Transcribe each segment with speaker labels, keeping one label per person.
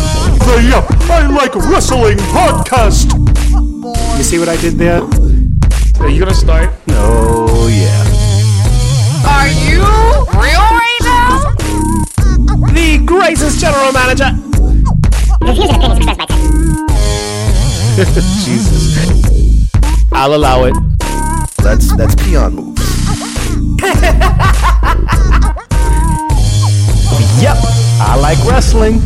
Speaker 1: Hurry up! I like wrestling podcast! You see what I did there?
Speaker 2: Are you gonna start?
Speaker 1: Oh, yeah.
Speaker 3: Are you real right now?
Speaker 1: The greatest general manager!
Speaker 4: Refusing opinion success by 10.
Speaker 1: Jesus. I'll allow it.
Speaker 5: That's that's peon moves.
Speaker 1: Yep, I like wrestling.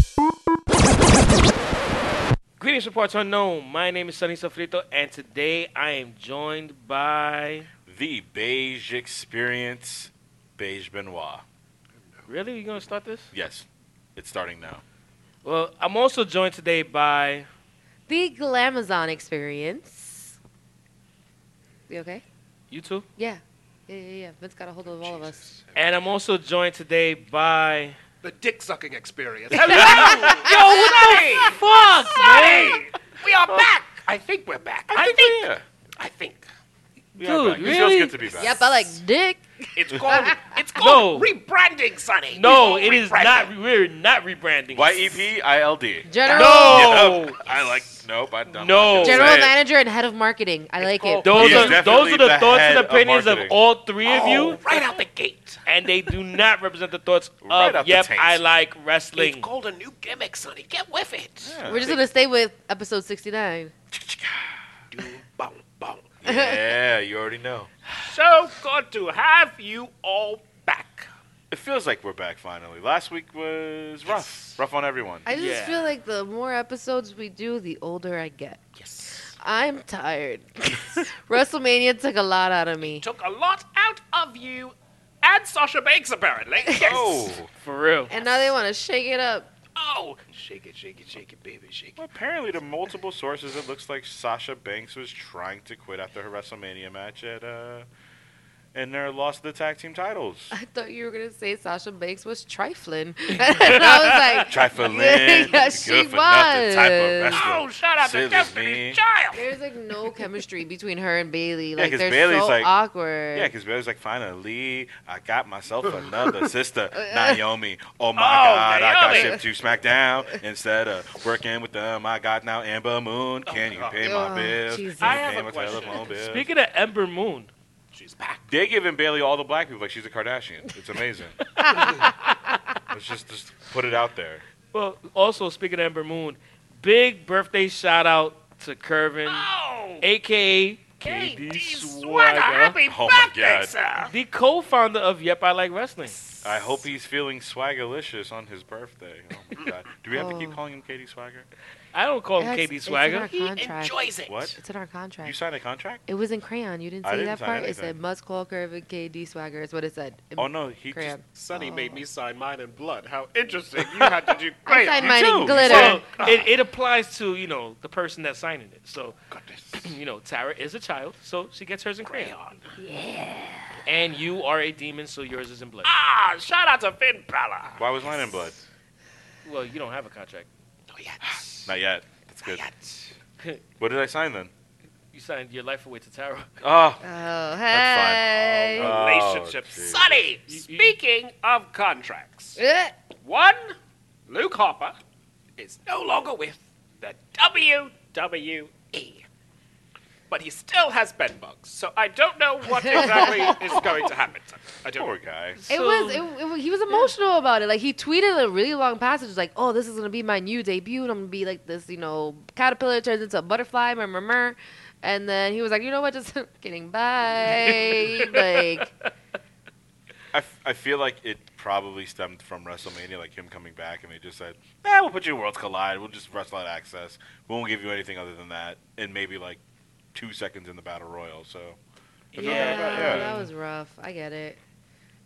Speaker 2: Greetings, reports unknown. My name is Sunny Sofrito, and today I am joined by.
Speaker 6: The Beige Experience, Beige Benoit.
Speaker 2: Really, you gonna start this?
Speaker 6: Yes, it's starting now.
Speaker 2: Well, I'm also joined today by.
Speaker 7: The Glamazon experience. You okay?
Speaker 2: You two,
Speaker 7: Yeah. Yeah, yeah, yeah. Vince got a hold of all of us.
Speaker 2: and I'm also joined today by.
Speaker 8: The dick sucking experience.
Speaker 2: Yo, what the fuck, man?
Speaker 8: we are back. I think we're back. I, think.
Speaker 6: yeah.
Speaker 8: I think
Speaker 6: We
Speaker 2: Dude,
Speaker 6: are back. It feels
Speaker 2: really?
Speaker 6: good to be back.
Speaker 7: Yep, I like dick.
Speaker 8: it's called. it's
Speaker 2: No.
Speaker 8: called rebranding, Sonny.
Speaker 2: No,
Speaker 8: We
Speaker 2: it is
Speaker 8: rebranded.
Speaker 2: not. We're not rebranding.
Speaker 6: E Y-E-P-I-L-D.
Speaker 7: General
Speaker 2: No,
Speaker 6: Yep. I like, nope, I don't
Speaker 2: No.
Speaker 6: like it.
Speaker 7: General
Speaker 6: Say it.
Speaker 7: manager and head of marketing. I like it.
Speaker 2: those
Speaker 6: Oh, He is
Speaker 2: are those
Speaker 6: definitely
Speaker 2: are the,
Speaker 6: the
Speaker 2: thoughts
Speaker 6: head
Speaker 2: and
Speaker 6: of
Speaker 2: opinions of,
Speaker 6: marketing.
Speaker 2: all three of you,
Speaker 8: Oh, right out the gate.
Speaker 2: and they do not represent the thoughts
Speaker 6: Right
Speaker 2: of.
Speaker 6: up the
Speaker 2: Yep,
Speaker 6: taint.
Speaker 2: I like
Speaker 8: It's
Speaker 2: wrestling.
Speaker 8: called a new gimmick, Sonny. Get with it.
Speaker 6: Yeah.
Speaker 7: We're just gonna stay with episode sixty nine.
Speaker 8: Do bow bow.
Speaker 6: Yeah, you already know.
Speaker 8: So good to have you all back.
Speaker 6: It feels like we're back finally. Last week was rough. Rough on everyone.
Speaker 7: I just
Speaker 2: Yeah.
Speaker 7: feel like the more episodes we do, the older I get.
Speaker 8: Yes.
Speaker 7: I'm tired. WrestleMania took a lot out of me.
Speaker 8: Took a lot out of you and Sasha Banks, apparently. Yes.
Speaker 6: Oh.
Speaker 2: For real.
Speaker 7: And now they want to shake it up.
Speaker 8: Oh. Shake it, shake it, shake it, baby, shake it.
Speaker 6: Well, apparently, to multiple sources, it looks like Sasha Banks was trying to quit after her WrestleMania match at, uh, and their loss to the tag team titles.
Speaker 7: I thought you were gonna say Sasha Banks was trifling, and I was like,
Speaker 6: Trifling,
Speaker 7: Yeah,
Speaker 6: good
Speaker 7: she
Speaker 6: for nothing type
Speaker 7: was.
Speaker 6: of wrestler.
Speaker 8: Oh, shut up,
Speaker 6: Scissors
Speaker 8: the
Speaker 6: me.
Speaker 8: Destiny's Child.
Speaker 7: There's like no chemistry between her and Bailey.
Speaker 6: Yeah,
Speaker 7: Like
Speaker 6: 'cause
Speaker 7: they're
Speaker 6: Bailey's
Speaker 7: so
Speaker 6: like-
Speaker 7: awkward.
Speaker 6: Yeah, because Bailey's like, finally, I got myself another sister, Naomi. Oh my
Speaker 8: Oh,
Speaker 6: God, I got
Speaker 8: Naomi.
Speaker 6: shipped to SmackDown instead of working with them. I got now Amber Moon. Can you
Speaker 8: God.
Speaker 6: pay
Speaker 7: Oh,
Speaker 6: my bills?
Speaker 7: Jesus.
Speaker 6: Can you
Speaker 2: I have
Speaker 6: pay
Speaker 2: a
Speaker 6: my
Speaker 2: question.
Speaker 6: telephone bills?
Speaker 2: Speaking of Ember Moon,
Speaker 8: She's back.
Speaker 6: They're giving Bailey all the black people like she's a Kardashian. It's amazing. Let's just, just put it out there.
Speaker 2: well, also speaking of Ember Moon, big birthday shout out to Curvin,
Speaker 8: Oh.
Speaker 2: aka
Speaker 8: KD
Speaker 2: KD
Speaker 8: Swagger.
Speaker 2: Swagger,
Speaker 8: Happy
Speaker 6: Oh, my
Speaker 8: birthday,
Speaker 6: God.
Speaker 8: sir.
Speaker 2: the co-founder of Yep I Like Wrestling.
Speaker 6: I hope he's feeling swaggerlicious on his birthday. Oh my God. Do we have to keep
Speaker 7: Oh.
Speaker 6: calling him Katie Swagger?
Speaker 2: I don't call him
Speaker 7: That's-
Speaker 2: KD
Speaker 7: it's in
Speaker 2: Swagger.
Speaker 7: our
Speaker 8: He
Speaker 7: contract.
Speaker 8: enjoys it.
Speaker 6: What?
Speaker 7: It's in our
Speaker 6: You
Speaker 7: contract.
Speaker 6: signed a contract?
Speaker 7: It was in crayon. You didn't
Speaker 6: I
Speaker 7: see
Speaker 6: didn't
Speaker 7: that
Speaker 6: sign
Speaker 7: part. It
Speaker 6: anything.
Speaker 7: said must call Curvin KD Swagger is what it said. in
Speaker 6: Oh no, he just
Speaker 7: Crayon.
Speaker 8: Sonny
Speaker 7: made me
Speaker 8: sign mine in blood. How interesting. You had to do great.
Speaker 7: I signed mine
Speaker 6: too.
Speaker 7: in
Speaker 6: You
Speaker 7: glitter.
Speaker 2: So
Speaker 8: Oh,
Speaker 2: it, it applies to you know the person that's signing it. So you know Tara is a child, so she gets hers in crayon. And you are a demon, so yours is in blood.
Speaker 8: Ah, shout out to Finn Balor.
Speaker 6: Why was mine in blood?
Speaker 2: Well, you don't have a contract.
Speaker 8: Not yet.
Speaker 6: Not yet. That's good.
Speaker 8: Not yet.
Speaker 6: What did I sign then?
Speaker 2: You signed your life away to Tara.
Speaker 6: Oh,
Speaker 7: Oh
Speaker 6: fine.
Speaker 7: hey.
Speaker 6: Oh,
Speaker 8: Relationship.
Speaker 6: geez.
Speaker 8: Sonny,
Speaker 2: you-
Speaker 8: speaking of contracts,
Speaker 7: Eh,
Speaker 8: one, Luke Harper is no longer with the WWE. But he still has bed bugs, so I don't know what exactly is going to happen. Sonny. I don't
Speaker 6: poor guy.
Speaker 7: It was. It, it, was- he was emotional about it. Like he tweeted a really long passage, like, "Oh, this is gonna be my new debut, and I'm gonna be like this, you know, caterpillar turns into a butterfly, mer mer mer." And then he was like, "You know what? Just kidding, bye." like,
Speaker 6: I, f- I feel like it probably stemmed from WrestleMania, like him coming back, and they just said, "Nah, we'll put you in Worlds Collide. We'll just wrestle out access. We won't give you anything other than that, and maybe like two seconds in the Battle Royal." So
Speaker 7: yeah,
Speaker 6: Yeah.
Speaker 7: that was rough. I get it.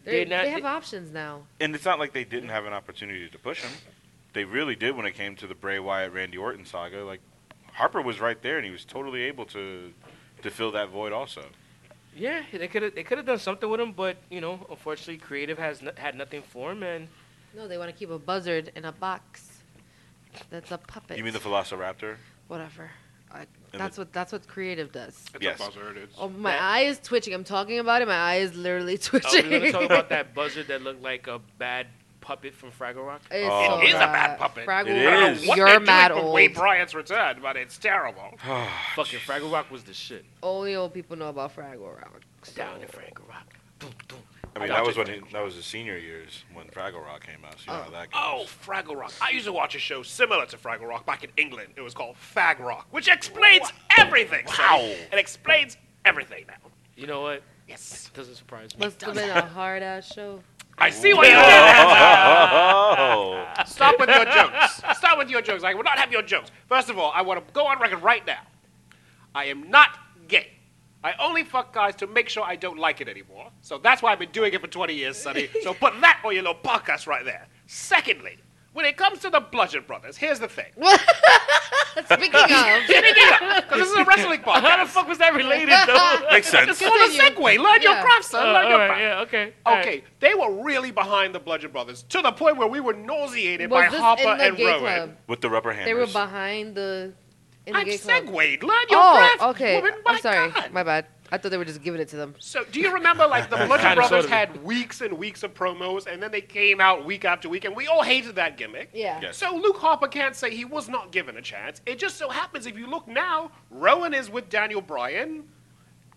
Speaker 2: They're
Speaker 7: They're,
Speaker 2: not-
Speaker 7: they have options now.
Speaker 6: And it's not like they didn't have an opportunity to push him. They really did when it came to the Bray Wyatt Randy Orton saga. Like Harper was right there, and he was totally able to to fill that void. Also,
Speaker 2: Yeah, they could have they could have done something with him, but you know, unfortunately, creative has n- had nothing for him, and
Speaker 7: No, they want to keep a buzzard in a box. That's a puppet.
Speaker 6: you mean the Velociraptor?
Speaker 7: whatever? I,
Speaker 6: the-
Speaker 7: that's what that's what creative does.
Speaker 8: It's
Speaker 6: Yes.
Speaker 8: a buzzer. It's
Speaker 7: Oh, my eye is twitching. I'm talking about it. My eye is literally
Speaker 2: oh, we're
Speaker 7: twitching.
Speaker 2: gonna talk about that buzzard that looked like a bad puppet from Fraggle Rock.
Speaker 7: It's
Speaker 6: Oh.
Speaker 7: so
Speaker 6: It is a
Speaker 8: bad
Speaker 7: bad.
Speaker 8: puppet.
Speaker 7: Fraggle
Speaker 6: It
Speaker 7: Rock,
Speaker 6: is.
Speaker 8: What
Speaker 7: You're
Speaker 8: they're
Speaker 7: mad
Speaker 8: doing with
Speaker 7: old.
Speaker 8: Wade Bryant's return, but it's terrible.
Speaker 2: Fucking Fraggle Rock was the shit.
Speaker 7: Only old people know about Fraggle Rock.
Speaker 2: Down in Fraggle Rock. Doom, doom.
Speaker 6: I mean,
Speaker 2: I
Speaker 6: that
Speaker 2: got
Speaker 6: was
Speaker 2: you.
Speaker 6: when he, that was his senior years when Fraggle Rock came out. So you know how that
Speaker 8: Oh,
Speaker 6: goes.
Speaker 8: Fraggle Rock. I used to watch a show similar to Fraggle Rock back in England. It was called Fag Rock, which explains everything. Wow. It explains everything now.
Speaker 2: You know what?
Speaker 8: Yes.
Speaker 2: Doesn't surprise me.
Speaker 7: Must have been a hard ass show.
Speaker 8: I see what you did
Speaker 6: Oh,
Speaker 8: Stop with your jokes. Stop with your jokes. I will not have your jokes. First of all, I want to go on record right now. I am not gay. I only fuck guys to make sure I don't like it anymore. So that's why I've been doing it for 20 years, Sonny. So put that on your little podcast right there. Secondly, when it comes to the Bludgeon Brothers, here's the thing.
Speaker 7: Speaking of,
Speaker 8: Because this is a wrestling podcast.
Speaker 2: How the fuck was that related
Speaker 8: Oh,
Speaker 2: though?
Speaker 6: makes sense.
Speaker 8: It's called a
Speaker 7: Continue.
Speaker 8: segue. Learn your
Speaker 7: Yeah.
Speaker 8: craft, son.
Speaker 2: Uh,
Speaker 8: Learn your
Speaker 2: all right,
Speaker 8: craft.
Speaker 2: Uh, yeah, okay. all right.
Speaker 8: Okay, they were really behind the Bludgeon Brothers to the point where we were nauseated by
Speaker 7: was this
Speaker 8: Harper
Speaker 7: in the
Speaker 8: and
Speaker 7: gay
Speaker 8: Rowan.
Speaker 7: club?
Speaker 6: With the rubber hammers.
Speaker 7: They were behind the. In the
Speaker 8: I'm
Speaker 7: gay club.
Speaker 8: segued. Learn your
Speaker 7: Oh,
Speaker 8: craft,
Speaker 7: okay.
Speaker 8: woman. My
Speaker 7: I'm sorry.
Speaker 8: God.
Speaker 7: My bad. I thought they were just giving it to them.
Speaker 8: So, do you remember, like, the Bludgeon
Speaker 2: Kinda,
Speaker 8: Brothers
Speaker 2: sort of.
Speaker 8: had weeks and weeks of promos, and then they came out week after week, and we all hated that gimmick.
Speaker 7: Yeah.
Speaker 6: Yes.
Speaker 8: So, Luke Harper can't say he was not given a chance. It just so happens, if you look now, Rowan is with Daniel Bryan,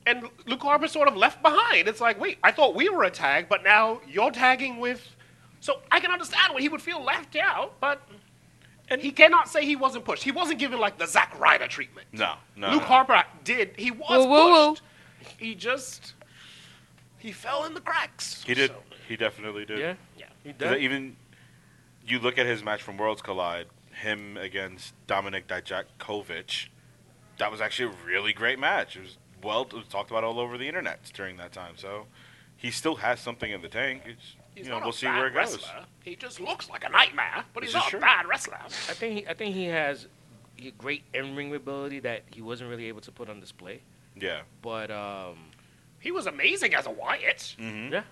Speaker 8: and Luke Harper sort of left behind. It's like, wait, I thought we were a tag, but now you're tagging with. So, I can understand why he would feel left out, but. And he cannot say he wasn't pushed. He wasn't given, like, the Zack Ryder treatment.
Speaker 6: No, no.
Speaker 8: Luke
Speaker 6: no.
Speaker 8: Harper did. He was
Speaker 7: Woo, woo, woo.
Speaker 8: pushed. He just he fell in the cracks.
Speaker 6: He did.
Speaker 8: So,
Speaker 6: He definitely did.
Speaker 2: Yeah.
Speaker 8: yeah.
Speaker 2: He
Speaker 6: 'Cause
Speaker 2: done.
Speaker 6: Even you look at his match from Worlds Collide, him against Dominic Dijakovic. That was actually a really great match. It was well it was talked about all over the internet during that time. So he still has something in the tank. It's,
Speaker 8: He's
Speaker 6: you know,
Speaker 8: not
Speaker 6: we'll
Speaker 8: a
Speaker 6: see
Speaker 8: bad
Speaker 6: where it goes.
Speaker 8: wrestler. He just looks like a nightmare, but
Speaker 6: This
Speaker 8: he's
Speaker 6: is
Speaker 8: not
Speaker 6: true.
Speaker 8: a bad wrestler.
Speaker 2: I think he, I think he has a great in ring ability that he wasn't really able to put on display.
Speaker 6: Yeah,
Speaker 2: But um,
Speaker 8: He was amazing as a Wyatt.
Speaker 6: Mm,
Speaker 2: yeah,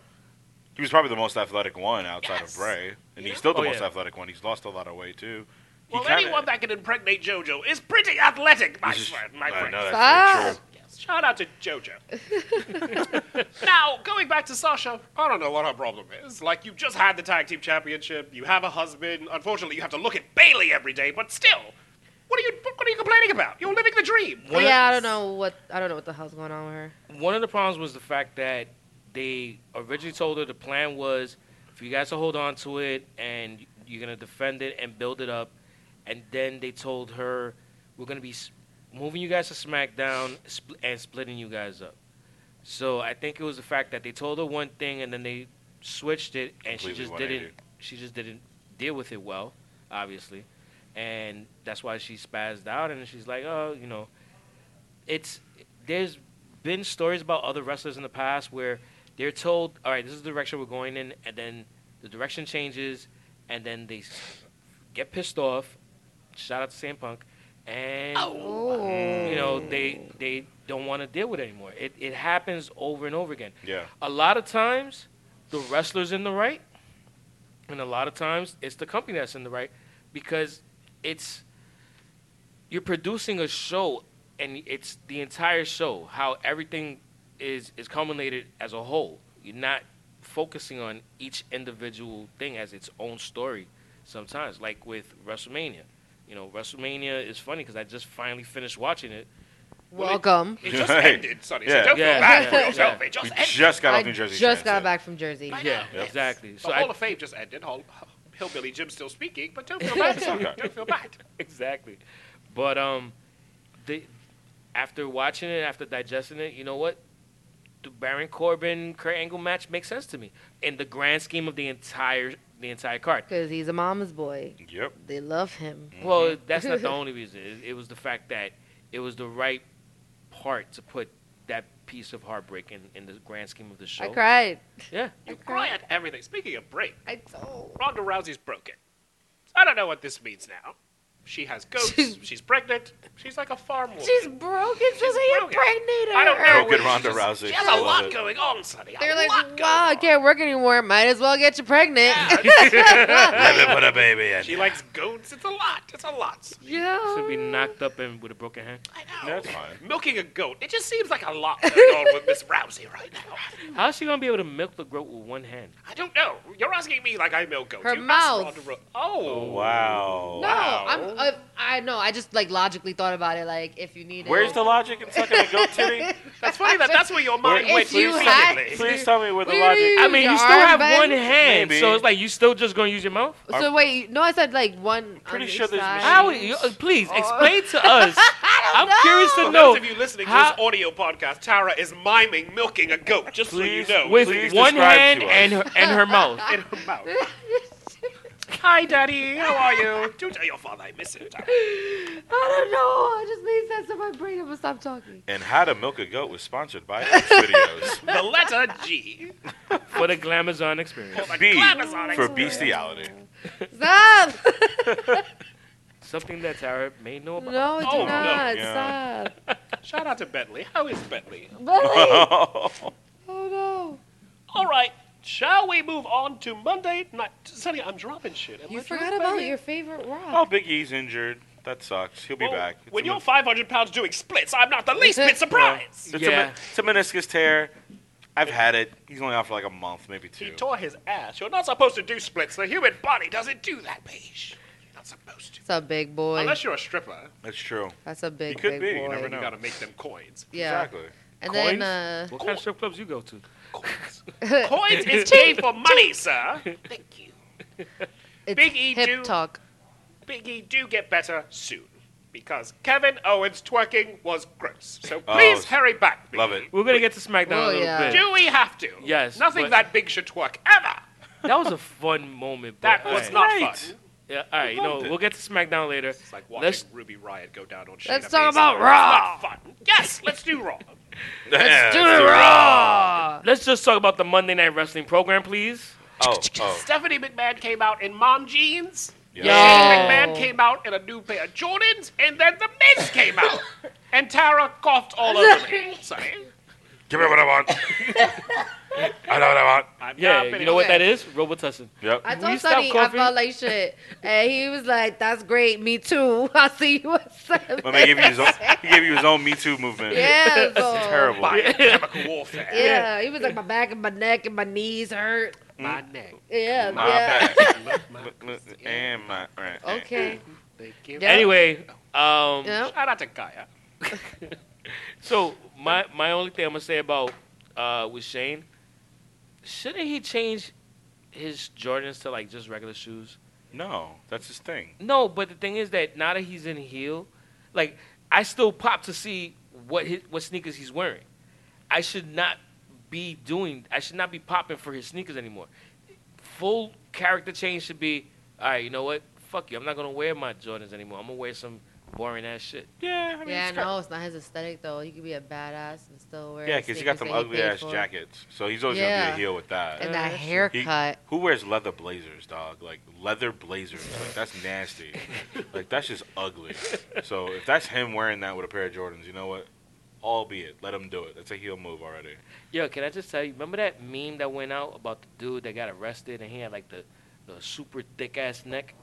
Speaker 6: he was probably the most athletic one outside
Speaker 8: Yes.
Speaker 6: of Bray, and
Speaker 8: Yeah.
Speaker 6: he's still the
Speaker 2: Oh,
Speaker 6: most
Speaker 2: yeah.
Speaker 6: athletic one. He's lost a lot of weight too. He
Speaker 8: Well,
Speaker 6: kinda-
Speaker 8: anyone that can impregnate JoJo is pretty athletic, my
Speaker 6: This is-
Speaker 8: friend. My
Speaker 6: I
Speaker 8: friend.
Speaker 6: know that's very
Speaker 7: Stop.
Speaker 6: true.
Speaker 8: Yes, Shout out to JoJo. now, going back to Sasha, I don't know what her problem is. Like, you just had the tag team championship, you have a husband. Unfortunately, you have to look at Bailey every day, but still, what are you what are you complaining about? You're living the dream.
Speaker 2: One of-
Speaker 7: yeah, I don't know what I don't know what the hell's going on with her.
Speaker 2: One of the problems was the fact that they originally told her the plan was for you guys to hold on to it and you're gonna defend it and build it up, and then they told her we're gonna be s- moving you guys to SmackDown spl- and splitting you guys up. So I think it was the fact that they told her one thing and then they switched it, and
Speaker 6: Completely
Speaker 2: she just
Speaker 6: 180.
Speaker 2: didn't. She just didn't deal with it well, obviously, and that's why she spazzed out. And she's like, "Oh, you know, it's there's been stories about other wrestlers in the past where they're told, all right, this is the direction we're going in, and then the direction changes, and then they s- get pissed off. Shout out to CM Punk, and you know they they don't want to deal with it anymore. It it happens over and over again.
Speaker 6: Yeah.
Speaker 2: A lot of times, the wrestler's in the right, and a lot of times it's the company that's in the right because it's you're producing a show and it's the entire show how everything is is culminated as a whole. You're not focusing on each individual thing as its own story. Sometimes, like with WrestleMania, you know, WrestleMania is funny because I just finally finished watching it.
Speaker 7: Welcome.
Speaker 8: It just
Speaker 6: Hey.
Speaker 8: ended, Sonny.
Speaker 6: Yeah.
Speaker 8: So don't
Speaker 2: Yeah,
Speaker 8: feel bad
Speaker 2: yeah,
Speaker 8: for yourself.
Speaker 2: yeah.
Speaker 8: It just
Speaker 6: We
Speaker 8: ended.
Speaker 6: just got
Speaker 7: I
Speaker 6: off New Jersey.
Speaker 7: just got
Speaker 6: Transit.
Speaker 7: back from Jersey.
Speaker 8: I know.
Speaker 2: Yeah, exactly.
Speaker 8: The
Speaker 2: So
Speaker 8: Hall
Speaker 2: I,
Speaker 8: of Fame just ended. Hall, Hillbilly Jim's still speaking, but don't feel bad. Sonny. don't feel bad.
Speaker 2: exactly. But um, the after watching it, after digesting it, you know what? The Baron Corbin Kurt Angle match makes sense to me in the grand scheme of the entire the entire card.
Speaker 7: Because he's a mama's boy.
Speaker 6: Yep.
Speaker 7: They love him.
Speaker 8: Mm,
Speaker 2: Well, that's not the only reason. It, it was the fact that it was the right part to put that piece of heartbreak in, in the grand scheme of the show.
Speaker 7: I cried.
Speaker 2: Yeah.
Speaker 8: You
Speaker 7: Okay.
Speaker 8: cry at everything. Speaking of break,
Speaker 7: I told.
Speaker 8: Ronda Rousey's broken. I don't know what this means now. She has goats. she's pregnant. She's like a farm woman.
Speaker 7: She's broken since I
Speaker 8: broken.
Speaker 7: impregnated her.
Speaker 8: I don't
Speaker 6: Go
Speaker 8: know.
Speaker 6: get
Speaker 8: whether she's
Speaker 6: Ronda
Speaker 8: just-
Speaker 6: Rousey.
Speaker 8: She has
Speaker 6: I
Speaker 8: a
Speaker 6: love
Speaker 8: lot
Speaker 6: it.
Speaker 8: going on, Sonny.
Speaker 7: They're
Speaker 8: a
Speaker 7: like,
Speaker 8: lot going
Speaker 7: wow, I
Speaker 8: on.
Speaker 7: can't work anymore. Might as well get you pregnant.
Speaker 6: Let me put a baby in.
Speaker 8: She likes goats. It's a lot. It's a lot.
Speaker 2: Should
Speaker 7: yeah.
Speaker 2: be knocked up and with a broken hand.
Speaker 8: I know.
Speaker 6: That's fine.
Speaker 8: Milking a goat. It just seems like a lot going on with Miss Rousey right now.
Speaker 7: Mm.
Speaker 2: How's she gonna be able to milk the goat with one hand?
Speaker 8: I don't know. You're asking me like I milk goats.
Speaker 7: Her
Speaker 8: you asked
Speaker 7: mouth.
Speaker 8: Ronda Ro- oh.
Speaker 6: Wow.
Speaker 7: No, I'm. I, I know. I just like logically thought about it. Like, if you need
Speaker 6: Where's
Speaker 7: it,
Speaker 6: the logic in sucking a goat titty?
Speaker 8: That's funny that that's where your mind
Speaker 7: If
Speaker 8: went
Speaker 7: you had-
Speaker 8: immediately.
Speaker 6: Please tell me where the
Speaker 7: Where
Speaker 6: logic.
Speaker 7: you-
Speaker 2: I mean,
Speaker 7: Your
Speaker 2: you still have
Speaker 7: armband?
Speaker 2: one hand,
Speaker 6: Maybe.
Speaker 2: so it's like you still just gonna use your mouth.
Speaker 7: So wait, no, I said like one. on
Speaker 6: pretty
Speaker 7: each
Speaker 6: sure there's
Speaker 7: side.
Speaker 6: machines.
Speaker 2: How? You, uh, please
Speaker 7: Oh.
Speaker 2: explain to us. I'm curious to
Speaker 8: For
Speaker 2: know.
Speaker 8: those of you listening
Speaker 2: how-
Speaker 8: to this audio podcast, Tara is miming milking a goat, just
Speaker 6: Please,
Speaker 8: so you know.
Speaker 2: with
Speaker 6: please
Speaker 2: one
Speaker 6: describe
Speaker 2: hand
Speaker 6: to us.
Speaker 2: and her, and her mouth.
Speaker 8: in her mouth. Hi, Daddy. How are you? Do tell your father I miss him. Tara.
Speaker 7: I don't know. I just made sense in my brain. I'm gonna stop talking.
Speaker 6: And how to milk a goat was sponsored by X videos.
Speaker 8: The letter G.
Speaker 2: for the Glamazon experience.
Speaker 8: Like
Speaker 6: B
Speaker 8: Glamazon
Speaker 6: for
Speaker 8: Express.
Speaker 6: bestiality.
Speaker 7: Stop!
Speaker 2: Something that Tara may know about.
Speaker 7: no, do
Speaker 8: Oh, no.
Speaker 7: not
Speaker 6: Yeah.
Speaker 7: stop.
Speaker 8: Shout out to Bentley. How is Bentley?
Speaker 7: Billy.
Speaker 6: Oh,
Speaker 7: Oh
Speaker 8: All right. Shall we move on to Monday night? Sonny, I'm dropping shit. Am
Speaker 7: no! You
Speaker 8: I
Speaker 7: forgot
Speaker 8: dropping
Speaker 7: about
Speaker 8: it?
Speaker 7: your favorite rock.
Speaker 6: oh, Big E's injured. That sucks. He'll be
Speaker 8: Well,
Speaker 6: back. It's
Speaker 8: when
Speaker 6: a
Speaker 8: you're
Speaker 6: men-
Speaker 8: 500 pounds doing splits, I'm not the least bit surprised.
Speaker 6: it's, a,
Speaker 2: Yeah.
Speaker 6: men- it's a meniscus tear. I've had it. He's only out for like a month, maybe two.
Speaker 8: He tore his ass. You're not supposed to do splits. The human body doesn't do that, Paige. You're not supposed to.
Speaker 7: That's a big boy.
Speaker 8: Unless you're a stripper,
Speaker 6: That's true.
Speaker 7: That's a big,
Speaker 6: He could
Speaker 7: big
Speaker 6: be, you
Speaker 7: boy.
Speaker 6: never
Speaker 8: you
Speaker 6: know.
Speaker 8: gotta make them coins.
Speaker 7: Yeah.
Speaker 6: Exactly.
Speaker 7: And
Speaker 2: Coins?
Speaker 7: then, uh,
Speaker 2: What kind of strip clubs you go to?
Speaker 8: Coins. coins is paid for money, sir. Thank you.
Speaker 7: it's
Speaker 8: Big E
Speaker 7: hip
Speaker 8: do-
Speaker 7: talk.
Speaker 8: Biggie, do get better soon. Because Kevin Owens twerking was gross. So
Speaker 6: Oh,
Speaker 8: please hurry back. Biggie.
Speaker 6: Love it.
Speaker 2: We're gonna get to SmackDown
Speaker 7: Oh,
Speaker 2: a little
Speaker 7: yeah.
Speaker 2: bit.
Speaker 8: Do we have to?
Speaker 2: Yes,
Speaker 8: Nothing
Speaker 2: but-
Speaker 8: that big should twerk ever.
Speaker 2: That was a fun moment. But
Speaker 8: That was
Speaker 2: alright.
Speaker 8: not
Speaker 6: Right.
Speaker 8: fun.
Speaker 2: Yeah, all right, you know,
Speaker 6: loved it.
Speaker 2: we'll get to SmackDown later.
Speaker 8: It's like watching
Speaker 2: Let's
Speaker 8: Ruby Riot go down on Shayna
Speaker 7: Let's talk
Speaker 8: Baszler.
Speaker 7: about
Speaker 8: It's
Speaker 7: Raw.
Speaker 8: not fun. Yes, let's do Raw.
Speaker 6: Yeah, it's
Speaker 7: Do it
Speaker 6: a-
Speaker 7: raw.
Speaker 2: let's just talk about the Monday Night Wrestling program, please.
Speaker 6: Oh, oh.
Speaker 8: Stephanie McMahon came out in mom jeans.
Speaker 6: Yeah.
Speaker 8: Shane
Speaker 7: Yo.
Speaker 8: McMahon came out in a new pair of Jordans, and then the men's came out. And Tara coughed all over me. Sorry.
Speaker 6: Give me what I want. I know what I want.
Speaker 8: I'm
Speaker 2: Yeah,
Speaker 8: not
Speaker 2: you
Speaker 8: finished.
Speaker 2: know what
Speaker 7: Okay.
Speaker 2: that is? Robotussin.
Speaker 6: Yep.
Speaker 7: I
Speaker 2: Will
Speaker 7: told
Speaker 2: you stop
Speaker 7: Sonny I
Speaker 2: coughing?
Speaker 7: felt like shit, and he was like, "That's great, me too. I'll see you at seven.
Speaker 6: Well, man, he gave you his own, he gave you his own Me Too movement.
Speaker 7: Yeah, so,
Speaker 6: Terrible.
Speaker 8: Biochemical warfare.
Speaker 7: Yeah, he was like, my back and my neck and my knees hurt.
Speaker 8: My neck.
Speaker 7: Yeah,
Speaker 6: My
Speaker 7: yeah.
Speaker 6: back. Look, look, and my right.
Speaker 7: Okay.
Speaker 8: They give
Speaker 7: Yeah.
Speaker 2: Anyway, um,
Speaker 7: Yeah.
Speaker 8: Shout out to Gaia.
Speaker 2: so my my only thing I'm gonna say about uh, with Shane, shouldn't he change his Jordans to like just regular shoes?
Speaker 6: No, that's his thing.
Speaker 2: No, but the thing is that now that he's in heel, like I still pop to see what his, what sneakers he's wearing. I should not be doing. I should not be popping for his sneakers anymore. Full character change should be. All right, you know what? Fuck you. I'm not gonna wear my Jordans anymore. I'm gonna wear some boring ass shit.
Speaker 6: Yeah, I mean,
Speaker 7: Yeah,
Speaker 6: it's got-
Speaker 7: no, it's not his aesthetic though. He could be a badass and still wear.
Speaker 6: yeah, because he got
Speaker 7: sneakers
Speaker 6: them
Speaker 7: that he
Speaker 6: ugly
Speaker 7: paid
Speaker 6: ass
Speaker 7: for.
Speaker 6: jackets, so he's always gonna
Speaker 7: Yeah.
Speaker 6: be a heel with that.
Speaker 7: and that
Speaker 2: Yeah, sure.
Speaker 7: haircut.
Speaker 6: He- who wears leather blazers, dog? Like leather blazers, like that's nasty. like that's just ugly. So if that's him wearing that with a pair of Jordans, you know what? Albeit, let him do it. That's a heel move already.
Speaker 2: Yo, can I just tell you? Remember that meme that went out about the dude that got arrested and he had like the, the super thick ass neck?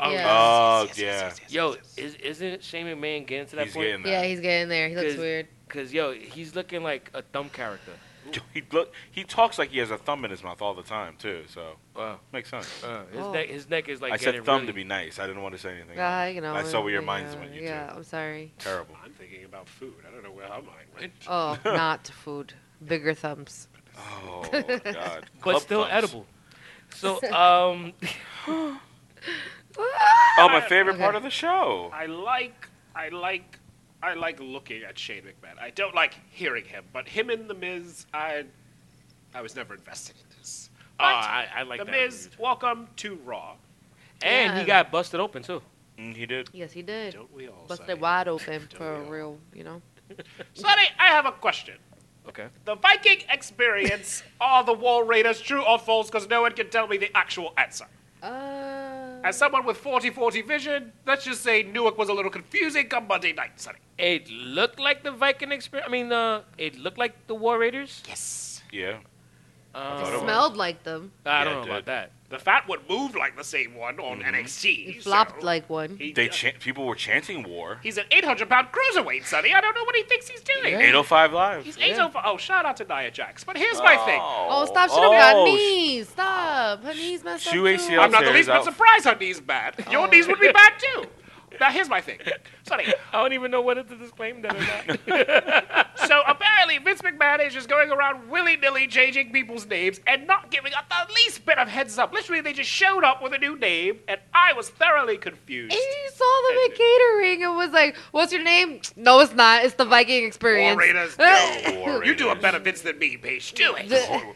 Speaker 7: yeah.
Speaker 6: Oh
Speaker 8: yes, yes,
Speaker 6: yeah,
Speaker 8: yes, yes, yes.
Speaker 2: Yo, is, isn't Shane McMahon getting to that
Speaker 6: he's
Speaker 2: point?
Speaker 6: getting that.
Speaker 7: yeah, he's getting there. He looks
Speaker 2: Cause-
Speaker 7: weird.
Speaker 2: Cause yo, he's looking like a thumb character.
Speaker 6: he look. He talks like he has a thumb in his mouth all the time too. So
Speaker 2: Wow.
Speaker 6: makes sense.
Speaker 2: Uh, his
Speaker 7: Oh.
Speaker 2: neck, his neck is like.
Speaker 6: I
Speaker 2: getting
Speaker 6: said thumb
Speaker 2: really-
Speaker 6: to be nice. I didn't want to say anything.
Speaker 7: Uh,
Speaker 6: else.
Speaker 7: you know,
Speaker 6: I saw where your
Speaker 7: yeah,
Speaker 6: minds went. You
Speaker 7: Yeah,
Speaker 6: two.
Speaker 7: I'm sorry.
Speaker 6: Terrible.
Speaker 8: I'm thinking about food. I don't know where her mind went.
Speaker 7: Oh, not food. Bigger thumbs.
Speaker 6: Oh my God.
Speaker 2: but
Speaker 6: Club
Speaker 2: still
Speaker 6: thumbs.
Speaker 2: edible. So um,
Speaker 6: Oh, my favorite
Speaker 7: Okay.
Speaker 6: part of the show.
Speaker 8: I like, I like, I like looking at Shane McMahon. I don't like hearing him, but him and the Miz, I, I was never invested in this.
Speaker 2: oh,
Speaker 8: But
Speaker 2: I, I like
Speaker 8: the
Speaker 2: that.
Speaker 8: Miz,
Speaker 2: dude.
Speaker 8: welcome to Raw.
Speaker 2: and he
Speaker 7: Yeah.
Speaker 2: got busted open too.
Speaker 6: Mm, he did.
Speaker 7: Yes, he did.
Speaker 8: Don't we all?
Speaker 7: Busted
Speaker 8: Sonny?
Speaker 7: it wide open for
Speaker 8: we all?
Speaker 7: real, you know.
Speaker 8: Sonny, I have a question.
Speaker 2: Okay.
Speaker 8: The Viking experience are the War Raiders true or false? Because no one can tell me the actual answer.
Speaker 7: Uh,
Speaker 8: As someone with 40-40 vision, let's just say Newark was a little confusing come Monday night, Sonny.
Speaker 2: It looked like the Viking experience. I mean, uh, it looked like the War Raiders.
Speaker 8: Yes.
Speaker 6: Yeah.
Speaker 2: Um,
Speaker 6: thought it was.
Speaker 7: Smelled like them.
Speaker 2: I
Speaker 6: Yeah,
Speaker 2: don't
Speaker 6: it
Speaker 2: know about
Speaker 6: did.
Speaker 2: that.
Speaker 8: The fat one moved like the same one on
Speaker 2: Mm-hmm.
Speaker 8: NXT.
Speaker 7: It flopped
Speaker 6: "Oh."
Speaker 8: so
Speaker 7: like one.
Speaker 8: he- uh,
Speaker 6: They chan- people were chanting war.
Speaker 8: He's an 800-pound cruiserweight, Sonny. I don't know what he thinks he's doing.
Speaker 6: 805 live.
Speaker 8: He's 805. Oh, shout out to Nia Jax. But here's my thing.
Speaker 7: Oh, stop! She don't got
Speaker 6: oh,
Speaker 7: knees. Stop. Her knees messed
Speaker 6: Shoe
Speaker 7: up. Too.
Speaker 6: ACL.
Speaker 8: I'm not the
Speaker 6: upstairs,
Speaker 8: least bit
Speaker 6: out-
Speaker 8: surprised her knee's bad. Your knees would be bad too. Now here's my thing, Sonny.
Speaker 2: I don't even know whether to disclaim that or not.
Speaker 8: So apparently Vince McMahon is just going around willy nilly changing people's names and not giving us the least bit of heads up. Literally, they just showed up with a new name, and I was thoroughly confused.
Speaker 7: And you saw them at catering and was like, "What's your name?" No, it's not. It's the Viking experience.
Speaker 8: Raiders,
Speaker 6: Oh, War
Speaker 8: You do a
Speaker 6: Raiders.
Speaker 8: better Vince than me, Paige. Do it.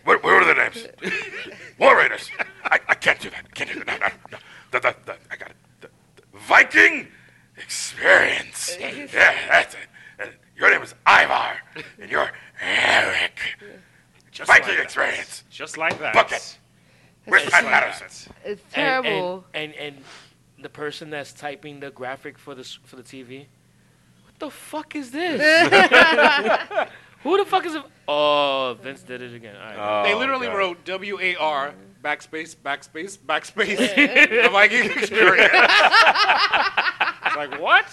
Speaker 6: Where, where are the names? War Raiders. I, I can't do that. I can't do that. No, no, no. The, the, the, I got it. The, the Viking experience. Yeah, that's it. And your name is Ivar, and you're Eric.
Speaker 8: Just
Speaker 6: Viking
Speaker 8: that.
Speaker 6: experience.
Speaker 8: Just like that.
Speaker 6: Bucket. Where's Pat Patterson?
Speaker 2: And-
Speaker 7: it's terrible.
Speaker 2: And, and and the person that's typing the graphic for the s- for the TV. What the fuck is this? Who the fuck is it? Oh, Vince did it again. All
Speaker 6: Uh,
Speaker 2: right.
Speaker 6: Oh,
Speaker 8: They literally wrote W A R backspace backspace backspace the Viking experience. it's like what?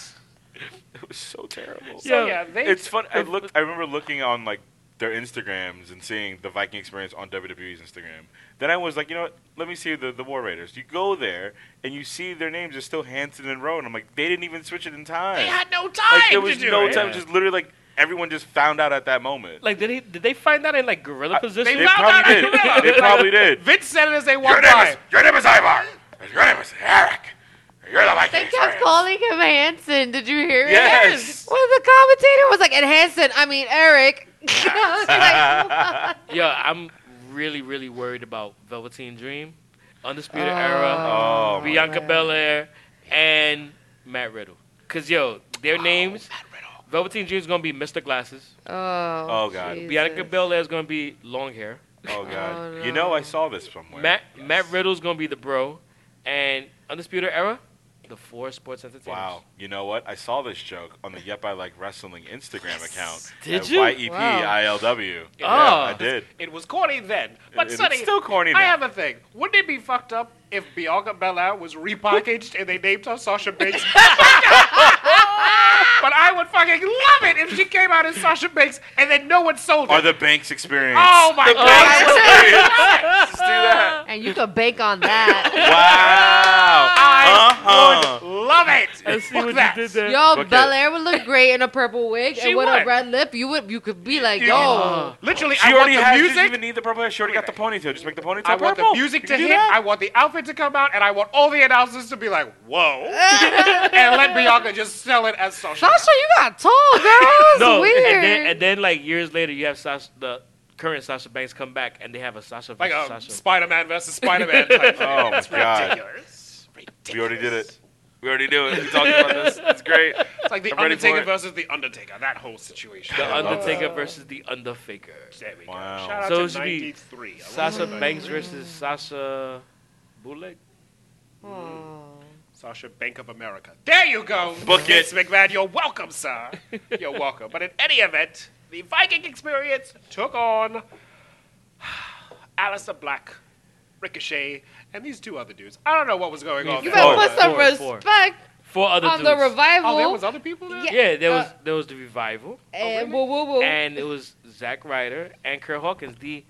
Speaker 6: It was so terrible.
Speaker 8: So
Speaker 2: Yeah.
Speaker 8: yeah, they
Speaker 6: It's fun. I looked. I remember looking on like their Instagrams and seeing the Viking experience on WWE's Instagram. Then I was like, you know what? Let me see the, the War Raiders. You go there and you see their names are still Hanson and Rowan. I'm like, they didn't even switch it in time.
Speaker 8: they had no time
Speaker 6: like there was
Speaker 8: to do
Speaker 6: no
Speaker 8: it.
Speaker 6: time.
Speaker 2: Yeah.
Speaker 6: Just literally like everyone just found out at that moment.
Speaker 2: Like, did he? Did they find that in like gorilla
Speaker 6: I-
Speaker 2: position?
Speaker 8: they
Speaker 6: they
Speaker 8: found out
Speaker 6: probably
Speaker 8: at
Speaker 6: did.
Speaker 8: Gorilla.
Speaker 6: They probably did.
Speaker 8: Vince said it as they
Speaker 6: Your
Speaker 8: walked
Speaker 6: name is
Speaker 8: by.
Speaker 6: your name is Ivar. Your name is Eric. You're the Viking
Speaker 7: They kept
Speaker 6: experience.
Speaker 7: calling him Hanson. Did you hear it?
Speaker 6: Yes.
Speaker 7: Well, the commentator was like, and Hanson, I mean, Eric. I was like,
Speaker 2: yeah, I'm really really worried about Velveteen Dream, Undisputed Era,
Speaker 6: Oh, my
Speaker 2: Bianca Belair, and Matt Riddle. Cause yo, their names. Velveteen Dream's gonna be Mr. Glasses.
Speaker 7: oh,
Speaker 6: Oh, God.
Speaker 7: Jesus.
Speaker 2: Bianca Belair's gonna be long hair.
Speaker 6: Oh god.
Speaker 7: Oh,
Speaker 6: You know I saw this somewhere.
Speaker 2: Matt Matt Riddle's gonna be the bro, and Undisputed Era, the four sports entertainers.
Speaker 6: Wow. You know what? I saw this joke on the Yep I Like Wrestling Instagram account.
Speaker 2: Did
Speaker 6: at E
Speaker 2: you?
Speaker 6: YEP
Speaker 7: Wow.
Speaker 6: ILW. Yeah,
Speaker 2: Oh.
Speaker 6: I did.
Speaker 8: It was corny then, but
Speaker 6: It- it's
Speaker 8: Sonny,
Speaker 6: still corny now.
Speaker 8: I have a thing. Wouldn't it be fucked up if Bianca Belair was repackaged and they named her Sasha Banks? but I would fucking love it if she came out as Sasha Banks and then no one sold
Speaker 6: Or
Speaker 8: her.
Speaker 6: the Banks experience.
Speaker 8: oh my god!
Speaker 6: Let's do that.
Speaker 7: And you could bake on
Speaker 6: Uh-huh.
Speaker 7: that.
Speaker 6: Wow. Uh-huh.
Speaker 8: Love it.
Speaker 2: I see
Speaker 8: Fuck
Speaker 2: what
Speaker 8: that.
Speaker 2: you did there.
Speaker 7: Yo,
Speaker 6: Book it.
Speaker 7: Bel Air would look great in a purple wig
Speaker 8: She
Speaker 7: and with
Speaker 8: would.
Speaker 7: a red lip. You would, you could be like,
Speaker 6: Oh,
Speaker 8: You-
Speaker 7: yo,
Speaker 8: Literally,
Speaker 6: She
Speaker 8: I want
Speaker 6: already
Speaker 8: the
Speaker 6: has. She
Speaker 8: music.
Speaker 6: doesn't even need the purple hair. She already got the ponytail. Just make the ponytail
Speaker 8: I
Speaker 6: purple.
Speaker 8: want the music
Speaker 6: You
Speaker 8: to
Speaker 6: can do
Speaker 8: hit.
Speaker 6: that.
Speaker 8: I want the outfit to come out, and I want all the announcers to be like, "Whoa!" and let Bianca just sell it as Sasha.
Speaker 7: Sasha, you got tall, girl. It's
Speaker 2: No,
Speaker 7: weird.
Speaker 2: and then and then like years later, you have Sasha, the current Sasha Banks come back, and they have a Sasha
Speaker 8: like um,
Speaker 2: versus
Speaker 8: a
Speaker 2: Sasha.
Speaker 8: Spider-Man versus Spider-Man type thing.
Speaker 6: Oh my
Speaker 8: it's
Speaker 6: god.
Speaker 8: ridiculous. ridiculous.
Speaker 6: We already did it. We already do it. We talked about this. It's great.
Speaker 8: It's like the
Speaker 6: I'm ready for
Speaker 8: Undertaker
Speaker 6: it.
Speaker 8: versus the Undertaker. That whole situation.
Speaker 2: the
Speaker 6: I love
Speaker 2: Undertaker versus the Underfaker.
Speaker 8: there we go.
Speaker 6: Wow.
Speaker 8: Shout out
Speaker 2: So it
Speaker 8: to
Speaker 2: should be
Speaker 8: '93.
Speaker 2: Sasha Banks versus Sasha Bullet.
Speaker 8: Sasha Bank of America. There you go.
Speaker 6: Book it.
Speaker 8: Vince McMahon, you're welcome, sir. You're welcome. But in any event, the Viking experience took on Alistair Black, Ricochet, and these two other dudes. I don't know what was going on.
Speaker 7: you
Speaker 8: there.
Speaker 6: Oh,
Speaker 7: better put some
Speaker 2: four, four.
Speaker 7: respect
Speaker 2: Four other
Speaker 7: on
Speaker 2: dudes.
Speaker 7: the revival.
Speaker 8: Oh, there was other people there?
Speaker 7: Yeah.
Speaker 2: yeah, Oh, there
Speaker 7: uh,
Speaker 2: was there was the revival,
Speaker 7: and woo, woo, woo.
Speaker 2: and it was Zack Ryder and Kurt Hawkins, the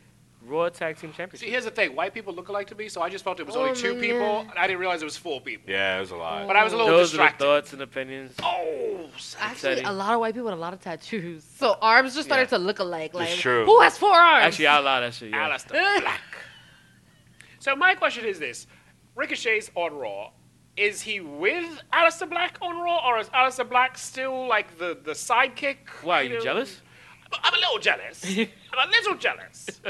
Speaker 2: Raw Tag Team
Speaker 8: See,
Speaker 2: Championship.
Speaker 8: here's the thing. White people look alike to me, so I just felt it was
Speaker 7: Oh,
Speaker 8: only two
Speaker 7: man.
Speaker 8: people. And I didn't realize it was four people.
Speaker 6: Yeah, it was a lot.
Speaker 8: But I was a little
Speaker 2: Those are the
Speaker 8: distracted.
Speaker 2: thoughts and opinions.
Speaker 8: Oh,
Speaker 7: Actually,
Speaker 2: upsetting.
Speaker 7: a lot of white people with a lot of tattoos, so arms just started to look alike. Like,
Speaker 6: true.
Speaker 7: who has four arms?
Speaker 2: Actually, I allowed that shit. Yeah.
Speaker 8: Alistair Black. So my question is this: Ricochet's on Raw. Is he with Alistair Black on Raw, or is Alistair Black still like the the sidekick?
Speaker 2: Why are you
Speaker 8: know?
Speaker 2: jealous?
Speaker 8: I'm a little jealous. I'm a little jealous.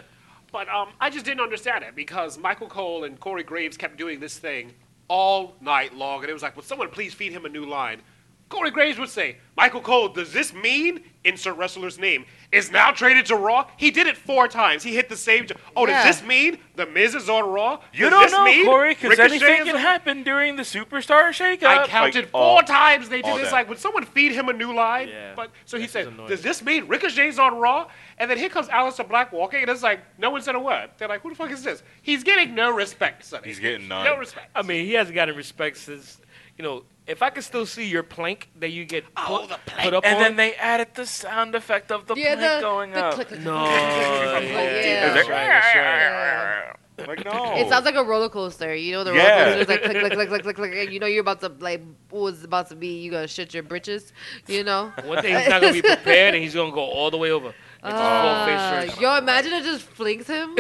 Speaker 8: But um, I just didn't understand it because Michael Cole and Corey Graves kept doing this thing all night long, and it was like, "Will someone please feed him a new line?" Corey Graves would say, Michael Cole, does this mean, insert wrestler's name, is now traded to Raw? He did it four times. He hit the same. jo- oh,
Speaker 7: Yeah.
Speaker 8: does this mean The Miz is on Raw?
Speaker 6: You
Speaker 8: does
Speaker 6: don't
Speaker 8: this
Speaker 6: know,
Speaker 8: mean
Speaker 2: Corey, because
Speaker 8: Ricochet
Speaker 2: anything
Speaker 8: is
Speaker 2: can
Speaker 8: on-
Speaker 2: happen during the superstar shakeup.
Speaker 8: I counted
Speaker 6: Like, oh, all-
Speaker 8: four times they
Speaker 6: all
Speaker 8: did this.
Speaker 6: that.
Speaker 8: Like, would someone feed him a new line?
Speaker 2: Yeah.
Speaker 8: But so he
Speaker 2: This is
Speaker 8: said,
Speaker 2: annoying.
Speaker 8: "Does this mean Ricochet's on Raw?" And then here comes Alistair Black walking, and it's like no one said a word. They're like, "Who the fuck is this?" He's getting no respect, Sonny.
Speaker 6: He's getting none.
Speaker 8: No respect.
Speaker 2: I mean, he hasn't gotten respect since, you know, if I could still see your plank that you get
Speaker 8: Oh,
Speaker 2: put,
Speaker 8: the
Speaker 2: put up
Speaker 9: And
Speaker 2: on.
Speaker 9: then they added the sound effect of the
Speaker 7: Yeah,
Speaker 9: plank
Speaker 7: the,
Speaker 9: going
Speaker 7: the
Speaker 9: up.
Speaker 7: click, click,
Speaker 2: no, Oh,
Speaker 7: click.
Speaker 2: yeah,
Speaker 7: Yeah.
Speaker 2: that's right, that's right.
Speaker 7: Yeah.
Speaker 6: Like no.
Speaker 7: It sounds like a roller coaster. You know the
Speaker 6: Oh. Yeah.
Speaker 7: roller coaster is like click click click click click click, and you know you're about to like what's about to be. You gonna shit your britches, you know.
Speaker 2: One day he's not gonna be prepared, and he's gonna go all the way over. It's
Speaker 7: Uh,
Speaker 2: full face
Speaker 7: yo, imagine it just flings him.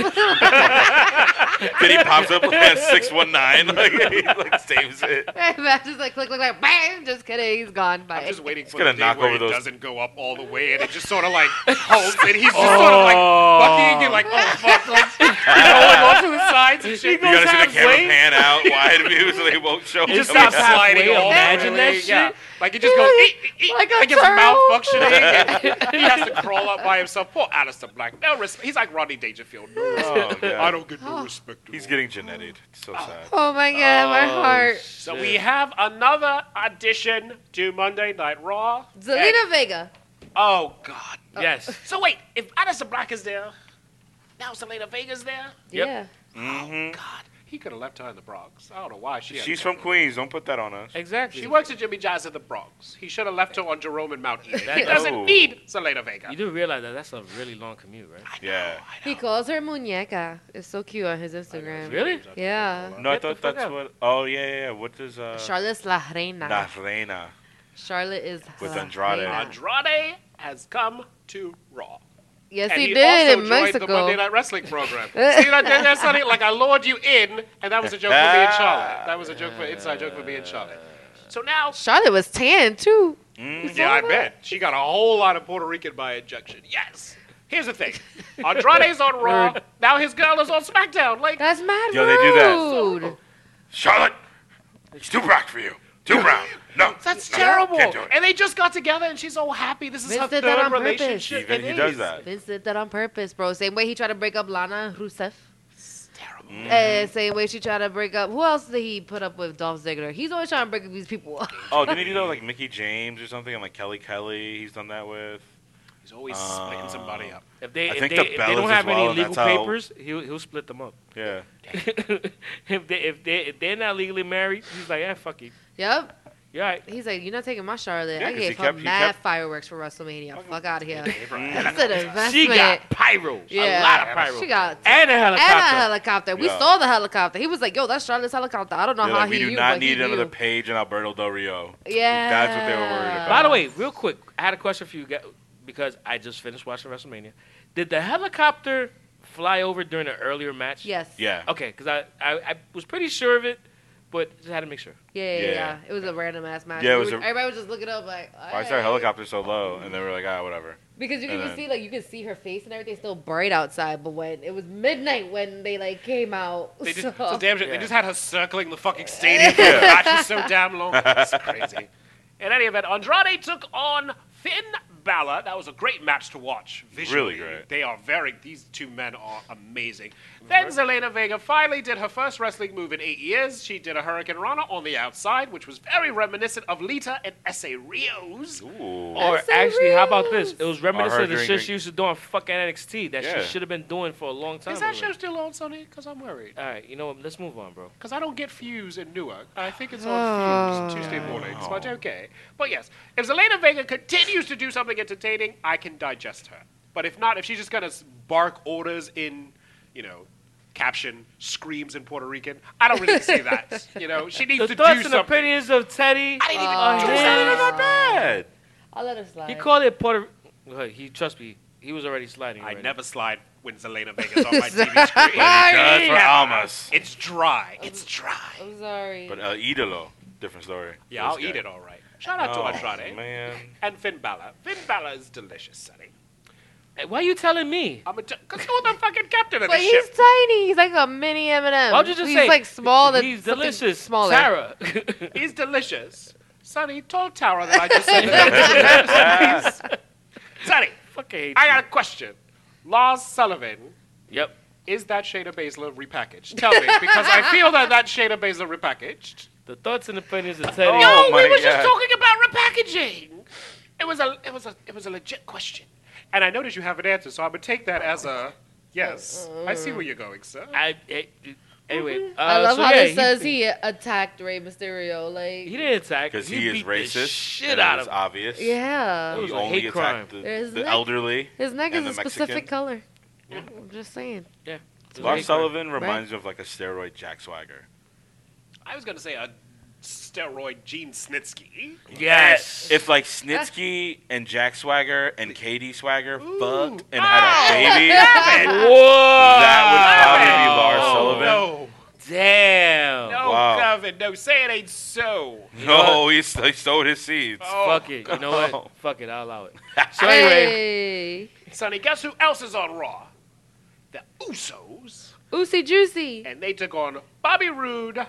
Speaker 6: Then he pops up at six one nine. Like he like saves it.
Speaker 7: imagine it's like click click click bang. Just kidding, he's gone. Bye.
Speaker 8: I'm just waiting for
Speaker 6: gonna
Speaker 8: the day
Speaker 6: knock
Speaker 8: where
Speaker 6: over
Speaker 8: it
Speaker 6: those-
Speaker 8: doesn't go up all the way, and it just sort of like holds, and he's just sort of like bucking, and you're like, "Oh fuck!" Like, rolling off to the sides and shit.
Speaker 6: You gotta see the camera pan out wide view so they won't show.
Speaker 8: It just
Speaker 6: him. Oh,
Speaker 8: stops sliding.
Speaker 2: halfway,
Speaker 8: all the
Speaker 2: imagine
Speaker 8: way,
Speaker 2: that
Speaker 8: Yeah.
Speaker 2: shit.
Speaker 8: Like it just goes eek, eek, eek,
Speaker 7: Like a
Speaker 8: like it's
Speaker 7: turtle.
Speaker 8: malfunctioning. and he has to crawl up by himself. Poor Alistair Black. No respect. He's like Rodney Dangerfield. No respect.
Speaker 6: Oh, God.
Speaker 8: I don't get no respect. at
Speaker 6: He's
Speaker 8: all.
Speaker 6: getting genetic. It's so sad.
Speaker 7: Oh my god, my heart.
Speaker 8: So we have another addition to Monday Night Raw.
Speaker 7: Zelina
Speaker 8: And-
Speaker 7: Vega.
Speaker 8: oh God.
Speaker 2: version. Yes.
Speaker 8: So wait, if Alistair Black is there, now Selena Vega's there.
Speaker 2: Yep.
Speaker 7: Yeah.
Speaker 9: Mm-hmm.
Speaker 8: God, he could have left her in the Bronx. I don't know why she. had
Speaker 6: She's
Speaker 8: to
Speaker 6: from
Speaker 8: go.
Speaker 6: Queens. Don't put that on us.
Speaker 2: Exactly.
Speaker 8: She works at Jimmy Jazz in the Bronx. He should have left her on Jerome and Mount Eden. he
Speaker 2: That-
Speaker 8: doesn't
Speaker 6: Oh.
Speaker 8: need Selena Vega.
Speaker 2: You do realize that that's a really long commute, right?
Speaker 6: Yeah.
Speaker 7: He calls her muñeca. It's so cute on his Instagram.
Speaker 2: Really?
Speaker 7: Yeah.
Speaker 6: No, I
Speaker 2: Get the
Speaker 6: thought
Speaker 2: fuck
Speaker 6: that's
Speaker 2: out.
Speaker 6: what. Oh yeah, yeah. yeah. What does uh?
Speaker 7: Charlotte's La Reina.
Speaker 6: Nah, Reina.
Speaker 7: Charlotte is
Speaker 6: With
Speaker 7: La
Speaker 6: Andrade.
Speaker 7: Reina.
Speaker 8: Andrade has come to Raw.
Speaker 7: Yes,
Speaker 8: and
Speaker 7: he,
Speaker 8: he,
Speaker 7: did
Speaker 8: also
Speaker 7: in
Speaker 8: joined
Speaker 7: Mexico.
Speaker 8: the Monday Night Wrestling program. See, that, that, that's not it. Like I lured you in, and that was a joke for me and Charlotte. That was a joke for inside joke for me and Charlotte. So now,
Speaker 7: Charlotte was tan too.
Speaker 6: Mm,
Speaker 8: yeah, I bet she got a whole lot of Puerto Rican by injection. Yes. Here's the thing, Andrade's on Raw. Now his girl is on SmackDown. Like
Speaker 7: That's mad
Speaker 6: Yo, they do that.
Speaker 7: rude.
Speaker 6: Charlotte, it's too black for you. Too brown. No.
Speaker 8: That's
Speaker 6: No,
Speaker 8: terrible.
Speaker 6: Can't do it.
Speaker 8: And they just got together, and she's all happy. This is
Speaker 7: Vince
Speaker 8: her
Speaker 7: did
Speaker 8: third
Speaker 7: that on purpose.
Speaker 8: relationship.
Speaker 6: Even
Speaker 8: It
Speaker 6: he does
Speaker 8: is.
Speaker 6: that.
Speaker 7: Vince did that on purpose, bro. Same way he tried to break up Lana and Rusev.
Speaker 8: It's terrible.
Speaker 6: Mm-hmm.
Speaker 7: And same way she tried to break up. Who else did he put up with? Dolph Ziggler. He's always trying to break up these people. up.
Speaker 6: Oh, didn't he do that with, like Mickey James or something? And like Kelly Kelly, he's done that with.
Speaker 8: He's always splitting somebody up.
Speaker 2: If they
Speaker 6: I
Speaker 2: if
Speaker 6: think
Speaker 2: they,
Speaker 6: the
Speaker 2: if they
Speaker 6: Bellas
Speaker 2: don't
Speaker 6: as
Speaker 2: have
Speaker 6: well,
Speaker 2: any
Speaker 6: and
Speaker 2: legal
Speaker 6: that's how-
Speaker 2: papers, he'll he'll split them up.
Speaker 6: Yeah.
Speaker 2: if they if they if they're not legally married, he's like, yeah, fuck you.
Speaker 7: yep.
Speaker 2: You're all right.
Speaker 7: He's like, you're not taking my Charlotte.
Speaker 6: Yeah,
Speaker 7: I
Speaker 6: 'cause he
Speaker 7: gave her
Speaker 6: kept- he
Speaker 7: mad
Speaker 6: kept-
Speaker 7: fireworks for WrestleMania. Fuck out of here.
Speaker 8: Abraham.
Speaker 7: That's an investment.
Speaker 2: She got pyro. A
Speaker 7: yeah.
Speaker 2: lot of pyro.
Speaker 7: She got
Speaker 2: and a helicopter.
Speaker 7: and a helicopter. We
Speaker 6: Yeah.
Speaker 7: saw the helicopter. He was like, "Yo, that's Charlotte's helicopter." I don't know
Speaker 6: They're
Speaker 7: how
Speaker 6: like,
Speaker 7: Uh-huh, he
Speaker 6: we do
Speaker 7: knew,
Speaker 6: not
Speaker 7: but he
Speaker 6: need another
Speaker 7: knew."
Speaker 6: page in Alberto Del Rio.
Speaker 7: Yeah,
Speaker 6: That's what they were worried about.
Speaker 2: By the way, real quick, I had a question for you guys because I just finished watching WrestleMania. Did the helicopter fly over during an earlier match?
Speaker 7: Yes.
Speaker 6: Yeah.
Speaker 2: Okay, because I, I, I was pretty sure of it, but just had to make sure.
Speaker 7: Yeah, yeah, yeah.
Speaker 6: Yeah.
Speaker 7: It was a random ass match.
Speaker 6: Yeah, it
Speaker 7: We
Speaker 6: was
Speaker 7: were-
Speaker 6: a-
Speaker 7: everybody was just looking up like,
Speaker 6: Why is
Speaker 7: "Alright."
Speaker 6: our helicopter so low? And they were like, ah, whatever.
Speaker 7: Because you can
Speaker 6: And
Speaker 7: even
Speaker 6: then-
Speaker 7: see like you can see her face and everything still bright outside. But when it was midnight when they like came out,
Speaker 8: They just,
Speaker 7: so-
Speaker 8: so damn shit,
Speaker 2: Yeah.
Speaker 8: they just had her circling the fucking stadium. for The match was so damn long. It's crazy. In any event, Andrade took on Finn Balor. That was a great match to watch. Visually,
Speaker 6: Really great. Mm-hmm.
Speaker 8: They are very. These two men are amazing. Then Zelena Vega finally did her first wrestling move in eight years. She did a Hurricane Rana on the outside, which was very reminiscent of Lita and Essay Rios.
Speaker 6: Ooh.
Speaker 2: Or
Speaker 7: so
Speaker 2: actually, how about
Speaker 7: rude.
Speaker 2: this? It was
Speaker 6: Or
Speaker 2: reminiscent
Speaker 6: her
Speaker 2: of the
Speaker 6: drink,
Speaker 2: shit
Speaker 6: drink.
Speaker 2: she used to do on fucking NXT that
Speaker 6: Yeah.
Speaker 2: she should have been doing for a long time.
Speaker 8: Is that show
Speaker 2: already.
Speaker 8: still on, Sony? Because I'm worried.
Speaker 2: All right, you know what? Let's move on, bro.
Speaker 8: Because I don't get Fuse in Newark. I think it's
Speaker 2: Oh.
Speaker 8: on Fuse Tuesday mornings, but okay. But yes, if Zelena Vega continues to do something entertaining, I can digest her. But if not, if she's just going to bark orders in, you know, caption, screams in Puerto Rican, I don't really see that. You know, she needs
Speaker 2: The
Speaker 8: to
Speaker 2: thoughts
Speaker 8: do
Speaker 2: and
Speaker 8: something.
Speaker 2: opinions of Teddy.
Speaker 8: I didn't even
Speaker 2: Uh,
Speaker 8: do
Speaker 2: yeah.
Speaker 8: something.
Speaker 6: Not bad.
Speaker 7: I'll let her slide.
Speaker 2: He called it Puerto. Look, He trust me, he was already sliding.
Speaker 8: I
Speaker 2: already.
Speaker 8: never slide when Zelena Vega's on my TV
Speaker 6: Good
Speaker 8: screen.
Speaker 6: for Almas.
Speaker 8: It's dry. It's dry.
Speaker 7: I'm sorry.
Speaker 6: But uh, El Idolo, different story.
Speaker 8: Yeah, I'll
Speaker 6: This
Speaker 8: eat
Speaker 6: guy.
Speaker 8: it all right. Shout out
Speaker 6: Oh,
Speaker 8: to
Speaker 2: eh?
Speaker 8: Andrade
Speaker 6: man.
Speaker 8: and Finn Balor. Finn Balor is delicious, Sonny.
Speaker 2: Hey, Why are you telling me?
Speaker 8: I'm a t- cause who the fucking captain of
Speaker 7: But
Speaker 8: this
Speaker 7: he's
Speaker 8: ship?
Speaker 7: tiny. He's like a mini M&M.
Speaker 2: Why would you just
Speaker 7: he's
Speaker 2: say
Speaker 7: like small and
Speaker 2: He's
Speaker 7: something
Speaker 2: delicious.
Speaker 7: Smaller.
Speaker 2: Sarah.
Speaker 8: He's delicious. Sonny, tall tower that I just said. that. Sonny,
Speaker 2: Fucking hate
Speaker 8: I
Speaker 2: you.
Speaker 8: got a question. Lars Sullivan,
Speaker 2: Yep.
Speaker 8: is that Shayna Baszler repackaged? Tell me, because I feel that that Shayna Baszler repackaged.
Speaker 2: The thoughts and opinions of Teddy.
Speaker 6: Oh.
Speaker 8: no,
Speaker 6: my
Speaker 8: we were
Speaker 6: God.
Speaker 8: just talking about repackaging. It was a, it was a, it was a legit question, and I noticed you have an answer, so I'm gonna take that as a yes. I see where you're going, sir.
Speaker 2: I, it, it- anyway, uh,
Speaker 7: Mm-hmm. I love
Speaker 2: so
Speaker 7: how
Speaker 2: yeah,
Speaker 7: this
Speaker 2: he,
Speaker 7: says he attacked Rey Mysterio. Like,
Speaker 2: he didn't attack
Speaker 6: because he, is
Speaker 2: beat the
Speaker 6: racist.
Speaker 2: Shit
Speaker 6: and
Speaker 2: out
Speaker 6: it
Speaker 2: of
Speaker 6: was obvious.
Speaker 7: yeah,
Speaker 2: It was
Speaker 6: He
Speaker 2: a hate
Speaker 6: only attacked
Speaker 2: crime.
Speaker 6: the,
Speaker 7: There's
Speaker 6: the
Speaker 7: that.
Speaker 6: elderly.
Speaker 7: his neck
Speaker 6: And
Speaker 7: is a
Speaker 6: the
Speaker 7: specific
Speaker 6: Mexican.
Speaker 7: color. I'm just saying.
Speaker 2: It was a hate
Speaker 6: Lars
Speaker 2: crime.
Speaker 6: Sullivan reminds me of like a steroid Jack Swagger.
Speaker 8: I was gonna say a steroid Gene Snitsky.
Speaker 2: Yes.
Speaker 6: If like Snitsky and Jack Swagger and Katie Swagger
Speaker 8: Ooh. Oh,
Speaker 6: fucked and had a baby,
Speaker 2: Whoa.
Speaker 6: that
Speaker 8: Oh,
Speaker 6: would probably be Lars Sullivan.
Speaker 8: No,
Speaker 2: Damn.
Speaker 8: no,
Speaker 6: Wow.
Speaker 8: Gavin, no, say it ain't so.
Speaker 6: No, Oh, he, s- he sowed his seeds.
Speaker 8: Oh,
Speaker 2: Fuck it. You know
Speaker 6: God.
Speaker 2: what? Fuck it. I'll allow it. So anyway,
Speaker 7: Hey,
Speaker 8: Sonny, guess who else is on Raw? The Usos,
Speaker 7: Oosy Juicy.
Speaker 8: and they took on Bobby Roode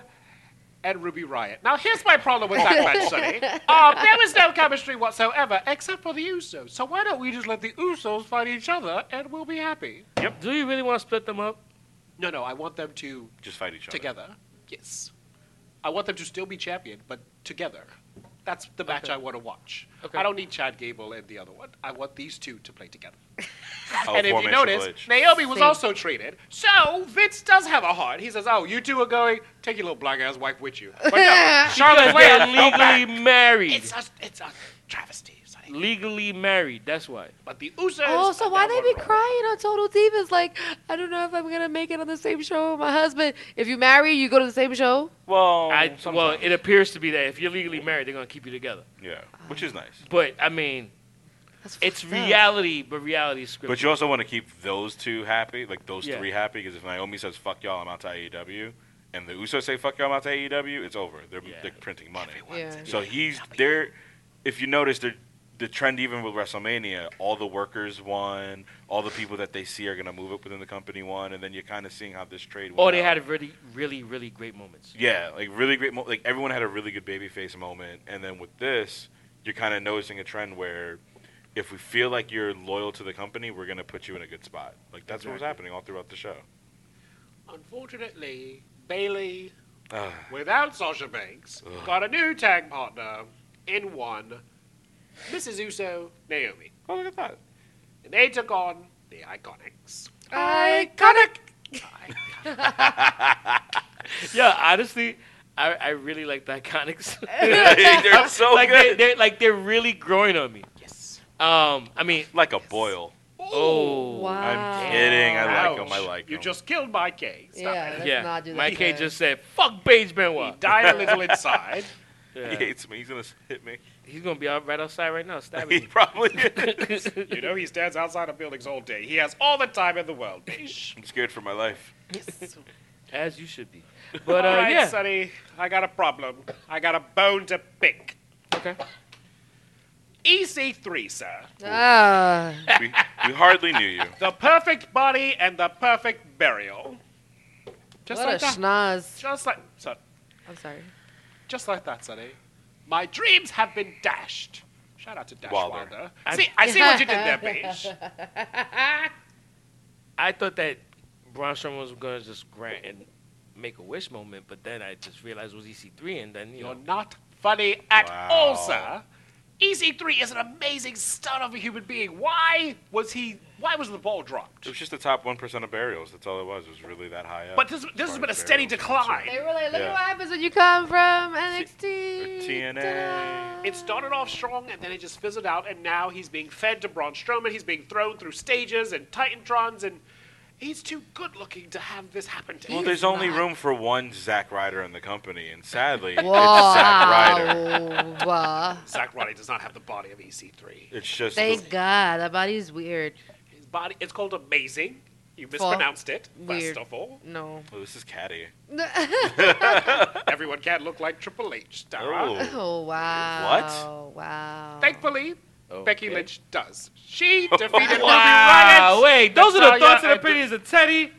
Speaker 8: and Ruby Riot. Now, here's my problem with that match, Sonny. Um, there was no chemistry whatsoever, except for the Usos. So why don't we just let the Usos fight each other, and we'll be happy?
Speaker 2: do you really want to split them up?
Speaker 8: No, no, I want them to
Speaker 6: Just fight each other.
Speaker 8: together. Yes, I want them to still be champion, but together. That's the match I want to watch.
Speaker 2: Okay.
Speaker 8: I don't need Chad Gable and the other one. I want these two to play together.
Speaker 6: Oh,
Speaker 8: and if you
Speaker 6: aforementioned
Speaker 8: notice,
Speaker 6: Village.
Speaker 8: Naomi was
Speaker 7: Same.
Speaker 8: also treated. So Vince does have a heart. He says, "Oh, you two are going. Take your little black ass wife with you." But no, Charlotte
Speaker 2: They're
Speaker 8: Flair.
Speaker 2: legally married.
Speaker 8: It's a, it's a travesty. Sonny.
Speaker 2: legally married. That's why.
Speaker 8: But the Usos.
Speaker 7: Mm. Oh, so
Speaker 8: are
Speaker 7: why
Speaker 8: now
Speaker 7: they
Speaker 8: on
Speaker 7: be
Speaker 8: Raw.
Speaker 7: crying on Total Divas? Like, I don't know if I'm gonna make it on the same show with my husband. If you marry, you go to the same show.
Speaker 8: Oh,
Speaker 6: well,
Speaker 2: I well,
Speaker 6: sometimes.
Speaker 2: it appears to be that if you're legally married, they're gonna keep you together.
Speaker 6: yeah, which is nice.
Speaker 2: But I mean,
Speaker 7: That's
Speaker 2: it's
Speaker 7: fucked up.
Speaker 2: reality, but reality is scripted.
Speaker 6: But you also want to keep those two happy, like those
Speaker 2: Yeah.
Speaker 6: three happy, because if Naomi says "fuck y'all," I'm out to AEW, and the Usos say "fuck y'all," I'm out to AEW, it's over. They're,
Speaker 2: Yeah.
Speaker 6: they're printing money.
Speaker 7: Yeah.
Speaker 6: So he's there. If you notice, they're, the trend even with WrestleMania, all the workers won, all the people that they see are gonna move up within the company won, and then you're kind of seeing how this trade.
Speaker 2: or
Speaker 6: went
Speaker 2: Oh, they
Speaker 6: out.
Speaker 2: had really, really, really great moments.
Speaker 6: Yeah, like really great. Mo- like everyone had a really good babyface moment, and then with this, you're kind of noticing a trend where if we feel like you're loyal to the company, we're gonna put you in a good spot. Like that's what was happening all throughout the show.
Speaker 8: Unfortunately, Bailey,
Speaker 6: Ah.
Speaker 8: without Sasha Banks, got a new tag partner in one, Mrs. Uso, Naomi.
Speaker 6: Oh look at that!
Speaker 8: And they took on the Iconics.
Speaker 7: Iconic.
Speaker 2: Yeah, honestly, I, I really like the iconics.
Speaker 6: they're so
Speaker 2: like they,
Speaker 6: good.
Speaker 2: they're like they're really growing on me.
Speaker 8: Yes.
Speaker 2: Um, I mean,
Speaker 6: Like a boil.
Speaker 2: oh,
Speaker 7: Wow.
Speaker 6: I'm kidding. I like
Speaker 8: Ouch.
Speaker 6: them. I like them.
Speaker 8: You just killed my K. Stop
Speaker 7: Yeah,
Speaker 8: it.
Speaker 7: let's
Speaker 2: yeah,
Speaker 7: not do that.
Speaker 2: Mike K
Speaker 7: again.
Speaker 2: just said, "Fuck Paige
Speaker 8: He
Speaker 2: Benoit."
Speaker 8: died a little inside.
Speaker 6: He
Speaker 2: Yeah.
Speaker 6: hates me. He's gonna hit me.
Speaker 2: He's gonna be out right outside right now, stabbing
Speaker 6: He
Speaker 2: me.
Speaker 6: probably. is.
Speaker 8: You know, he stands outside of buildings all day. He has all the time in the world. Bish.
Speaker 6: I'm scared for my life.
Speaker 2: As you should be. But uh,
Speaker 8: all right,
Speaker 2: yeah,
Speaker 8: Sonny, I got a problem. I got a bone to pick.
Speaker 2: okay.
Speaker 8: EC3, sir.
Speaker 7: Ah,
Speaker 6: We, we hardly knew you.
Speaker 8: The perfect body and the perfect burial. Just
Speaker 7: what a
Speaker 8: like that.
Speaker 7: schnoz.
Speaker 8: just like so,
Speaker 7: I'm sorry.
Speaker 8: just like that, Sonny. My dreams have been dashed. Shout out to Dash
Speaker 6: Wilder.
Speaker 8: Wilder. See, I see what you did there, Bish.
Speaker 2: I thought that Braun Strowman was gonna just grant and make a wish moment, but then I just realized it was EC3, and then you
Speaker 8: You're
Speaker 2: know,
Speaker 8: not funny at
Speaker 6: Wow.
Speaker 8: all, sir. EC3 is an amazing stud of a human being. Why was he? Why was the ball dropped?
Speaker 6: It was just the top one percent of burials. That's all it was. It was really that high up.
Speaker 8: But this, this has been a steady
Speaker 7: They
Speaker 8: decline.
Speaker 7: were like, look
Speaker 6: Yeah.
Speaker 7: at what happens when you come from NXT.
Speaker 6: TNA.
Speaker 8: It started off strong and then it just fizzled out, and now he's being fed to Braun Strowman. He's being thrown through stages and Titantrons, and he's too good looking to have this happen to
Speaker 6: Well,
Speaker 8: him.
Speaker 6: there's only room for one Zack Ryder in the company, and sadly, it's Zack Ryder.
Speaker 7: Wow. Wow.
Speaker 8: Zack Ryder does not have the body of E EC3.
Speaker 6: It's just
Speaker 7: Thank God. That body's weird.
Speaker 8: His body, it's called Amazing. You
Speaker 7: Fuck.
Speaker 8: mispronounced it,
Speaker 7: Weird.
Speaker 8: first of all.
Speaker 7: No.
Speaker 6: oh, this is catty.
Speaker 8: Everyone can't look like Triple H, Dara.
Speaker 6: Oh,
Speaker 7: Oh, wow. What? Wow.
Speaker 8: Thankfully, Becky
Speaker 2: Okay.
Speaker 8: Lynch does. She defeated Ruby
Speaker 2: Wow,
Speaker 8: Riott.
Speaker 2: wait, those
Speaker 8: That's
Speaker 2: are
Speaker 8: how
Speaker 2: the thoughts
Speaker 8: you-
Speaker 2: and
Speaker 8: I did-
Speaker 2: opinions of Teddy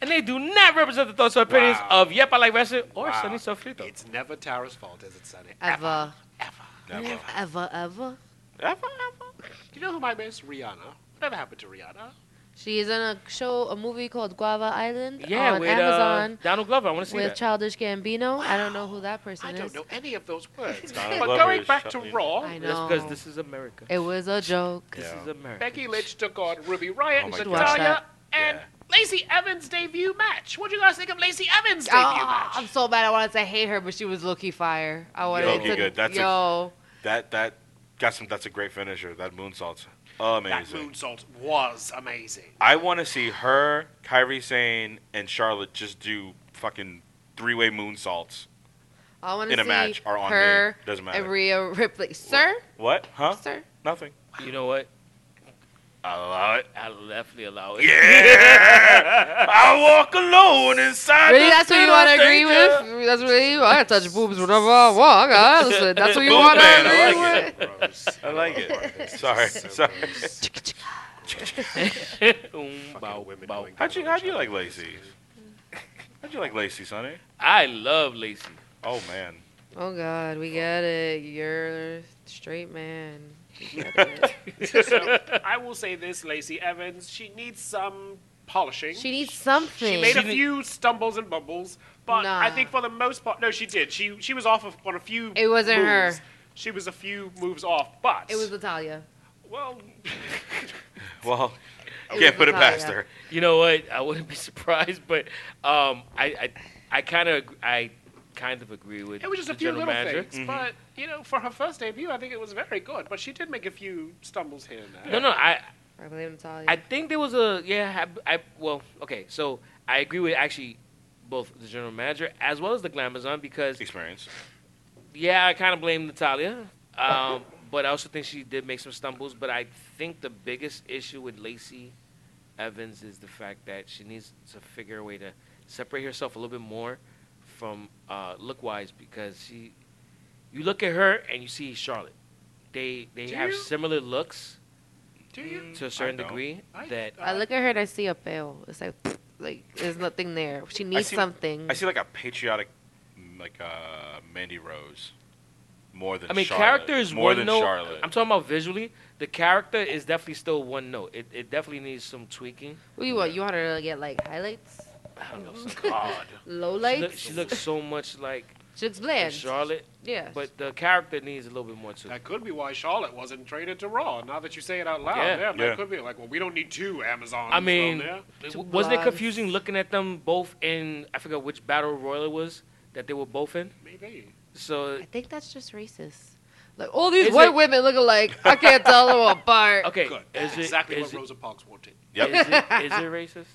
Speaker 2: and they do not represent the thoughts or opinions
Speaker 8: Wow.
Speaker 2: of Yep, I Like Wrestling or
Speaker 8: Wow.
Speaker 2: Sunny Sofrito.
Speaker 8: It's never Tara's fault, is it, Sonny?
Speaker 7: Ever.
Speaker 6: Never.
Speaker 7: Ever, ever.
Speaker 8: Ever, ever. You know who I miss? Rihanna. Whatever happened to Rihanna?
Speaker 7: She's in a show, a movie called Guava Island
Speaker 2: Yeah,
Speaker 7: on
Speaker 2: with uh,
Speaker 7: Amazon
Speaker 2: Donald Glover. I want to see
Speaker 7: with
Speaker 2: that.
Speaker 7: Childish Gambino. I don't know who that person
Speaker 8: I
Speaker 7: is.
Speaker 8: don't know any of those words.
Speaker 6: Donald
Speaker 8: but
Speaker 6: Glover
Speaker 8: going
Speaker 6: is
Speaker 8: back to
Speaker 6: Shelley.
Speaker 8: Raw,
Speaker 7: I
Speaker 2: That's
Speaker 7: know.
Speaker 2: because this is America.
Speaker 7: it was a joke.
Speaker 2: This
Speaker 6: Yeah.
Speaker 2: is America.
Speaker 8: Becky Lynch took on Ruby Riot,
Speaker 6: Oh my
Speaker 8: Natalia,
Speaker 7: God. Watch that.
Speaker 8: and Lacey Evans' debut match. What do you guys think of Lacey Evans' debut
Speaker 7: Oh,
Speaker 8: match?
Speaker 7: I'm so bad. I wanted to hate her, but she was Loki fire. I wanted
Speaker 6: Low-key
Speaker 7: to
Speaker 6: good. That's a-
Speaker 7: yo.
Speaker 6: That that got some. That's a great finisher. That moonsault's
Speaker 8: That
Speaker 6: amazing.
Speaker 8: moonsault was amazing.
Speaker 6: I want to see her, Kyrie Sane, and Charlotte just do fucking three-way moonsaults
Speaker 7: I want to
Speaker 6: in
Speaker 7: see
Speaker 6: a match or on
Speaker 7: her
Speaker 6: me. Doesn't
Speaker 7: and
Speaker 6: matter.
Speaker 7: Rhea Ripley. Sir,
Speaker 6: What? Huh?
Speaker 7: sir,
Speaker 6: Nothing.
Speaker 2: You know what?
Speaker 6: I allow it.
Speaker 2: I definitely allow it.
Speaker 6: Yeah. I walk alone inside.
Speaker 7: really?
Speaker 6: the
Speaker 7: That's what you
Speaker 6: middle
Speaker 7: want to
Speaker 6: of
Speaker 7: agree
Speaker 6: danger.
Speaker 7: with? That's what you. I touch boobs whenever I walk. I listen. That's what you
Speaker 6: Boob
Speaker 7: want to
Speaker 6: man,
Speaker 7: agree
Speaker 6: I like
Speaker 7: with.
Speaker 6: it. I like it. Sorry, sorry.
Speaker 2: Oom, bow,
Speaker 8: women
Speaker 2: bow.
Speaker 8: going-
Speaker 6: How'd you How'd you like Lacey? How'd you like Lacey, Sonny?
Speaker 2: I love Lacey.
Speaker 6: Oh man.
Speaker 7: Oh God, we get it. You're a straight man. We get it.
Speaker 8: I will say this, Lacey Evans, she needs some polishing.
Speaker 7: she needs something.
Speaker 8: She made a
Speaker 2: She ne-
Speaker 8: few stumbles and bumbles, but
Speaker 7: Nah.
Speaker 8: I think for the most part, no, she did. She she was off of, on a few.
Speaker 7: It wasn't her.
Speaker 8: moves. She was a few moves off, but
Speaker 7: it was Natalia.
Speaker 8: well.
Speaker 6: Well,
Speaker 7: It
Speaker 6: can't
Speaker 7: was
Speaker 6: put it
Speaker 7: Natalia.
Speaker 6: past her.
Speaker 2: You know what? I wouldn't be surprised, but um, I I, I kind of I kind of agree with.
Speaker 8: It was just a
Speaker 2: the
Speaker 8: few
Speaker 2: general
Speaker 8: little
Speaker 2: manager. Mm-hmm.
Speaker 8: things, but you know, for her first debut, I think it was very good. But she did make a few stumbles here and there.
Speaker 2: No, no, I
Speaker 7: I believe Natalia.
Speaker 2: I think there was a yeah. I, I well, okay, so I agree with actually both the general manager as well as the Glamazon because
Speaker 6: Experience.
Speaker 2: yeah, I kind of blame Natalia, um, but I also think she did make some stumbles. But I think the biggest issue with Lacey Evans is the fact that she needs to figure a way to separate herself a little bit more from uh, look wise because she, you look at her and you see Charlotte. They they
Speaker 8: Do
Speaker 2: have
Speaker 8: you?
Speaker 2: similar looks
Speaker 8: Do you?
Speaker 2: to a certain
Speaker 6: don't.
Speaker 2: degree
Speaker 8: I-
Speaker 2: that
Speaker 7: I look at her and I see a pail. It's like, like there's nothing there. She needs
Speaker 6: see-
Speaker 7: something.
Speaker 6: I see like a patriotic, mm, like uh, Mandy Rose, more than
Speaker 2: I mean,
Speaker 6: Charlotte.
Speaker 2: character is
Speaker 6: more
Speaker 2: one
Speaker 6: than
Speaker 2: note.
Speaker 6: Charlotte.
Speaker 2: I'm talking about visually. The character is definitely still one note. It, it definitely needs some tweaking.
Speaker 7: What you want? You want her to get like highlights,
Speaker 2: I don't know.
Speaker 8: God.
Speaker 7: low
Speaker 2: She, look,
Speaker 7: lights?
Speaker 2: she looks so much like
Speaker 7: She looks bland.
Speaker 2: Charlotte,
Speaker 7: yeah.
Speaker 2: but the character needs a little bit more too.
Speaker 8: That could be why Charlotte wasn't traded to Raw. Now that you say it out loud,
Speaker 2: Yeah.
Speaker 8: yeah, that
Speaker 6: Yeah.
Speaker 8: could be like, well, we don't need two Amazons.
Speaker 2: I mean,
Speaker 8: on there.
Speaker 2: w-
Speaker 7: Two
Speaker 2: wasn't it
Speaker 7: blondes.
Speaker 2: confusing looking at them both in? I forgot which battle royal it was that they were both in.
Speaker 8: maybe.
Speaker 2: So
Speaker 7: I think that's just racist. Like all these
Speaker 2: Is
Speaker 7: white
Speaker 2: it-
Speaker 7: women look alike. I can't tell them apart.
Speaker 2: okay,
Speaker 8: Good.
Speaker 2: is
Speaker 8: That's
Speaker 2: it
Speaker 8: exactly
Speaker 2: is
Speaker 8: what
Speaker 2: it-
Speaker 8: Rosa Parks wanted.
Speaker 6: Yep.
Speaker 2: is it- is it racist?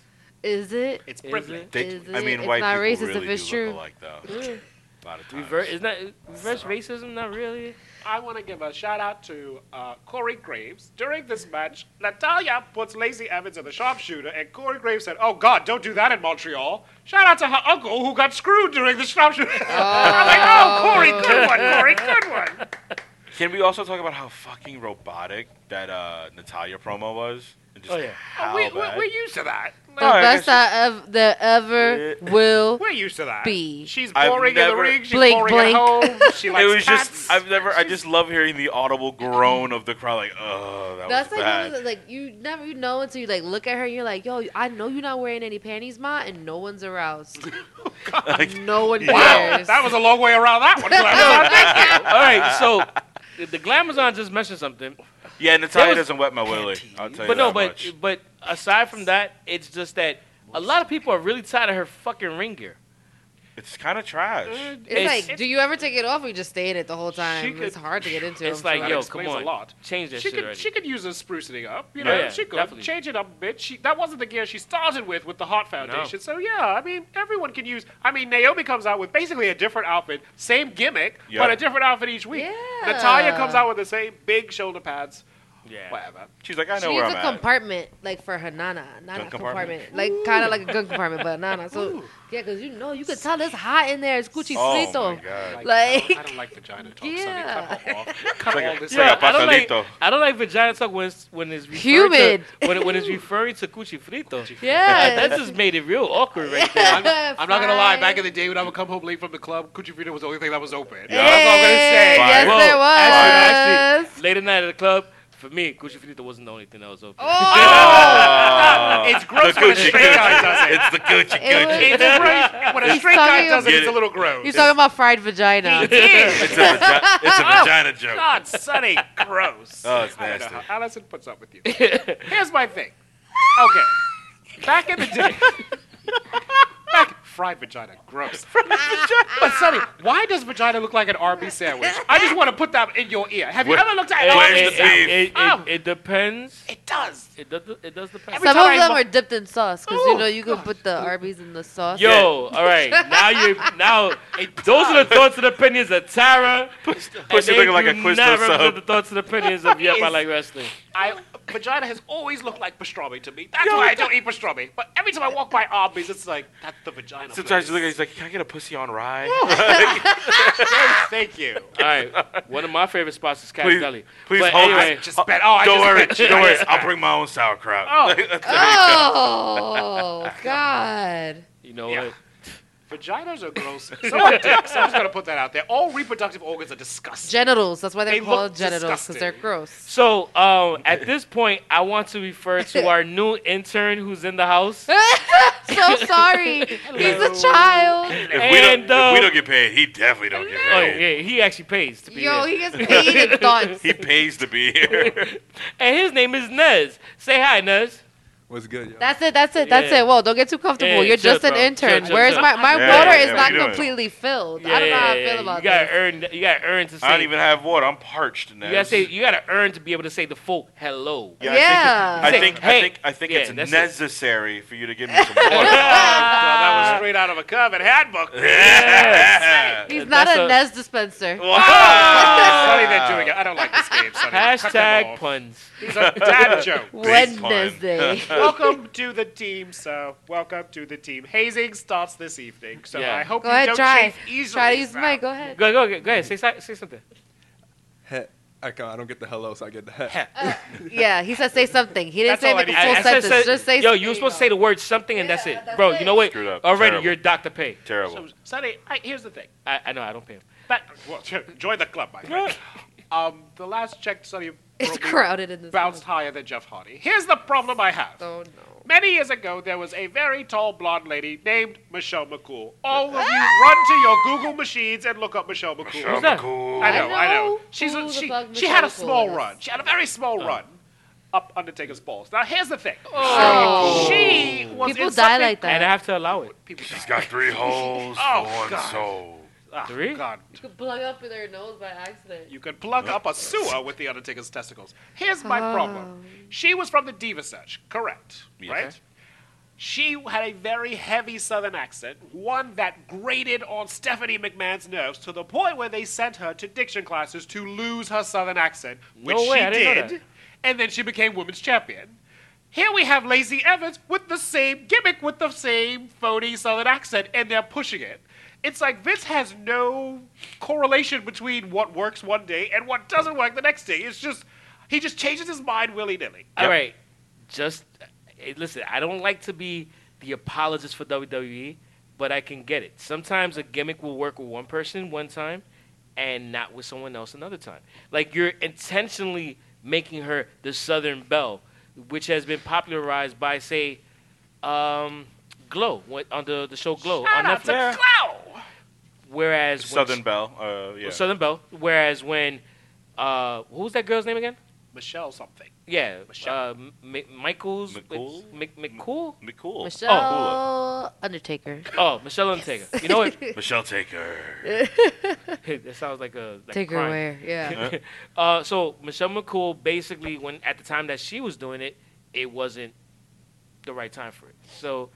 Speaker 7: Is it?
Speaker 8: It's
Speaker 2: Is
Speaker 8: privilege.
Speaker 2: it?
Speaker 6: They-
Speaker 7: Is
Speaker 6: I
Speaker 7: it?
Speaker 6: mean,
Speaker 7: It's
Speaker 6: white
Speaker 7: not
Speaker 6: people
Speaker 7: racist
Speaker 6: really
Speaker 7: if it's
Speaker 6: do
Speaker 7: true. Mm.
Speaker 6: look alike, though. A lot of times.
Speaker 2: Reverse is not reverse racism. Not really.
Speaker 8: I want to give a shout out to uh, Corey Graves. During this match, Natalia puts Lacey Evans in the sharpshooter, and Corey Graves said, Oh, God, don't do that in Montreal. Shout out to her uncle who got screwed during the sharpshooter. I'm like, Oh, Corey, good one, Corey, good one.
Speaker 6: Can we also talk about how fucking robotic that uh, Natalia promo was? And just
Speaker 2: Oh, yeah.
Speaker 6: How
Speaker 8: we, we,
Speaker 6: bad?
Speaker 8: we're used to that.
Speaker 7: The
Speaker 6: I
Speaker 7: best
Speaker 6: guess
Speaker 7: I ev- that ever will.
Speaker 8: We're used to that.
Speaker 7: B.
Speaker 8: She's
Speaker 6: I've
Speaker 8: boring in
Speaker 6: never-
Speaker 8: the ring. She's
Speaker 7: Blink,
Speaker 8: boring
Speaker 7: blink.
Speaker 8: at home. She likes
Speaker 6: it was
Speaker 8: cats.
Speaker 6: just I've never I just love hearing the audible groan of the crowd like oh that
Speaker 7: That's
Speaker 6: was
Speaker 7: like one
Speaker 6: bad.
Speaker 7: of the, like you never you know until you like look at her and you're like, yo, I know you're not wearing any panties, ma, and no one's aroused.
Speaker 6: Like,
Speaker 7: no one cares.
Speaker 8: Wow, that was a long way around that one. Glenn.
Speaker 2: All right, so the, the Glamazon just mentioned something.
Speaker 6: yeah, Natalia
Speaker 2: was
Speaker 6: doesn't wet my willy. I'll tell you
Speaker 2: But no,
Speaker 6: that
Speaker 2: but
Speaker 6: much.
Speaker 2: but aside from that, it's just that a lot of people are really tired of her fucking ring gear.
Speaker 6: it's kind of
Speaker 2: Uh,
Speaker 6: trash.
Speaker 7: It's,
Speaker 2: It's-
Speaker 7: like, do you ever take it off or you just stay in it the whole time?
Speaker 8: could-
Speaker 7: it's hard to get into.
Speaker 2: It's
Speaker 7: I'm
Speaker 2: like,
Speaker 7: sorry.
Speaker 2: yo, come
Speaker 8: explains a
Speaker 2: on,
Speaker 8: lot.
Speaker 2: change that
Speaker 8: she
Speaker 2: shit
Speaker 8: could
Speaker 2: already.
Speaker 8: she could use a sprucing up.
Speaker 2: Yeah,
Speaker 8: You know,
Speaker 2: yeah,
Speaker 8: she could
Speaker 2: definitely.
Speaker 8: change it up a bit. She that wasn't the gear she started with with the Heart Foundation. So yeah, I mean everyone can use. I mean Naomi comes out with basically a different outfit, same gimmick,
Speaker 6: Yeah.
Speaker 8: but a different outfit each week.
Speaker 7: Yeah.
Speaker 8: Natalia comes out with the same big shoulder pads.
Speaker 2: Yeah.
Speaker 8: whatever.
Speaker 6: She's like, I
Speaker 7: She
Speaker 6: know where
Speaker 7: needs
Speaker 6: I'm
Speaker 7: a
Speaker 6: at.
Speaker 7: compartment, like for her nana, nana
Speaker 6: Gun
Speaker 7: compartment,
Speaker 6: compartment?
Speaker 7: like kind of like a gun compartment, but nana. So yeah, because you know you could tell it's hot in there. It's cuchicito.
Speaker 6: oh my god.
Speaker 8: Like,
Speaker 7: Like-
Speaker 8: I, don't, I don't like vagina talk, Sonny. Cut all, cut
Speaker 6: Like a-
Speaker 8: all this
Speaker 6: like a
Speaker 8: out.
Speaker 2: I don't like
Speaker 6: pastelito.
Speaker 2: I don't like vagina talk when it's when it's referring
Speaker 7: Humid.
Speaker 2: To, when, it, when it's referring to cuchi frito.
Speaker 7: Yeah.
Speaker 2: that just made it real awkward right there.
Speaker 8: I'm, I'm not gonna lie.
Speaker 7: Fine.
Speaker 8: Back in the day when I would come home late from the club, Cuchifrito was the only thing that was open.
Speaker 6: Yeah, that's all I'm gonna say.
Speaker 7: Hey, Yes,
Speaker 2: Whoa,
Speaker 7: there was.
Speaker 2: actually, actually, late at night at the club, for me, cuchi frito wasn't the only thing that was open.
Speaker 8: Oh,
Speaker 6: Oh,
Speaker 8: It's gross
Speaker 6: the
Speaker 8: when a
Speaker 6: Gucci
Speaker 8: straight guy
Speaker 6: Gucci.
Speaker 8: does it.
Speaker 6: It's the Gucci
Speaker 7: It was-
Speaker 6: Gucci.
Speaker 8: It's gross when a
Speaker 7: He's
Speaker 8: straight guy
Speaker 7: talking
Speaker 8: does it.
Speaker 6: about-
Speaker 8: It's a little gross.
Speaker 7: He's talking about fried vagina.
Speaker 6: It's a, vagi- it's a
Speaker 2: Oh,
Speaker 6: vagina joke.
Speaker 8: God, Sonny, gross.
Speaker 6: Oh, it's
Speaker 8: I don't know
Speaker 6: nasty.
Speaker 8: how Allison puts up with you. Here's my thing. Okay, back in the day, back, fried vagina, gross. but Sonny, why does vagina look like an RB sandwich? I just want to put that in your ear. Have you
Speaker 6: Where-
Speaker 8: ever looked at
Speaker 2: It-
Speaker 8: an
Speaker 6: where's
Speaker 8: RB
Speaker 2: it,
Speaker 6: the
Speaker 8: sandwich?
Speaker 2: it, it,
Speaker 8: Oh.
Speaker 2: it, it depends.
Speaker 8: It does.
Speaker 2: It does, it does depend.
Speaker 8: Every
Speaker 7: Some
Speaker 8: time
Speaker 7: of
Speaker 8: I
Speaker 7: them
Speaker 8: look-
Speaker 7: are dipped in sauce because
Speaker 8: Oh,
Speaker 7: you know you can
Speaker 8: gosh.
Speaker 7: put the Arby's in the sauce.
Speaker 2: Yo, all right. Now you now those are the thoughts and opinions of Tara.
Speaker 6: Push
Speaker 2: and
Speaker 6: it
Speaker 2: they
Speaker 6: looking like a
Speaker 2: do
Speaker 6: quiz
Speaker 2: not represent the
Speaker 6: sub.
Speaker 2: thoughts and opinions of Yep, I Like Wrestling.
Speaker 8: I vagina has always looked like pastrami to me. That's why I don't eat pastrami. But every time I walk by Arby's, it's like that's the vagina.
Speaker 6: Sometimes you
Speaker 8: place.
Speaker 6: look at he's like, can I get a pussy on rye?
Speaker 8: Thank you.
Speaker 2: All right. One of my favorite spots is Cat's
Speaker 6: Please-
Speaker 2: Deli.
Speaker 6: please
Speaker 2: but
Speaker 6: hold
Speaker 2: anyway,
Speaker 6: this.
Speaker 8: Just bet. Oh, I
Speaker 6: don't
Speaker 8: just
Speaker 6: worry,
Speaker 8: bet.
Speaker 6: don't worry. I'll bring my own sauerkraut.
Speaker 7: Oh God.
Speaker 2: You know
Speaker 8: Yeah.
Speaker 2: what?
Speaker 8: Vaginas are gross. So are dicks. I'm just gonna put that out there. All reproductive organs are disgusting.
Speaker 7: Genitals. That's why they're
Speaker 8: They look
Speaker 7: called genitals because they're
Speaker 8: disgusting.
Speaker 7: gross.
Speaker 2: So um, at this point, I want to refer to our new intern who's in the house.
Speaker 7: so sorry. He's a child.
Speaker 6: If, we
Speaker 2: And,
Speaker 6: don't, if we
Speaker 2: uh,
Speaker 6: don't get paid, he definitely don't get
Speaker 2: Oh
Speaker 6: paid.
Speaker 2: yeah, he actually pays to be
Speaker 7: Yo,
Speaker 2: here.
Speaker 7: he gets paid in thoughts.
Speaker 6: He pays to be here.
Speaker 2: and his name is Nez. Say hi, Nez.
Speaker 10: What's good, yo?
Speaker 7: That's it. That's it. That's
Speaker 2: Yeah.
Speaker 7: it. Whoa, don't get too comfortable.
Speaker 2: Yeah,
Speaker 7: You're
Speaker 2: chill,
Speaker 7: just an
Speaker 2: bro.
Speaker 7: intern.
Speaker 2: Chill, chill,
Speaker 7: Where's
Speaker 2: chill.
Speaker 7: my my
Speaker 6: Yeah,
Speaker 7: water
Speaker 6: yeah,
Speaker 7: is
Speaker 6: what
Speaker 7: not
Speaker 6: you doing?
Speaker 7: completely filled. I don't know how I feel about
Speaker 2: You gotta
Speaker 7: this.
Speaker 2: earn. You gotta earn to say.
Speaker 6: I don't even have water. I'm parched now.
Speaker 2: you gotta say. You gotta earn to be able to say the full hello.
Speaker 6: Yeah,
Speaker 7: Yeah.
Speaker 6: I think,
Speaker 2: Hey.
Speaker 6: I think, I think,
Speaker 2: Yeah,
Speaker 6: I think
Speaker 2: that's
Speaker 6: it's
Speaker 2: it.
Speaker 6: necessary for you to give me some
Speaker 2: Ah.
Speaker 6: water.
Speaker 8: that was straight out of a coven handbook.
Speaker 7: He's not
Speaker 2: That's
Speaker 7: a
Speaker 2: a- Oh,
Speaker 7: Nez dispenser.
Speaker 8: Sorry they're doing it. I don't like this game. Sonny. Cut them
Speaker 2: Hashtag
Speaker 8: off.
Speaker 2: puns.
Speaker 8: These are dad jokes.
Speaker 6: Big pun.
Speaker 7: Wednesday.
Speaker 8: Welcome to the team, sir. Welcome to the team. Hazing starts this evening, so
Speaker 2: Yeah.
Speaker 8: I hope
Speaker 7: Go
Speaker 8: you
Speaker 7: ahead,
Speaker 8: don't
Speaker 7: try.
Speaker 8: chafe easily.
Speaker 7: Try to use the
Speaker 8: sir.
Speaker 7: mic. Go ahead.
Speaker 2: Go go go go ahead. Say si- say something.
Speaker 10: Heh. I, can't, I don't get the hello, so I get the heh.
Speaker 7: Yeah, he said say something. He didn't
Speaker 8: That's
Speaker 7: say
Speaker 8: all I
Speaker 7: make a
Speaker 8: need.
Speaker 7: full
Speaker 8: I- I
Speaker 2: said-
Speaker 7: sentence. Just say
Speaker 2: yo,
Speaker 7: something.
Speaker 2: you were supposed to say the word something and that's
Speaker 7: Yeah,
Speaker 2: it,
Speaker 7: that's
Speaker 2: bro.
Speaker 7: it.
Speaker 2: You know what?
Speaker 6: Screwed up.
Speaker 2: Already,
Speaker 6: Terrible.
Speaker 2: you're Dr. Pay.
Speaker 8: So,
Speaker 6: Terrible.
Speaker 8: Sonny, I, here's the thing.
Speaker 2: I, I know. I don't pay him.
Speaker 8: Back, well, join the club, my friend. um, the last check, Sonny
Speaker 7: It's
Speaker 8: probably
Speaker 7: crowded in this.
Speaker 8: bounced higher than Jeff Hardy. Here's the problem I have.
Speaker 7: Oh no.
Speaker 8: Many years ago, there was a very tall blonde lady named Michelle McCool. All of you run to your Google machines and look up Michelle McCool.
Speaker 6: I'm
Speaker 2: that?
Speaker 6: cool.
Speaker 8: I know, I know.
Speaker 7: I know
Speaker 8: She's
Speaker 7: who
Speaker 8: a,
Speaker 7: the
Speaker 8: she,
Speaker 7: fuck
Speaker 8: she had a
Speaker 7: Michelle McCool
Speaker 8: small
Speaker 7: is.
Speaker 8: run. She had a very small run up Undertaker's balls. Now, here's the thing.
Speaker 7: Oh.
Speaker 8: She was
Speaker 7: People die
Speaker 8: in something-
Speaker 7: like
Speaker 2: And I
Speaker 7: that.
Speaker 2: have to allow it.
Speaker 8: People
Speaker 6: She's
Speaker 8: die.
Speaker 6: got three holes
Speaker 8: Oh,
Speaker 6: for one
Speaker 8: God.
Speaker 6: soul.
Speaker 8: Ah,
Speaker 2: Three?
Speaker 8: God.
Speaker 7: You could plug up their nose by accident.
Speaker 8: You could plug up a sewer with the Undertaker's testicles. Here's my
Speaker 2: Oh.
Speaker 8: problem. She was from the Diva Search, correct?
Speaker 6: Yes.
Speaker 8: Right? She had a very heavy southern accent, one that grated on Stephanie McMahon's nerves to the point where they sent her to diction classes to lose her southern accent, which
Speaker 2: No way,
Speaker 8: she
Speaker 2: I didn't know
Speaker 8: did. And then she became women's champion. Here we have Lacey Evans with the same gimmick, with the same phony Southern accent, and they're pushing it. It's like Vince has no correlation between what works one day and what doesn't work the next day. It's just he just changes his mind willy nilly.
Speaker 2: All right. Just eh, listen. I don't like to be the apologist for WWE, but I can get it. Sometimes a gimmick will work with one person one time, and not with someone else another time. Like you're intentionally making her the Southern Belle, which has been popularized by say, um, Glow what- on the the show Glow on Netflix.
Speaker 8: Glow.
Speaker 2: Whereas when
Speaker 6: Southern
Speaker 2: she-
Speaker 6: Belle. Uh, yeah.
Speaker 2: Southern Belle. Whereas when, uh, what was that girl's name again?
Speaker 8: Michelle something.
Speaker 2: Yeah,
Speaker 8: Michelle.
Speaker 2: uh, M- M- Michaels.
Speaker 6: McCool?
Speaker 2: Mc- McCool?
Speaker 6: Be cool.
Speaker 7: Michelle Undertaker.
Speaker 2: Oh, Michelle Undertaker. You know what?
Speaker 6: Michelle Taker.
Speaker 2: that sounds like a like
Speaker 7: Take
Speaker 2: a
Speaker 7: her
Speaker 2: crime.
Speaker 7: away. Yeah.
Speaker 2: Uh, so Michelle McCool basically, when at the time that she was doing it, it wasn't the right time for it. So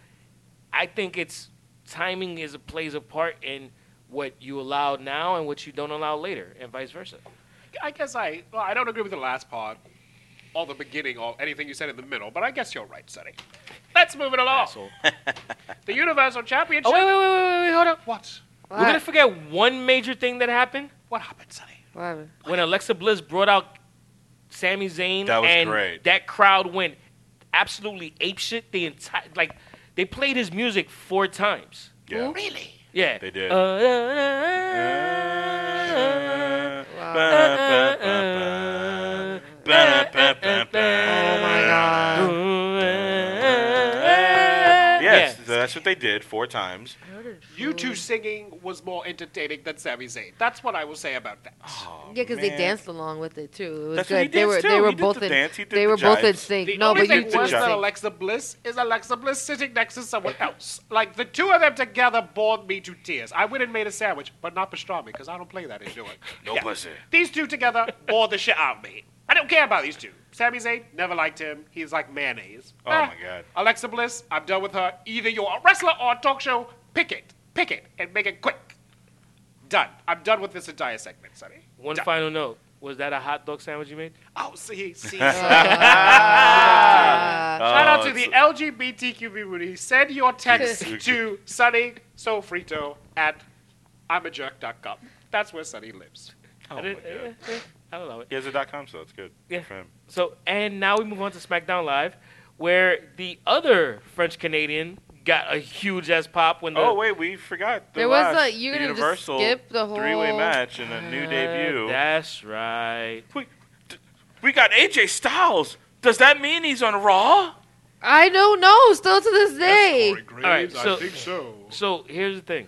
Speaker 2: I think it's timing is plays a part in what you allow now and what you don't allow later, and vice versa.
Speaker 8: I guess I well, I don't agree with the last part. all the beginning or anything you said in the middle, but I guess you're right, Sonny. Let's move it along.
Speaker 2: Asshole.
Speaker 8: The Universal Championship.
Speaker 2: Oh wait, wait, wait, wait, wait, wait, hold up.
Speaker 8: What?
Speaker 2: We're gonna forget one major thing that happened
Speaker 8: What happened, Sonny?
Speaker 7: What happened?
Speaker 6: Oh,
Speaker 2: when Alexa Bliss brought out Sami Zayn.
Speaker 6: That was
Speaker 2: and
Speaker 6: great.
Speaker 2: That crowd went absolutely apeshit. The entire like they played his music four times.
Speaker 6: Yeah.
Speaker 8: Really?
Speaker 2: Yeah,
Speaker 6: They did.
Speaker 2: Uh, uh, Oh, uh,
Speaker 6: Yes,
Speaker 2: yeah.
Speaker 6: so that's what they did four times.
Speaker 8: You two singing was more entertaining than Sami Zayn. That's what I will say about that.
Speaker 6: Oh.
Speaker 7: Yeah, because they
Speaker 6: man.
Speaker 7: danced along with it too. It was
Speaker 6: That's
Speaker 7: good.
Speaker 6: what he
Speaker 7: they
Speaker 6: did,
Speaker 7: were
Speaker 6: too.
Speaker 7: they were
Speaker 6: He did
Speaker 7: both
Speaker 6: the
Speaker 7: in
Speaker 6: dance, he did
Speaker 7: they
Speaker 6: the
Speaker 7: were both in
Speaker 6: jibes.
Speaker 7: sync.
Speaker 8: The
Speaker 7: no,
Speaker 8: only
Speaker 7: but you
Speaker 8: thing
Speaker 7: did
Speaker 8: was
Speaker 7: the
Speaker 8: that
Speaker 7: sync.
Speaker 8: Alexa Bliss is Alexa Bliss sitting next to someone else. Like the two of them together bored me to tears. I went and made a sandwich, but not pastrami because I don't play that in Newark.
Speaker 6: No pussy.
Speaker 2: Oh,
Speaker 8: These two together bore the shit out of me. I don't care about these two. Sami Zayn never liked him. He's like mayonnaise. Eh.
Speaker 6: Oh my God.
Speaker 8: Alexa Bliss, I'm done with her. Either you're a wrestler or a talk show. Pick it, pick it, and make it quick. Done. I'm done with this entire segment, Sonny.
Speaker 2: One final note: Was that a hot dog sandwich you made?
Speaker 8: Oh, see, see. Shout out to the LGBTQ community. Send your text to Sunny Sofrito at imajerk.com. That's where Sunny lives.
Speaker 6: Oh my God.
Speaker 2: I don't know it.
Speaker 6: He has a dot com, so that's good.
Speaker 2: Yeah.
Speaker 6: For him.
Speaker 2: So, and now we move on to SmackDown Live, where the other French Canadian got a huge ass pop when the
Speaker 6: Oh wait, we forgot. The
Speaker 7: There was
Speaker 6: last
Speaker 7: a- you're gonna just
Speaker 6: Universal
Speaker 7: skip the
Speaker 6: three-way
Speaker 7: whole-
Speaker 6: match and a new
Speaker 2: Uh,
Speaker 6: debut.
Speaker 2: That's right.
Speaker 6: we, d- we got AJ Styles. Does that mean he's on Raw?
Speaker 7: I don't know. Still to this day.
Speaker 2: All right, so-
Speaker 8: so.
Speaker 2: So here's the thing.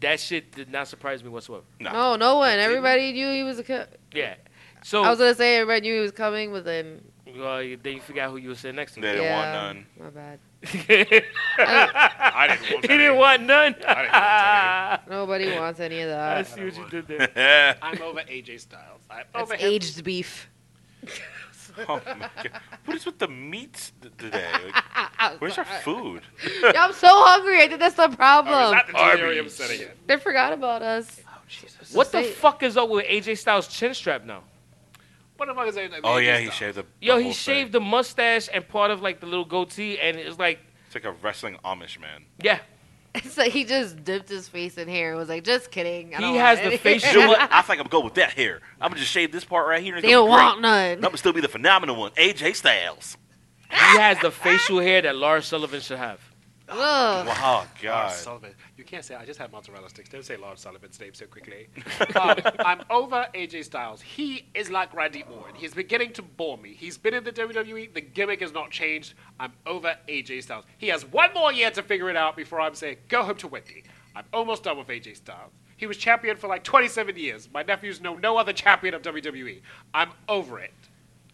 Speaker 2: That shit did not surprise me whatsoever.
Speaker 7: No, no one. Everybody knew he was a. Co-
Speaker 2: Yeah. So
Speaker 7: I was gonna say everybody knew he was coming, but then
Speaker 2: well, you- then you forgot who you were sitting next
Speaker 6: They
Speaker 2: to.
Speaker 6: didn't want
Speaker 7: Yeah.
Speaker 6: none.
Speaker 7: my bad.
Speaker 8: I didn't want
Speaker 2: he
Speaker 8: that.
Speaker 2: didn't want none.
Speaker 8: I
Speaker 7: Nobody wants any of
Speaker 2: I
Speaker 7: that.
Speaker 2: see what you did there.
Speaker 8: I'm over AJ Styles. I'm
Speaker 7: That's
Speaker 8: over him.
Speaker 7: aged beef.
Speaker 6: oh my God. What is with the meats th- today? Like, where's our food?
Speaker 7: I'm so hungry. I think that's the problem.
Speaker 8: Oh, is that the delirium setting in?
Speaker 7: They forgot about us.
Speaker 2: What the
Speaker 7: Say-
Speaker 2: fuck is up with AJ Styles' chin strap now?
Speaker 8: What the fuck is that? the
Speaker 6: Oh
Speaker 8: AJ
Speaker 6: yeah, he
Speaker 8: Styles?
Speaker 6: shaved the.
Speaker 2: Yo,
Speaker 6: the
Speaker 2: he
Speaker 6: whole
Speaker 2: shaved
Speaker 6: Thing.
Speaker 2: the mustache and part of like the little goatee, and it's like,
Speaker 6: It's like a wrestling Amish man.
Speaker 2: yeah,
Speaker 7: It's like he just dipped his face in hair and was like, just kidding. I don't
Speaker 2: He
Speaker 7: want
Speaker 2: has the
Speaker 7: any."
Speaker 2: facial-
Speaker 6: You know what? I think I'm going with that hair. I'm gonna just shave this part right here. And it's
Speaker 7: They
Speaker 6: gonna
Speaker 7: don't
Speaker 6: be great.
Speaker 7: want none.
Speaker 6: That would still be the phenomenal one, AJ Styles.
Speaker 2: he has the facial hair that Lars Sullivan should have.
Speaker 7: Ugh.
Speaker 6: Wow,
Speaker 8: Lars
Speaker 6: Oh, God.
Speaker 8: Sullivan. You can't say I just had mozzarella sticks. Don't say Lars Sullivan's name so quickly. but I'm over AJ Styles. He is like Randy Orton. He's beginning to bore me. He's been in the WWE. The gimmick has not changed. I'm over AJ Styles. He has one more year to figure it out before I'm saying go home to Wendy. I'm almost done with AJ Styles. He was champion for like 27 years. My nephews know no other champion of WWE. I'm over it.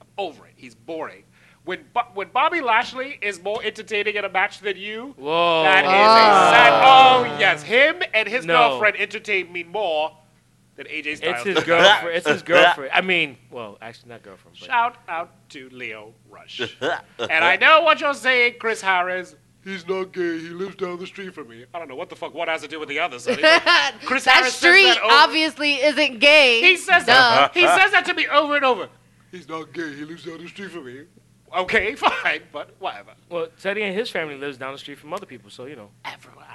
Speaker 8: I'm over it. He's boring. When, Bo- when Bobby Lashley is more entertaining in a match than you,
Speaker 2: Whoa.
Speaker 8: that is a sad. Oh yes, him and his
Speaker 2: No.
Speaker 8: girlfriend entertained me more than AJ
Speaker 2: It's
Speaker 8: Styles.
Speaker 2: his girlfriend. It's his girlfriend. I mean, well, actually not girlfriend. But
Speaker 8: Shout out to Leo Rush. and I know what you're saying, Chris Harris. He's not gay. He lives down the street from me. I don't know what the fuck one has to do with the other. Sonny, but Chris
Speaker 7: that
Speaker 8: Harris says that
Speaker 7: street
Speaker 8: over-
Speaker 7: obviously isn't gay.
Speaker 8: He says
Speaker 7: Duh.
Speaker 8: that. He says that to me over and over. He's not gay. He lives down the street from me. Okay, fine, but whatever.
Speaker 2: Well, Teddy and his family lives down the street from other people, so you know.
Speaker 8: Everywhere.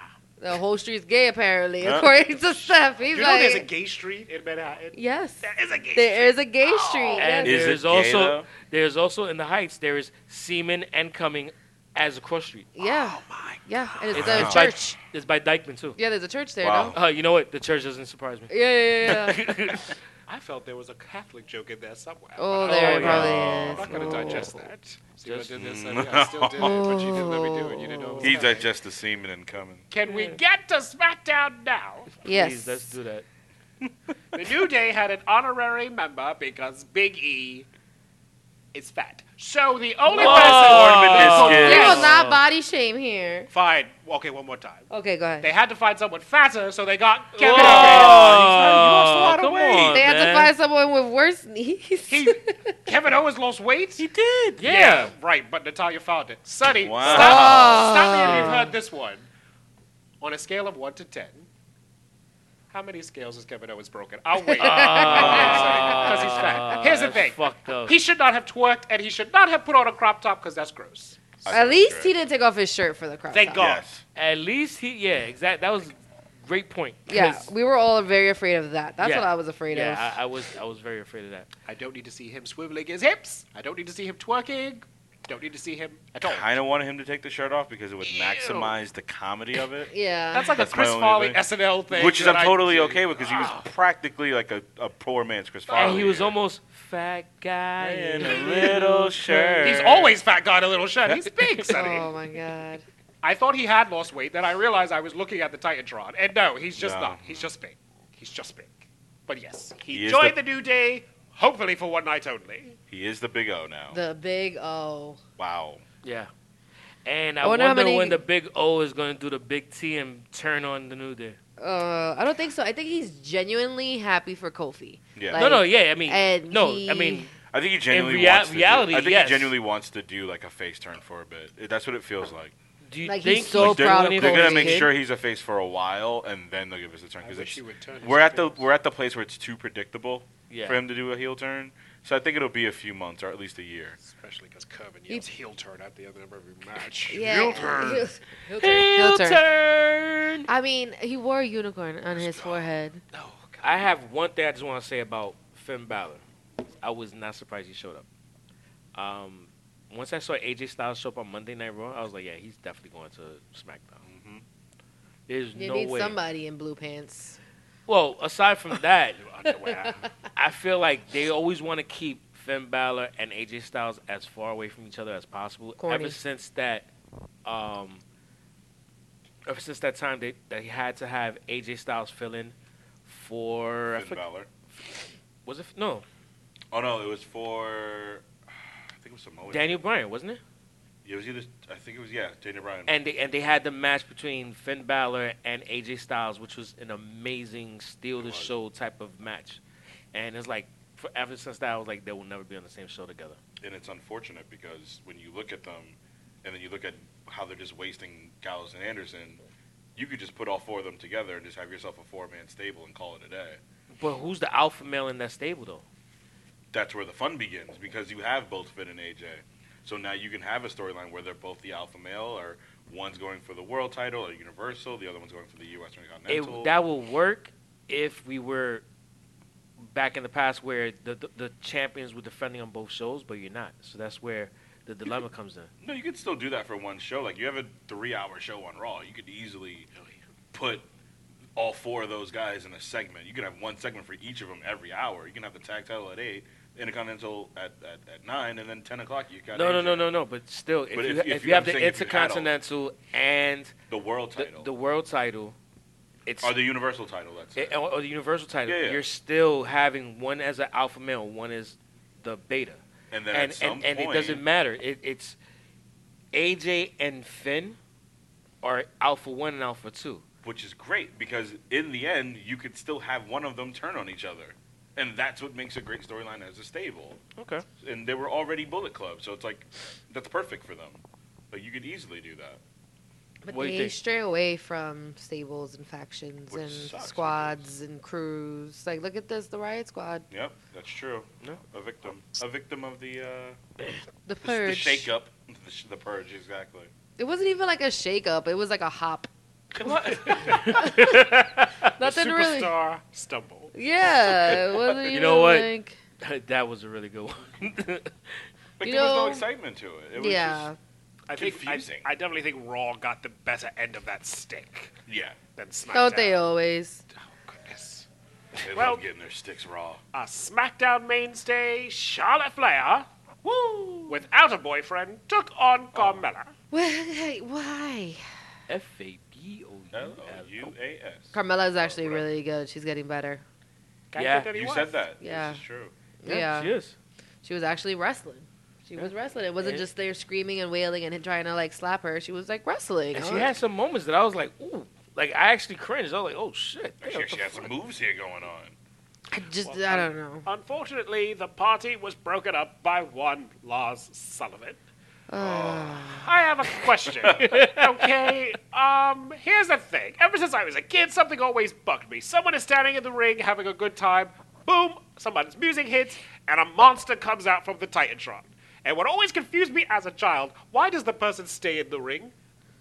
Speaker 7: The whole street's gay, apparently, according to Steph. He's
Speaker 8: You know,
Speaker 7: like,
Speaker 8: there's a gay street in Manhattan.
Speaker 7: yes,
Speaker 8: There is a gay street. Oh.
Speaker 7: there is a gay street.
Speaker 2: And
Speaker 7: yes.
Speaker 6: Is it
Speaker 2: there's
Speaker 6: gay,
Speaker 2: also
Speaker 6: though?
Speaker 2: there's also in the Heights there is Seaman and Cumming as a cross street.
Speaker 7: yeah,
Speaker 8: Oh, my
Speaker 7: yeah, and it's
Speaker 2: It's
Speaker 7: a
Speaker 2: by-
Speaker 7: church.
Speaker 2: It's by Dykeman too.
Speaker 7: Yeah, there's a church there.
Speaker 6: Wow.
Speaker 7: No?
Speaker 2: Uh, you know what? The church doesn't surprise me.
Speaker 7: Yeah, yeah, yeah, yeah.
Speaker 8: I felt there was a Catholic joke in there somewhere.
Speaker 7: oh,
Speaker 8: but
Speaker 7: there
Speaker 2: Oh,
Speaker 7: it
Speaker 2: yeah.
Speaker 7: probably
Speaker 8: I'm
Speaker 7: is.
Speaker 8: not gonna
Speaker 7: Oh.
Speaker 8: digest that. See what I
Speaker 2: Just-
Speaker 8: did this? I, mean, I still did it, but you didn't let me do it. You didn't know. it was
Speaker 6: He
Speaker 8: coming.
Speaker 6: digests the semen and coming.
Speaker 8: Can we get to SmackDown now?
Speaker 7: Yes.
Speaker 2: Please, let's do that.
Speaker 8: The New Day had an honorary member because Big E is fat. So the only
Speaker 6: Ornament
Speaker 8: person.
Speaker 6: biscuit.
Speaker 7: You
Speaker 6: Yes.
Speaker 7: will not body shame here.
Speaker 8: Fine. Okay, one more time.
Speaker 7: Okay, go ahead.
Speaker 8: They had to find someone fatter, so they got Kevin Owens.
Speaker 2: Oh, come on,
Speaker 7: They had to
Speaker 2: man.
Speaker 7: find someone with worse knees.
Speaker 8: He, Kevin Owens lost weight.
Speaker 2: He did. Yeah.
Speaker 8: Right, but Natalia found it. Sonny,
Speaker 6: Wow.
Speaker 8: stop, stop me if you've heard this one. On a scale of 1 to 10,
Speaker 6: Ah.
Speaker 8: how many scales has Kevin Owens broken? I'll wait. Because he's fat. Here's the thing.
Speaker 2: fucked up.
Speaker 8: He should not have twerked, and he should not have put on a crop top because that's gross.
Speaker 7: At least he didn't take off his shirt for the crop
Speaker 2: Thank
Speaker 7: top.
Speaker 2: God.
Speaker 6: Yes.
Speaker 2: At least he, yeah, exact. That was a great point.
Speaker 7: Yeah,
Speaker 2: 'Cause-
Speaker 7: we were all very afraid of that. That's
Speaker 2: Yeah.
Speaker 7: what I was afraid of.
Speaker 2: yeah, I, I was, I was very afraid of that.
Speaker 8: I don't need to see him swiveling his hips. I don't need to see him twerking. Don't need to see him at all.
Speaker 6: kind of wanted him to take the shirt off because it would
Speaker 8: Ew.
Speaker 6: maximize the comedy of it.
Speaker 7: yeah.
Speaker 8: That's like
Speaker 6: That's
Speaker 8: a
Speaker 6: my
Speaker 8: Chris
Speaker 6: only
Speaker 8: Farley
Speaker 6: thing.
Speaker 8: SNL thing.
Speaker 6: Which is
Speaker 8: that
Speaker 6: I'm
Speaker 8: I
Speaker 6: totally
Speaker 8: do.
Speaker 6: okay with because he was
Speaker 8: Ah.
Speaker 6: practically like a, a poor man's Chris Farley.
Speaker 2: And he was
Speaker 6: here.
Speaker 2: almost fat guy
Speaker 6: Oh,
Speaker 2: in
Speaker 6: in
Speaker 2: a
Speaker 6: a little
Speaker 2: little
Speaker 6: shirt.
Speaker 2: shirt.
Speaker 8: He's always fat guy in a little shirt. He's big, Sonny.
Speaker 7: oh my God.
Speaker 8: I thought he had lost weight. Then I realized I was looking at the Titantron, and no, he's just
Speaker 6: No.
Speaker 8: not. He's just big. He's just big. But yes, he,
Speaker 6: He is
Speaker 8: enjoyed
Speaker 6: the-
Speaker 8: the... new day. Hopefully for one night only.
Speaker 6: He is the big O now.
Speaker 7: The big O.
Speaker 6: wow.
Speaker 2: Yeah. And I,
Speaker 7: I wonder
Speaker 2: wonder,
Speaker 7: how many-
Speaker 2: when the big O is going to do the big T and turn on the new day.
Speaker 7: Uh, I don't think so. I think he's genuinely happy for Kofi.
Speaker 6: Yeah.
Speaker 2: no, no, yeah. I mean,
Speaker 7: and
Speaker 2: no,
Speaker 7: he-
Speaker 2: I mean,
Speaker 6: I think he genuinely
Speaker 2: rea-
Speaker 6: wants to
Speaker 2: reality,
Speaker 6: do, I think
Speaker 2: yes.
Speaker 6: he genuinely wants to do like a face turn for a bit. It- That's what it feels like.
Speaker 2: do you
Speaker 7: Like, he's
Speaker 2: think
Speaker 7: so
Speaker 2: he's
Speaker 6: they're
Speaker 7: proud of
Speaker 2: doing it
Speaker 6: they're
Speaker 2: for
Speaker 6: gonna
Speaker 2: his
Speaker 6: make
Speaker 2: kid?
Speaker 6: sure he's a face for a while, and then they'll give us a turn.
Speaker 8: I
Speaker 6: Because
Speaker 8: wish he would turn his
Speaker 6: we're at the
Speaker 8: face.
Speaker 6: we're at the place where it's too predictable
Speaker 2: Yeah.
Speaker 6: for him to do a heel turn. So I think it'll be a few months or at least a year.
Speaker 8: Especially because Corbin yells heel turn at the end of every match.
Speaker 7: Yeah. Heel turn. Heel,
Speaker 2: Heel
Speaker 7: turn.
Speaker 2: turn.
Speaker 7: I mean, he wore a unicorn on his forehead.
Speaker 8: No,
Speaker 2: I have one thing I just want to say about Finn Balor. I was not surprised he showed up. Um, once I saw AJ Styles show up on Monday Night Raw, I was like, yeah, he's definitely going to SmackDown. There's
Speaker 7: You
Speaker 2: no
Speaker 7: need
Speaker 2: way.
Speaker 7: somebody in blue pants.
Speaker 2: Well, aside from that,
Speaker 8: underwear.
Speaker 2: I feel like they always want to keep Finn Balor and AJ Styles as far away from each other as possible.
Speaker 7: Corny.
Speaker 2: Ever since that, um, ever since that time they, they had to have AJ Styles fill in for I
Speaker 6: Finn
Speaker 2: forg-
Speaker 6: Balor.
Speaker 2: was it no
Speaker 6: Oh no, it was for I think it was Samoa.
Speaker 2: Daniel Bryan wasn't it?
Speaker 6: It was either I think it was yeah Daniel Bryan.
Speaker 2: And they and they had the match between Finn Balor and AJ Styles, which was an amazing steal the
Speaker 6: was.
Speaker 2: show type of match. And it's like for, ever since that, I was like they will never be on the same show together.
Speaker 6: and it's unfortunate because when you look at them and then you look at how they're just wasting Gallows and Anderson, you could just put all four of them together and just have yourself a four man stable and call it a day.
Speaker 2: But who's the alpha male in that stable though?
Speaker 6: That's where the fun begins because you have both Finn and AJ. So now you can have a storyline where they're both the alpha male or one's going for the world title or universal, the other one's going for the US Intercontinental.
Speaker 2: it, that will work if we were back in the past where the, the the champions were defending on both shows, but you're not. So that's where the dilemma comes in.
Speaker 6: no, you could still do that for one show. Like you have a three hour show on Raw. You could easily put all four of those guys in a segment. You could have one segment for each of them every hour. You can have the tag title at eight, Intercontinental at, at, at nine, and then ten o'clock you got
Speaker 2: No, no,
Speaker 6: AJ,
Speaker 2: no, no, no. But still, if
Speaker 6: But
Speaker 2: you
Speaker 6: if-
Speaker 2: ha-
Speaker 6: if
Speaker 2: if,
Speaker 6: you-
Speaker 2: you have
Speaker 6: I'm
Speaker 2: the
Speaker 6: saying if you had all-
Speaker 2: intercontinental and
Speaker 6: the world
Speaker 2: the,
Speaker 6: title
Speaker 2: the world title, it's
Speaker 6: or the universal title. That's it.
Speaker 2: it- oh, or, or the universal title.
Speaker 6: Yeah, yeah.
Speaker 2: You're still having one as an alpha male, one as the beta.
Speaker 6: And then
Speaker 2: and
Speaker 6: at some
Speaker 2: and, and it
Speaker 6: point-
Speaker 2: doesn't matter. It, it's AJ and Finn are alpha one and alpha two.
Speaker 6: which is great because in the end you could still have one of them turn on each other, and that's what makes a great storyline as a stable.
Speaker 2: Okay.
Speaker 6: And they were already Bullet Club, so it's like that's perfect for them. Like you could easily do that.
Speaker 7: But
Speaker 2: What do you
Speaker 7: they
Speaker 2: think?
Speaker 7: stray away from stables and factions
Speaker 6: Which
Speaker 7: and
Speaker 6: sucks because-
Speaker 7: squads and crews. Like, look at this, the Riot Squad,
Speaker 6: Yep, that's true.
Speaker 2: No.
Speaker 6: A victim, a victim of the uh,
Speaker 7: the
Speaker 6: the, the
Speaker 7: purge.
Speaker 6: shakeup, the, sh- the purge, exactly.
Speaker 7: It wasn't even like a shake up. It was like a hop. Nothing really.
Speaker 8: Superstar stumble.
Speaker 7: Yeah, it wasn't
Speaker 2: You
Speaker 7: even
Speaker 2: know what?
Speaker 7: like-
Speaker 2: that was a really good one.
Speaker 6: Like
Speaker 7: You
Speaker 6: there was no
Speaker 7: know-
Speaker 6: excitement to it. It was
Speaker 7: yeah.
Speaker 6: just,
Speaker 8: I think I,
Speaker 6: Confusing.
Speaker 8: I definitely think Raw got the better end of that stick
Speaker 6: yeah.
Speaker 8: than SmackDown.
Speaker 7: Don't they always?
Speaker 8: Oh goodness.
Speaker 6: They
Speaker 8: Well-
Speaker 6: love getting their sticks raw.
Speaker 8: A SmackDown mainstay, Charlotte Flair, woo, without a boyfriend, took on Carmella.
Speaker 7: Why? Why?
Speaker 2: F A B O U
Speaker 6: L
Speaker 2: L.
Speaker 6: O U A S.
Speaker 7: Carmella is actually really good. She's getting better.
Speaker 8: Can't
Speaker 2: Yeah.
Speaker 8: get any
Speaker 6: You
Speaker 8: worse.
Speaker 6: said that.
Speaker 7: Yeah.
Speaker 6: This is true.
Speaker 7: Yeah.
Speaker 2: She is.
Speaker 7: She was actually wrestling. She was wrestling. It wasn't
Speaker 2: Yeah.
Speaker 7: just there screaming and wailing and trying to like slap her. She was like wrestling.
Speaker 2: And
Speaker 7: I
Speaker 2: she
Speaker 7: was-
Speaker 2: had some moments that I was like, ooh, like I actually cringed. I was like, oh shit. damn,
Speaker 6: She
Speaker 2: what the
Speaker 6: actually had some
Speaker 2: fuck?
Speaker 6: moves here going on.
Speaker 7: I just I don't know.
Speaker 8: Unfortunately, the party was broken up by one Lars Sullivan. I have a question. okay, um, here's the thing. Ever since I was a kid, something always bugged me. Someone is standing in the ring having a good time. Boom, somebody's music hits, and a monster comes out from the Titantron. And what always confused me as a child, why does the person stay in the ring?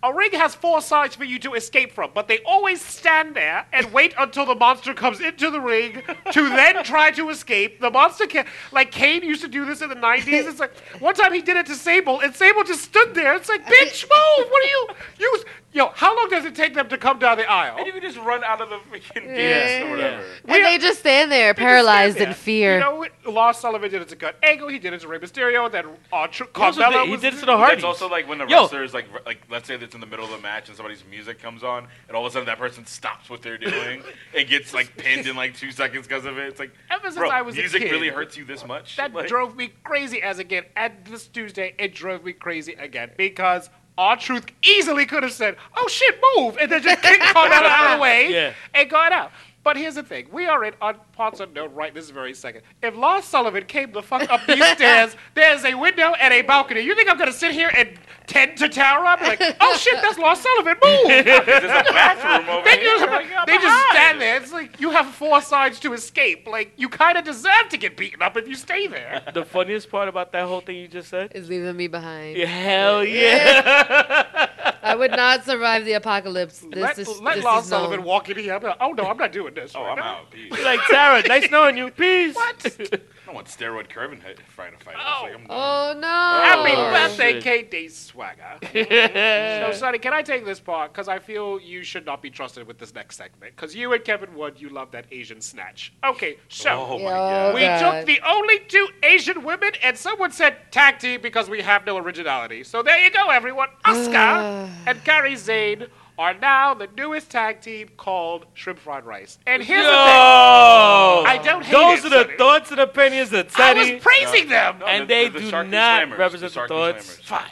Speaker 8: A ring has four sides for you to escape from, but they always stand there and wait until the monster comes into the ring to then try to escape. The monster can like Kane used to do this in the nineties. It's like one time he did it to Sable, and Sable just stood there. It's like, bitch, move! What are you? You yo, how long does it take them to come down the aisle?
Speaker 6: And you can just run out of the freaking
Speaker 7: Yeah.
Speaker 6: gates or whatever.
Speaker 7: And they just stand there, paralyzed in fear.
Speaker 8: You know, Law Sullivan did it to Kurt Angle. He did it to Rey Mysterio. Then uh, Tr-
Speaker 2: also
Speaker 8: Carmella
Speaker 2: did- he
Speaker 8: was-
Speaker 2: did it to the
Speaker 6: But
Speaker 2: Hardys.
Speaker 6: It's also like when the
Speaker 2: Yo.
Speaker 6: wrestlers like r- like let's say that's in the middle of the match and somebody's music comes on and all of a sudden that person stops what they're doing and gets like pinned in like two seconds because of it. It's like
Speaker 8: Ever since
Speaker 6: bro,
Speaker 8: I was a
Speaker 6: music
Speaker 8: kid,
Speaker 6: really hurts you this much.
Speaker 8: That
Speaker 6: Like,
Speaker 8: drove me crazy as a kid. And this Tuesday, it drove me crazy again because our truth easily could have said, "Oh shit, move," and then just kicked Carmella out of the way
Speaker 2: Yeah.
Speaker 8: and got out. But here's the thing: we are in on parts unknown right this very second. If Law Sullivan came the fuck up these stairs, there's a window and a balcony. You think I'm gonna sit here and tend to tower up? Like, oh shit, that's Law Sullivan. Move.
Speaker 6: there's a bathroom over
Speaker 8: They
Speaker 6: here.
Speaker 8: just, they just stand there. It's like you have four sides to escape. Like you kind of deserve to get beaten up if you stay there.
Speaker 2: The funniest part about that whole thing you just said?
Speaker 7: Is leaving me behind.
Speaker 2: Yeah, hell yeah.
Speaker 7: I would not survive the apocalypse. This
Speaker 8: let
Speaker 7: is
Speaker 8: let
Speaker 7: this
Speaker 8: Lon
Speaker 7: is known.
Speaker 8: Sullivan walk in here. I'm like, oh no, I'm not doing this.
Speaker 6: Oh,
Speaker 8: right
Speaker 6: I'm
Speaker 8: now.
Speaker 6: out. Peace. I
Speaker 2: like, Sarah, nice knowing you. Peace. What?
Speaker 6: don't want steroid Kerbin hi- trying to fight. us. Like, I'm
Speaker 7: Oh no!
Speaker 8: Happy
Speaker 2: Oh,
Speaker 8: birthday,
Speaker 2: shit.
Speaker 8: KD Swagger. so, Sonny, can I take this part? Because I feel you should not be trusted with this next segment. Because you and Kevin Wood, you love that Asian snatch. Okay, so
Speaker 6: Oh my
Speaker 7: Yeah,
Speaker 6: god.
Speaker 8: we
Speaker 7: God.
Speaker 8: took the only two Asian women, and someone said tag team because we have no originality. So there you go, everyone. Oscar and Carrie Zane are now the newest tag team called Shrimp Fried Rice. And here's the thing.
Speaker 2: Yo!
Speaker 8: I don't hate
Speaker 2: Those
Speaker 8: it,
Speaker 2: are the
Speaker 8: Sonny.
Speaker 2: thoughts and opinions of
Speaker 8: I
Speaker 2: Teddy.
Speaker 8: was praising them.
Speaker 6: No,
Speaker 2: and
Speaker 6: the-
Speaker 2: they
Speaker 6: the
Speaker 2: do
Speaker 6: Sharky
Speaker 2: not
Speaker 6: Slammers, the
Speaker 2: represent the,
Speaker 6: Sharky
Speaker 2: thoughts.
Speaker 6: Slammers.
Speaker 2: Fine.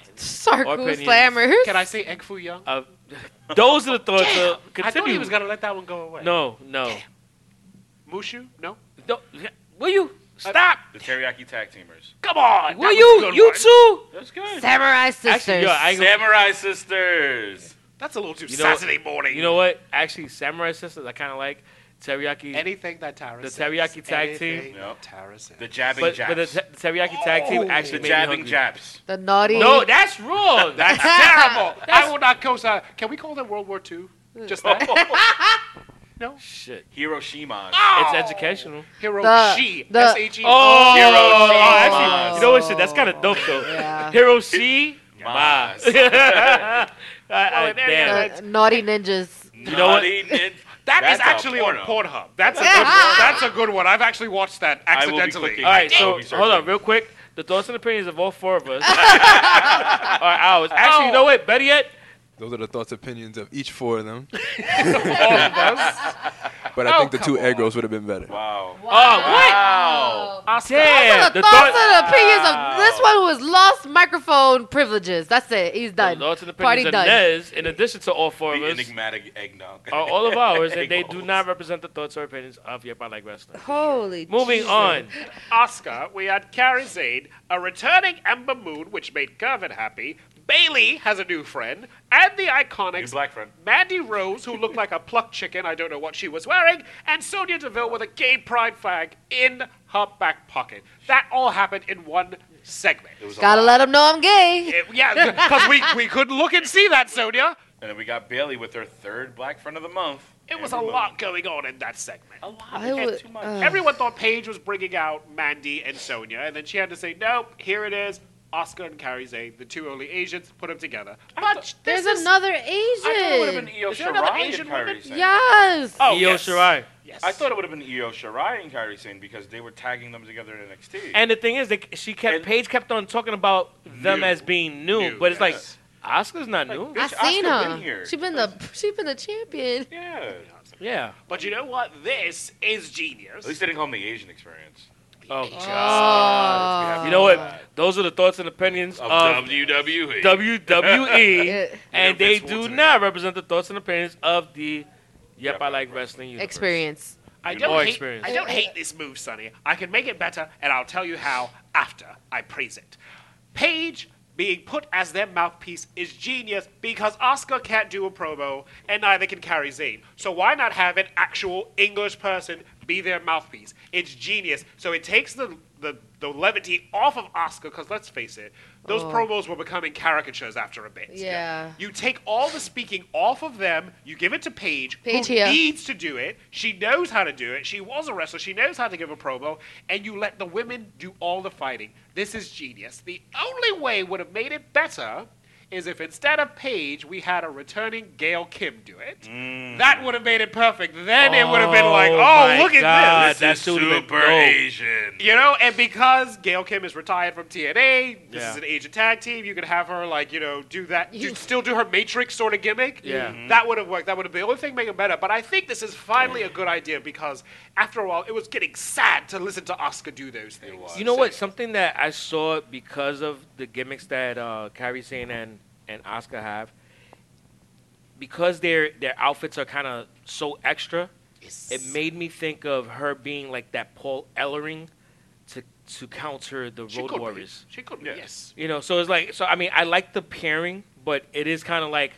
Speaker 7: Sarku
Speaker 2: opinions.
Speaker 7: slammers.
Speaker 8: Can I say Egg Foo Young?
Speaker 2: Uh, those are the thoughts. Uh, continue.
Speaker 8: I thought he was gonna let that one go away.
Speaker 2: No, no.
Speaker 8: Mushu, no.
Speaker 2: Don't, will you stop?
Speaker 6: The teriyaki tag teamers.
Speaker 8: Come on.
Speaker 2: will you? You too?
Speaker 6: That's good.
Speaker 7: Samurai sisters.
Speaker 2: Actually, yo, I ain't gonna-
Speaker 6: Samurai sisters.
Speaker 8: That's a little too
Speaker 2: You know-
Speaker 8: Saturday morning.
Speaker 2: you know what? Actually, Samurai Sisters, I kind of like teriyaki.
Speaker 8: anything that Tara
Speaker 2: The
Speaker 8: says.
Speaker 2: teriyaki tag team?
Speaker 8: Anything
Speaker 6: Yep.
Speaker 8: Tara says.
Speaker 6: The jabbing
Speaker 2: but, but the,
Speaker 6: japs. Oh.
Speaker 2: te- the teriyaki tag team actually made me
Speaker 6: the jabbing
Speaker 2: hungry.
Speaker 6: japs.
Speaker 7: the naughty.
Speaker 2: No, that's wrong.
Speaker 8: That's terrible. I will not co-sign. Can we call them World War II? Just that.
Speaker 2: Shit.
Speaker 6: Hiroshima.
Speaker 2: It's educational.
Speaker 8: Hero
Speaker 7: The-
Speaker 8: she.
Speaker 7: the-
Speaker 8: S-H-E.
Speaker 2: Oh,
Speaker 6: Hero
Speaker 2: oh,
Speaker 6: Shima.
Speaker 2: actually, you know what? Shit, that's kind of dope though.
Speaker 7: Yeah.
Speaker 2: Hero C. Ma.
Speaker 6: Mas.
Speaker 2: I- I-
Speaker 6: Oh,
Speaker 8: in any
Speaker 2: damn.
Speaker 7: the naughty ninjas.
Speaker 2: You know what?
Speaker 6: Naughty nin-
Speaker 8: That's
Speaker 6: That's a
Speaker 8: actually on
Speaker 6: porno.
Speaker 8: Pornhub. That's a good one. That's a good one. I've actually watched that
Speaker 6: I will be
Speaker 8: accidentally.
Speaker 6: clicking.
Speaker 2: All right,
Speaker 6: I
Speaker 2: so
Speaker 6: will be searching.
Speaker 2: hold on, real quick. The thoughts and opinions of all four of us are ours. Actually,
Speaker 6: Oh.
Speaker 2: you know what? Better yet,
Speaker 10: Those are the thoughts, opinions of each four of them.
Speaker 8: All of us.
Speaker 10: But I
Speaker 8: Oh,
Speaker 10: think the
Speaker 8: come
Speaker 10: two egg rolls would have been better.
Speaker 6: Wow.
Speaker 2: oh what?
Speaker 7: Those are
Speaker 2: Damn,
Speaker 7: the
Speaker 2: the
Speaker 7: thoughts
Speaker 2: thought-
Speaker 7: and opinions of this one was lost microphone privileges. That's it. He's
Speaker 2: the
Speaker 7: done.
Speaker 2: thoughts and
Speaker 7: Party
Speaker 2: opinions of
Speaker 7: done.
Speaker 2: Nez, in addition to all four of
Speaker 6: The
Speaker 2: us,
Speaker 6: enigmatic eggnog.
Speaker 2: are all of ours, and they
Speaker 6: Egg
Speaker 2: do
Speaker 6: rolls.
Speaker 2: not represent the thoughts or opinions of Yep I Like Wrestling.
Speaker 7: Holy.
Speaker 2: Moving
Speaker 7: Jesus.
Speaker 2: on.
Speaker 8: Oscar, we had Carrie Zane, a returning Ember Moon, which made Kervin happy. Bailey has a new friend, and the
Speaker 6: Your
Speaker 8: iconics
Speaker 6: black friend.
Speaker 8: Mandy Rose, who looked like a plucked chicken, I don't know what she was wearing, and Sonia Deville with a gay pride flag in her back pocket. That all happened in one segment.
Speaker 6: It was a
Speaker 7: Gotta
Speaker 6: lot.
Speaker 7: let them know I'm gay.
Speaker 8: It- yeah, because we, we couldn't look and see that, Sonia.
Speaker 6: And then we got Bailey with her third black friend of the month.
Speaker 8: It was a
Speaker 6: Every
Speaker 8: lot
Speaker 6: month.
Speaker 8: going on in that segment.
Speaker 6: A lot.
Speaker 7: I
Speaker 6: They had
Speaker 7: would-
Speaker 6: too much.
Speaker 7: uh,
Speaker 8: Everyone thought Paige was bringing out Mandy and Sonia, and then she had to say, nope, here it is. Oscar and Carrie Zane, the two only Asians, put them together. But
Speaker 7: There's
Speaker 8: this is-
Speaker 7: another
Speaker 6: I thought it would have
Speaker 7: Asian.
Speaker 6: been Io
Speaker 8: Is there another
Speaker 6: Shirai
Speaker 8: Asian
Speaker 6: and Kyrie
Speaker 8: woman?
Speaker 6: Sane.
Speaker 7: Yes.
Speaker 8: Oh,
Speaker 2: Io
Speaker 8: yes.
Speaker 2: Shirai.
Speaker 8: Yes.
Speaker 6: I thought it would have been Io Shirai and Kyrie Sane because they were tagging them together in NXT.
Speaker 2: And the thing is, that she kept
Speaker 6: And-
Speaker 2: Paige kept on talking about them
Speaker 6: New.
Speaker 2: as being new,
Speaker 8: New,
Speaker 2: but it's
Speaker 6: yes.
Speaker 2: like Oscar's not new.
Speaker 7: I
Speaker 6: Bitch,
Speaker 7: seen
Speaker 6: Asuka
Speaker 7: her.
Speaker 6: been here.
Speaker 7: she been the she been the champion.
Speaker 6: yeah.
Speaker 2: yeah.
Speaker 8: But you know what? This is
Speaker 6: At
Speaker 8: genius.
Speaker 6: least they didn't call them the Asian experience.
Speaker 2: Oh
Speaker 7: Oh.
Speaker 6: Let's be happy
Speaker 2: You know
Speaker 6: about
Speaker 2: what? Those are the thoughts and opinions
Speaker 6: that. Of
Speaker 2: of
Speaker 6: WWE.
Speaker 2: WWE,
Speaker 7: Eh,
Speaker 2: and
Speaker 6: Yeah,
Speaker 2: they
Speaker 6: Vince
Speaker 2: do
Speaker 6: Wilson.
Speaker 2: not represent the thoughts and opinions of the Yep I Like Wrestling universe.
Speaker 7: Experience.
Speaker 8: I
Speaker 6: Or
Speaker 8: don't, hate,
Speaker 2: experience.
Speaker 8: I don't hate this move, Sonny. I can make it better, and I'll tell you how after I praise it. Paige being put as their mouthpiece is genius because Oscar can't do a promo, and neither can Carrie Zane. So why not have an actual English person be their mouthpiece. It's genius. So it takes the the, the levity off of Oscar because let's face it, those
Speaker 7: Oh.
Speaker 8: promos were becoming caricatures after a bit.
Speaker 7: Yeah.
Speaker 8: You take all the speaking off of them, you give it to Paige,
Speaker 7: Paige
Speaker 8: who
Speaker 7: here.
Speaker 8: needs to do it. She knows how to do it. She was a wrestler. She knows how to give a promo, and you let the women do all the fighting. This is genius. The only way would have made it better is if instead of Paige, we had a returning Gail Kim do it. That would have made it perfect. Then it would have been like,
Speaker 2: Mm. Oh,
Speaker 8: oh,
Speaker 2: my
Speaker 8: look
Speaker 2: God,
Speaker 8: at this.
Speaker 2: that should've been
Speaker 6: E. Super
Speaker 2: dope.
Speaker 6: Asian.
Speaker 8: You know, and because Gail Kim is retired from TNA, this
Speaker 2: Yeah.
Speaker 8: is an agent tag team. You could have her like you know do that, do, still do her Matrix sort of gimmick.
Speaker 2: Yeah. Mm-hmm.
Speaker 8: that would have worked. That would have been the only thing making it better. But I think this is finally a good idea because after a while, it was getting sad to listen to Oscar do those things.
Speaker 6: was.
Speaker 2: You know what? Something that I saw because of the gimmicks that uh, Kairi Sane and and Oscar have, because their their outfits are kind of so extra. It made me think of her being like that Paul Ellering to to counter the
Speaker 8: She
Speaker 2: Road
Speaker 8: could be.
Speaker 2: Warriors.
Speaker 8: She could
Speaker 6: Yeah.
Speaker 8: yes.
Speaker 2: You know, so it's like so. I mean, I like the pairing, but it is kind of like,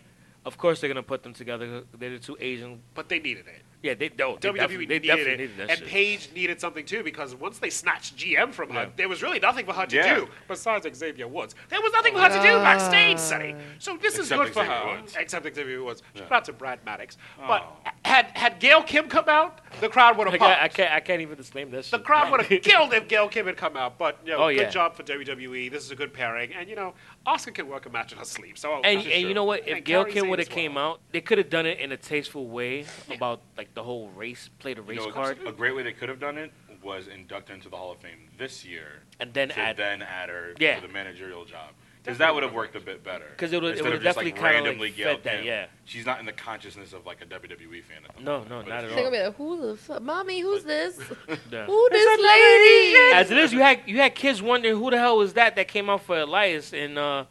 Speaker 2: of course they're gonna put them together. They're the two Asian.
Speaker 8: but they needed it.
Speaker 2: Yeah, they don't. They
Speaker 8: WWE
Speaker 2: definitely, they
Speaker 8: E needed
Speaker 2: definitely
Speaker 8: it,
Speaker 2: needed that
Speaker 8: and
Speaker 2: shit.
Speaker 8: Paige needed something too because once they snatched GM from her,
Speaker 2: Yeah.
Speaker 8: there was really nothing for her to
Speaker 6: Yeah.
Speaker 8: do besides Xavier Woods. There was nothing for her to do backstage, Sonny. So this
Speaker 6: Except
Speaker 8: is good for
Speaker 6: Xavier
Speaker 8: her,
Speaker 6: Woods.
Speaker 8: except Xavier Woods. Shout out to Brad Maddox.
Speaker 2: Oh.
Speaker 8: But had had Gail Kim come out, the crowd would
Speaker 2: I
Speaker 8: have
Speaker 2: can't, I
Speaker 8: popped.
Speaker 2: can't. I can't even disclaim this.
Speaker 8: The crowd would have killed if Gail Kim had come out. But you know,
Speaker 2: Oh,
Speaker 8: good
Speaker 2: yeah.
Speaker 8: job for WWE. This is a good pairing, and you know, Oscar can work a match in her sleep. So
Speaker 2: And,
Speaker 8: that's
Speaker 2: and
Speaker 8: true.
Speaker 2: you know what? If
Speaker 8: And
Speaker 2: Gail
Speaker 8: Kairi
Speaker 2: Kim
Speaker 8: Sane
Speaker 2: would have
Speaker 8: as well.
Speaker 2: came out, they could have done it in a tasteful way about like the whole race, play the
Speaker 6: You
Speaker 2: race
Speaker 6: know,
Speaker 2: card,
Speaker 6: A great way they could have done it was induct her into the Hall of Fame this year
Speaker 2: and then
Speaker 6: to
Speaker 2: add
Speaker 6: then add her
Speaker 2: Yeah.
Speaker 6: to the managerial job. Because that would have worked a bit better.
Speaker 2: 'Cause it would've- it
Speaker 6: Instead
Speaker 2: would've
Speaker 6: of just,
Speaker 2: definitely kinda, like,
Speaker 6: randomly
Speaker 2: fed
Speaker 6: Gail
Speaker 2: that,
Speaker 6: Kim.
Speaker 2: yeah.
Speaker 6: She's not in the consciousness of like a WWE fan at the
Speaker 2: No,
Speaker 6: moment,
Speaker 2: no,
Speaker 6: but
Speaker 2: not
Speaker 6: if
Speaker 2: at
Speaker 6: she
Speaker 2: all.
Speaker 7: They're gonna be like, who the fuck, mommy? Who's this?
Speaker 2: the-
Speaker 7: Who this lady?
Speaker 2: As it is, you had you had kids wondering who the hell was that that came out for Elias in uh,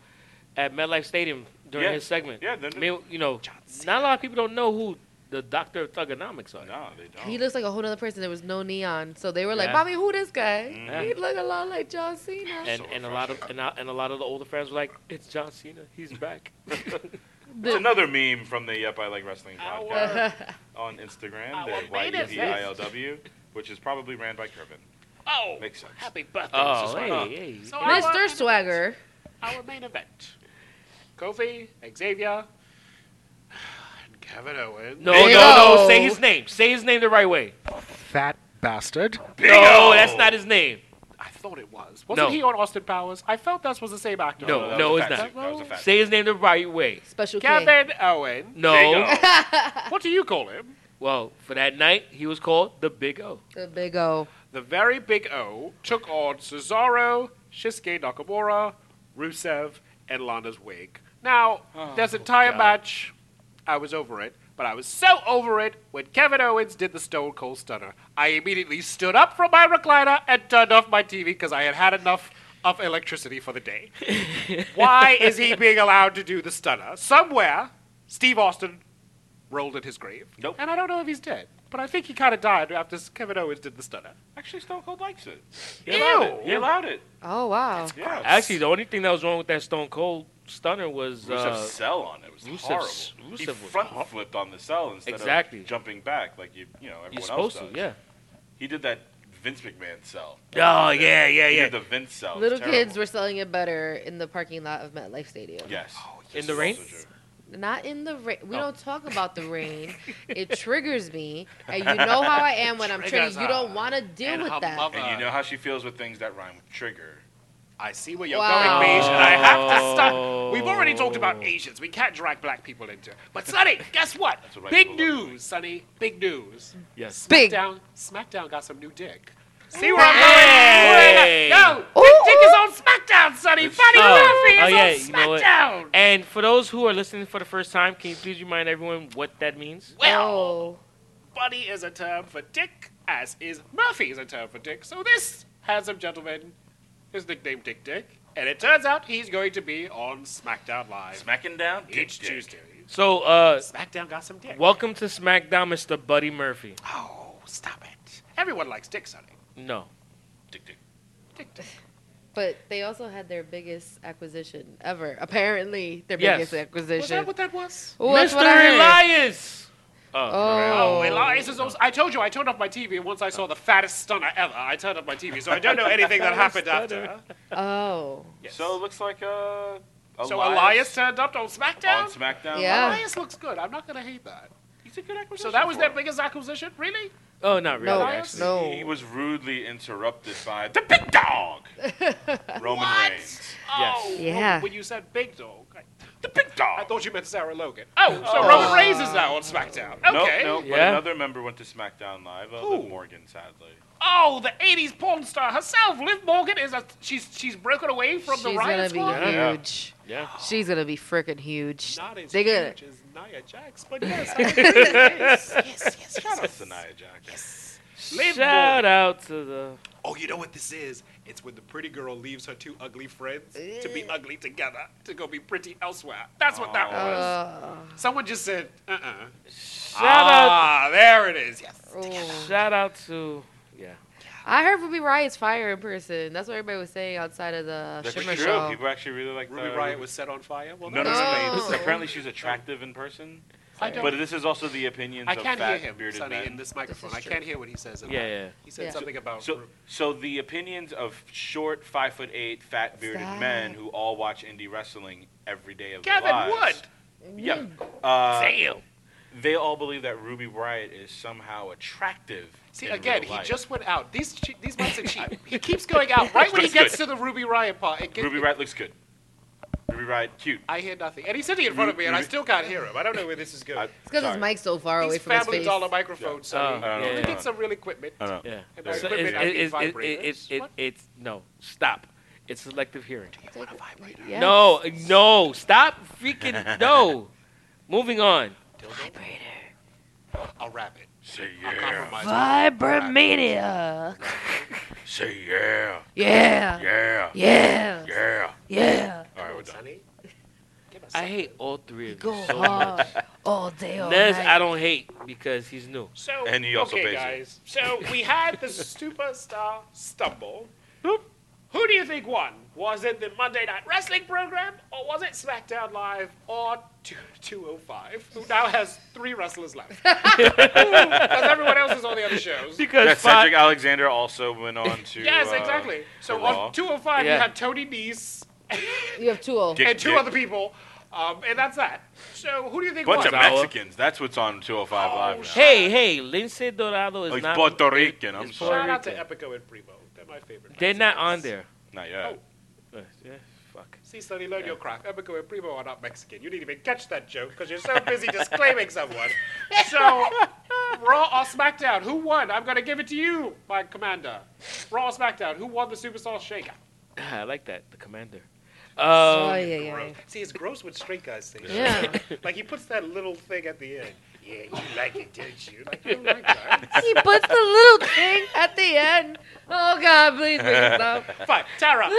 Speaker 2: at MetLife Stadium during
Speaker 6: Yeah.
Speaker 2: his segment.
Speaker 6: Yeah, then-
Speaker 2: I mean, you know, not a lot of people don't know who the Doctor of Thugonomics are.
Speaker 6: No, they don't.
Speaker 7: He looks like a whole other person. There was no neon, so they were like,
Speaker 2: Yeah.
Speaker 7: "Mommy, who this guy?
Speaker 2: Yeah.
Speaker 6: Mm-hmm.
Speaker 7: He look a lot like John Cena."
Speaker 2: And,
Speaker 6: So
Speaker 2: and a lot of and, I- and a lot of the older fans were like, "It's John Cena, he's back."
Speaker 6: It's another meme from the Yep I Like Wrestling podcast on Instagram, E
Speaker 8: Our
Speaker 6: the Y-E-D-I-L-W, which is probably ran by Kirvin.
Speaker 8: Oh,
Speaker 6: Makes sense.
Speaker 8: happy birthday,
Speaker 2: oh,
Speaker 8: Mrs. White.
Speaker 2: hey, hey.
Speaker 8: So I
Speaker 7: Mr. Swagger.
Speaker 8: our main event. Kofi, Xavier, and Kevin Owens.
Speaker 2: No,
Speaker 7: Big
Speaker 2: no,
Speaker 7: O.
Speaker 2: no! Say his name. Say his name the right way.
Speaker 8: Fat bastard.
Speaker 2: No, that's not his name.
Speaker 8: I thought it was. Wasn't
Speaker 2: No.
Speaker 8: he on Austin Powers? I felt that was the same actor.
Speaker 2: No,
Speaker 6: that
Speaker 2: no,
Speaker 6: was a
Speaker 2: it's
Speaker 6: fat
Speaker 2: not.
Speaker 6: suit. That was a fat
Speaker 2: Say his name the right way.
Speaker 7: Special K.
Speaker 8: Kevin Owens.
Speaker 2: No.
Speaker 8: What do you call him?
Speaker 2: Well, for that night, he was called the Big O.
Speaker 7: The big O.
Speaker 8: The very big O took on Cesaro, Shinsuke Nakamura, Rusev, and Lana's wig. Now, this entire
Speaker 2: God.
Speaker 8: match, I was over it, but I was so over it when Kevin Owens did the Stone Cold Stunner. I immediately stood up from my recliner and turned off my TV because I had had enough of electricity for the day. Why is he being allowed to do the stunner? Somewhere, Steve Austin rolled in his grave.
Speaker 6: Nope.
Speaker 8: And I don't know if he's dead, but I think he kind of died after Kevin Owens did the stunner.
Speaker 6: Actually, Stone Cold likes it. He
Speaker 8: Ew.
Speaker 6: allowed it. He allowed it.
Speaker 7: Oh wow.
Speaker 6: Yeah.
Speaker 2: Actually, the only thing that was wrong with that Stone Cold stunner was
Speaker 6: Rusev
Speaker 2: uh,
Speaker 6: sell on it. It was
Speaker 2: Rusev's-
Speaker 6: horrible. he
Speaker 2: Rusev was
Speaker 6: front flipped on the cell instead
Speaker 2: Exactly.
Speaker 6: of jumping back like you, you know, everyone
Speaker 2: you're
Speaker 6: else
Speaker 2: supposed to,
Speaker 6: does.
Speaker 2: yeah.
Speaker 6: He did that Vince McMahon cell.
Speaker 2: Oh yeah, yeah,
Speaker 6: He
Speaker 2: yeah.
Speaker 6: did the Vince cell. It was
Speaker 7: Little kids
Speaker 6: terrible.
Speaker 7: were selling it better in the parking lot of MetLife Stadium.
Speaker 6: Yes.
Speaker 8: Oh,
Speaker 2: In the rain.
Speaker 6: Also true.
Speaker 7: Not in the rain. We
Speaker 2: Oh.
Speaker 7: don't talk about the rain. it triggers me, and you know how I am when I'm
Speaker 8: Triggers
Speaker 7: triggered. You don't
Speaker 8: her.
Speaker 7: want to deal
Speaker 8: And
Speaker 7: with
Speaker 8: her
Speaker 7: that.
Speaker 8: mother.
Speaker 6: And you know how she feels with things that rhyme with trigger.
Speaker 8: I see where you're
Speaker 7: Wow.
Speaker 8: going, Beige, and I have to
Speaker 2: Oh.
Speaker 8: stop. We've already talked about Asians. We can't drag black people into it. But, Sonny, guess what?
Speaker 6: what white
Speaker 8: Big
Speaker 6: people love doing.
Speaker 8: news, Sonny. Big news.
Speaker 2: Yes.
Speaker 7: Big.
Speaker 8: SmackDown, SmackDown got some new dick. See where I'm going?
Speaker 2: Hey.
Speaker 8: We're gonna- No!
Speaker 7: Ooh,
Speaker 8: Big dick
Speaker 7: ooh.
Speaker 8: is on SmackDown, Sonny! Buddy
Speaker 2: Oh,
Speaker 8: Murphy is
Speaker 2: oh, yeah,
Speaker 8: on
Speaker 2: you know what? Eh.
Speaker 8: SmackDown!
Speaker 2: And for those who are listening for the first time, can you please remind everyone what that means?
Speaker 8: Well,
Speaker 7: Oh.
Speaker 8: buddy is a term for dick, as is Murphy is a term for dick. So this handsome gentleman is nicknamed Dick Dick. And it turns out he's going to be on SmackDown Live
Speaker 6: Smacking down. Dick
Speaker 8: each
Speaker 6: dick.
Speaker 8: Tuesday.
Speaker 2: So, uh,
Speaker 8: SmackDown got some dick.
Speaker 2: welcome to SmackDown, Mr. Buddy Murphy.
Speaker 8: Oh, stop it. Everyone likes dick, Sonny.
Speaker 2: No.
Speaker 6: Dick dick.
Speaker 8: Dick dick.
Speaker 7: But they also had their biggest acquisition ever. Apparently, their
Speaker 2: Yes.
Speaker 7: biggest
Speaker 2: Was
Speaker 8: Was that
Speaker 7: acquisition.
Speaker 8: what that was?
Speaker 7: Ooh, that's
Speaker 2: Mr.
Speaker 7: what I heard.
Speaker 2: Elias.
Speaker 8: Oh, Eliza's also, I told you I turned off my TV once I saw the fattest stunner ever. I turned off my TV, so I don't know anything that happened after.
Speaker 7: Oh.
Speaker 8: Yes.
Speaker 6: So it looks like uh, Elias,
Speaker 8: So Elias turned up on SmackDown?
Speaker 6: on SmackDown.
Speaker 7: Yeah.
Speaker 8: Elias looks good. I'm not going to hate that.
Speaker 6: He's a good acquisition.
Speaker 8: So that was
Speaker 6: for
Speaker 8: their
Speaker 6: him.
Speaker 8: biggest acquisition? Really?
Speaker 2: Oh, not really.
Speaker 7: No.
Speaker 2: Actually.
Speaker 7: No.
Speaker 6: He was rudely interrupted by the big dog, Roman Reigns.
Speaker 2: Yes.
Speaker 7: Yeah.
Speaker 8: Oh, When you said big dog, I,
Speaker 6: The big dog.
Speaker 8: I thought you meant Sarah Logan. Oh, so Roman Reigns is now on SmackDown. Okay.
Speaker 6: No, no, but
Speaker 2: Yeah.
Speaker 6: another member went to SmackDown Live, uh, Liv
Speaker 8: Who?
Speaker 6: Morgan, sadly.
Speaker 8: Oh, the '80s porn star herself, Liv Morgan, is a she's she's broken away from
Speaker 7: She's
Speaker 8: the
Speaker 7: gonna
Speaker 8: Riot
Speaker 7: be
Speaker 8: Squad.
Speaker 6: Yeah.
Speaker 7: huge.
Speaker 2: Yeah.
Speaker 7: She's gonna be freaking huge.
Speaker 8: Not as
Speaker 7: They gonna-
Speaker 8: huge as Nia Jax, but yes, I agree. yes, yes, yes,
Speaker 6: Shout out
Speaker 8: yes.
Speaker 6: to Nia Jax.
Speaker 8: Liv
Speaker 2: Shout
Speaker 8: Morgan.
Speaker 2: out to the.
Speaker 8: Oh, you know what this is? It's when the pretty girl leaves her two ugly friends to be
Speaker 7: Eh.
Speaker 8: ugly together to go be pretty elsewhere. That's what that was.
Speaker 7: Uh,
Speaker 8: Someone just said, uh-uh.
Speaker 2: Shout out.
Speaker 8: Ah, there it is. Yes.
Speaker 7: oh.
Speaker 2: Shout out to. Yeah.
Speaker 7: I heard Ruby Riot's fire in person. That's what everybody was saying outside of the
Speaker 6: That's
Speaker 7: Shimmer
Speaker 6: true.
Speaker 7: show.
Speaker 6: People actually really like
Speaker 8: Ruby
Speaker 6: the-
Speaker 8: Riot was set on fire. Well,
Speaker 6: No, no, no. no,
Speaker 8: that's
Speaker 7: No.
Speaker 6: Apparently, she's attractive in person.
Speaker 8: I don't.
Speaker 6: But this is also the opinions
Speaker 8: I
Speaker 6: of
Speaker 8: can't hear
Speaker 6: fat
Speaker 8: him,
Speaker 6: bearded
Speaker 8: Sonny,
Speaker 6: men.
Speaker 8: in this microphone. I
Speaker 7: true.
Speaker 8: can't hear what he says. in
Speaker 2: Yeah,
Speaker 8: that.
Speaker 2: yeah.
Speaker 8: He said
Speaker 7: Yeah.
Speaker 8: something about.
Speaker 6: So, so the opinions of short, five foot eight, fat bearded
Speaker 7: Stop.
Speaker 6: men who all watch indie wrestling every day of
Speaker 8: Gavin
Speaker 6: their lives. Wood. Yeah. Uh,
Speaker 8: Damn.
Speaker 6: they all believe that Ruby Riot is somehow attractive.
Speaker 8: See,
Speaker 6: in
Speaker 8: again,
Speaker 6: real
Speaker 8: he
Speaker 6: life.
Speaker 8: just went out. These che- these months are cheap. he keeps going out right when he
Speaker 6: Looks
Speaker 8: gets
Speaker 6: good.
Speaker 8: to the Ruby Riot part. It gets,
Speaker 6: Ruby Riot looks good. Ruby Riot cute.
Speaker 8: I hear nothing, and he's sitting in front of me, and I
Speaker 6: Ruby-
Speaker 8: still can't hear him. I don't know where this is going.
Speaker 6: I-
Speaker 7: It's because his
Speaker 6: Uh, sorry.
Speaker 7: mic's so far away
Speaker 8: These
Speaker 7: from his
Speaker 8: Family
Speaker 7: face.
Speaker 8: Dollar microphones. So
Speaker 2: Oh,
Speaker 6: I don't
Speaker 2: yeah,
Speaker 8: we
Speaker 6: know.
Speaker 8: need some real equipment.
Speaker 6: I don't know.
Speaker 2: Yeah.
Speaker 8: And
Speaker 6: There
Speaker 8: by
Speaker 6: you
Speaker 2: So
Speaker 6: go.
Speaker 8: equipment,
Speaker 2: it,
Speaker 8: I mean
Speaker 2: it, it, it,
Speaker 8: vibrators.
Speaker 2: it, it,
Speaker 8: What?
Speaker 2: it's no stop. It's selective hearing.
Speaker 7: Yes.
Speaker 2: No, no, stop freaking no. Moving on.
Speaker 8: I'll wrap it.
Speaker 6: Say
Speaker 8: I'll
Speaker 6: yeah.
Speaker 8: compromise.
Speaker 7: Vibramania.
Speaker 6: Say yeah.
Speaker 7: Yeah.
Speaker 6: Yeah.
Speaker 7: Yeah.
Speaker 6: Yeah.
Speaker 7: Yeah.
Speaker 6: All right,
Speaker 8: Come
Speaker 6: we're
Speaker 8: on,
Speaker 6: done.
Speaker 8: Sonny. Give us
Speaker 2: I
Speaker 8: some.
Speaker 2: hate all three of
Speaker 7: Go
Speaker 2: you so much.
Speaker 7: hard all day all
Speaker 2: Les,
Speaker 7: night.
Speaker 2: I don't hate because he's new.
Speaker 8: So
Speaker 6: And he also
Speaker 8: okay,
Speaker 6: based it.
Speaker 8: guys. So we had the superstar stumble. Who do you think won? Was it the Monday Night Wrestling program, or was it SmackDown Live, or 2- 205, who now has three wrestlers left? Because everyone else is on the other shows.
Speaker 2: Because
Speaker 6: That
Speaker 2: five-
Speaker 6: Cedric Alexander also went on to.
Speaker 8: Yes,
Speaker 6: uh,
Speaker 8: exactly. So
Speaker 6: to Raw.
Speaker 8: on 205, you
Speaker 2: Yeah.
Speaker 8: have Tony Nese
Speaker 7: You have two oh.
Speaker 6: Dick
Speaker 8: and two
Speaker 6: Dick.
Speaker 8: other people, um, and that's that. So who do you think
Speaker 6: Bunch of
Speaker 8: won?
Speaker 2: Ozawa.
Speaker 6: Mexicans. That's what's on 205 Live
Speaker 8: Oh,
Speaker 6: now.
Speaker 2: hey, hey, Lince Dorado is
Speaker 6: Oh, he's
Speaker 2: not.
Speaker 6: Puerto Rican. I'm
Speaker 2: is
Speaker 6: sorry.
Speaker 8: Shout out to
Speaker 2: Puerto
Speaker 8: Epico and Primo. They're my favorite.
Speaker 2: They're not on
Speaker 8: Mexicans.
Speaker 2: there.
Speaker 6: Not
Speaker 8: Oh,
Speaker 6: yet.
Speaker 2: Uh, yeah, fuck.
Speaker 8: See, Sonny, learn your craft. Epico and Primo are not Mexican. You didn't even catch that joke because you're so busy disclaiming someone. So, Raw or SmackDown, who won? I'm going to give it to you, my commander. Raw or SmackDown, who won the Superstar Shake?
Speaker 2: I like that. The commander.
Speaker 7: Oh,
Speaker 2: Um,
Speaker 7: yeah, yeah.
Speaker 8: See, it's gross what straight guys say.
Speaker 7: Yeah.
Speaker 8: Like, he puts that little thing at the end. Yeah, you like it, don't you? Like, I don't like that.
Speaker 7: he puts the little thing at the end. Oh God, please make it stop.
Speaker 8: Fine, Tara.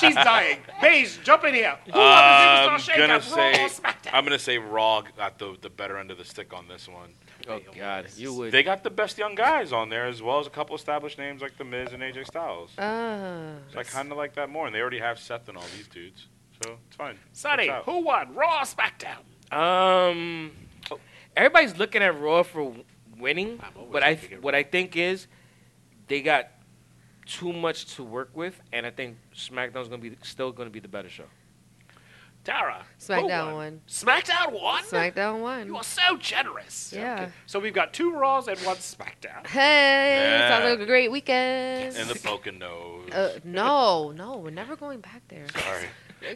Speaker 8: She's dying. Maze, jump in here. Who won the
Speaker 6: I'm
Speaker 8: Superstar Shake?
Speaker 6: gonna
Speaker 8: Raw
Speaker 6: say
Speaker 8: or SmackDown?
Speaker 6: I'm gonna say Raw got the, the better end of the stick on this one.
Speaker 2: oh God, you would.
Speaker 6: They got the best young guys on there as well as a couple established names like the Miz and AJ Styles.
Speaker 2: Uh,
Speaker 7: Ah.
Speaker 6: So I kind of like that more, and they already have Seth and all these dudes, so it's fine.
Speaker 8: Sonny,
Speaker 6: What's up?
Speaker 8: who won? Raw or SmackDown?
Speaker 2: Um, everybody's looking at Raw for w- winning,
Speaker 8: I'm always
Speaker 2: but I
Speaker 8: looking at
Speaker 2: what I think is they got too much to work with, and I think SmackDown's gonna be still gonna be the better show.
Speaker 8: Tara.
Speaker 7: SmackDown
Speaker 8: who won?
Speaker 7: one.
Speaker 8: SmackDown won?
Speaker 7: SmackDown
Speaker 8: You
Speaker 7: one.
Speaker 8: are so generous.
Speaker 7: Yeah.
Speaker 8: So we've got two Raws and one SmackDown.
Speaker 7: Hey,
Speaker 6: Yeah.
Speaker 7: sounds like a great weekend.
Speaker 6: And the Poconos.
Speaker 7: uh, no, no, we're never going back there.
Speaker 6: Sorry.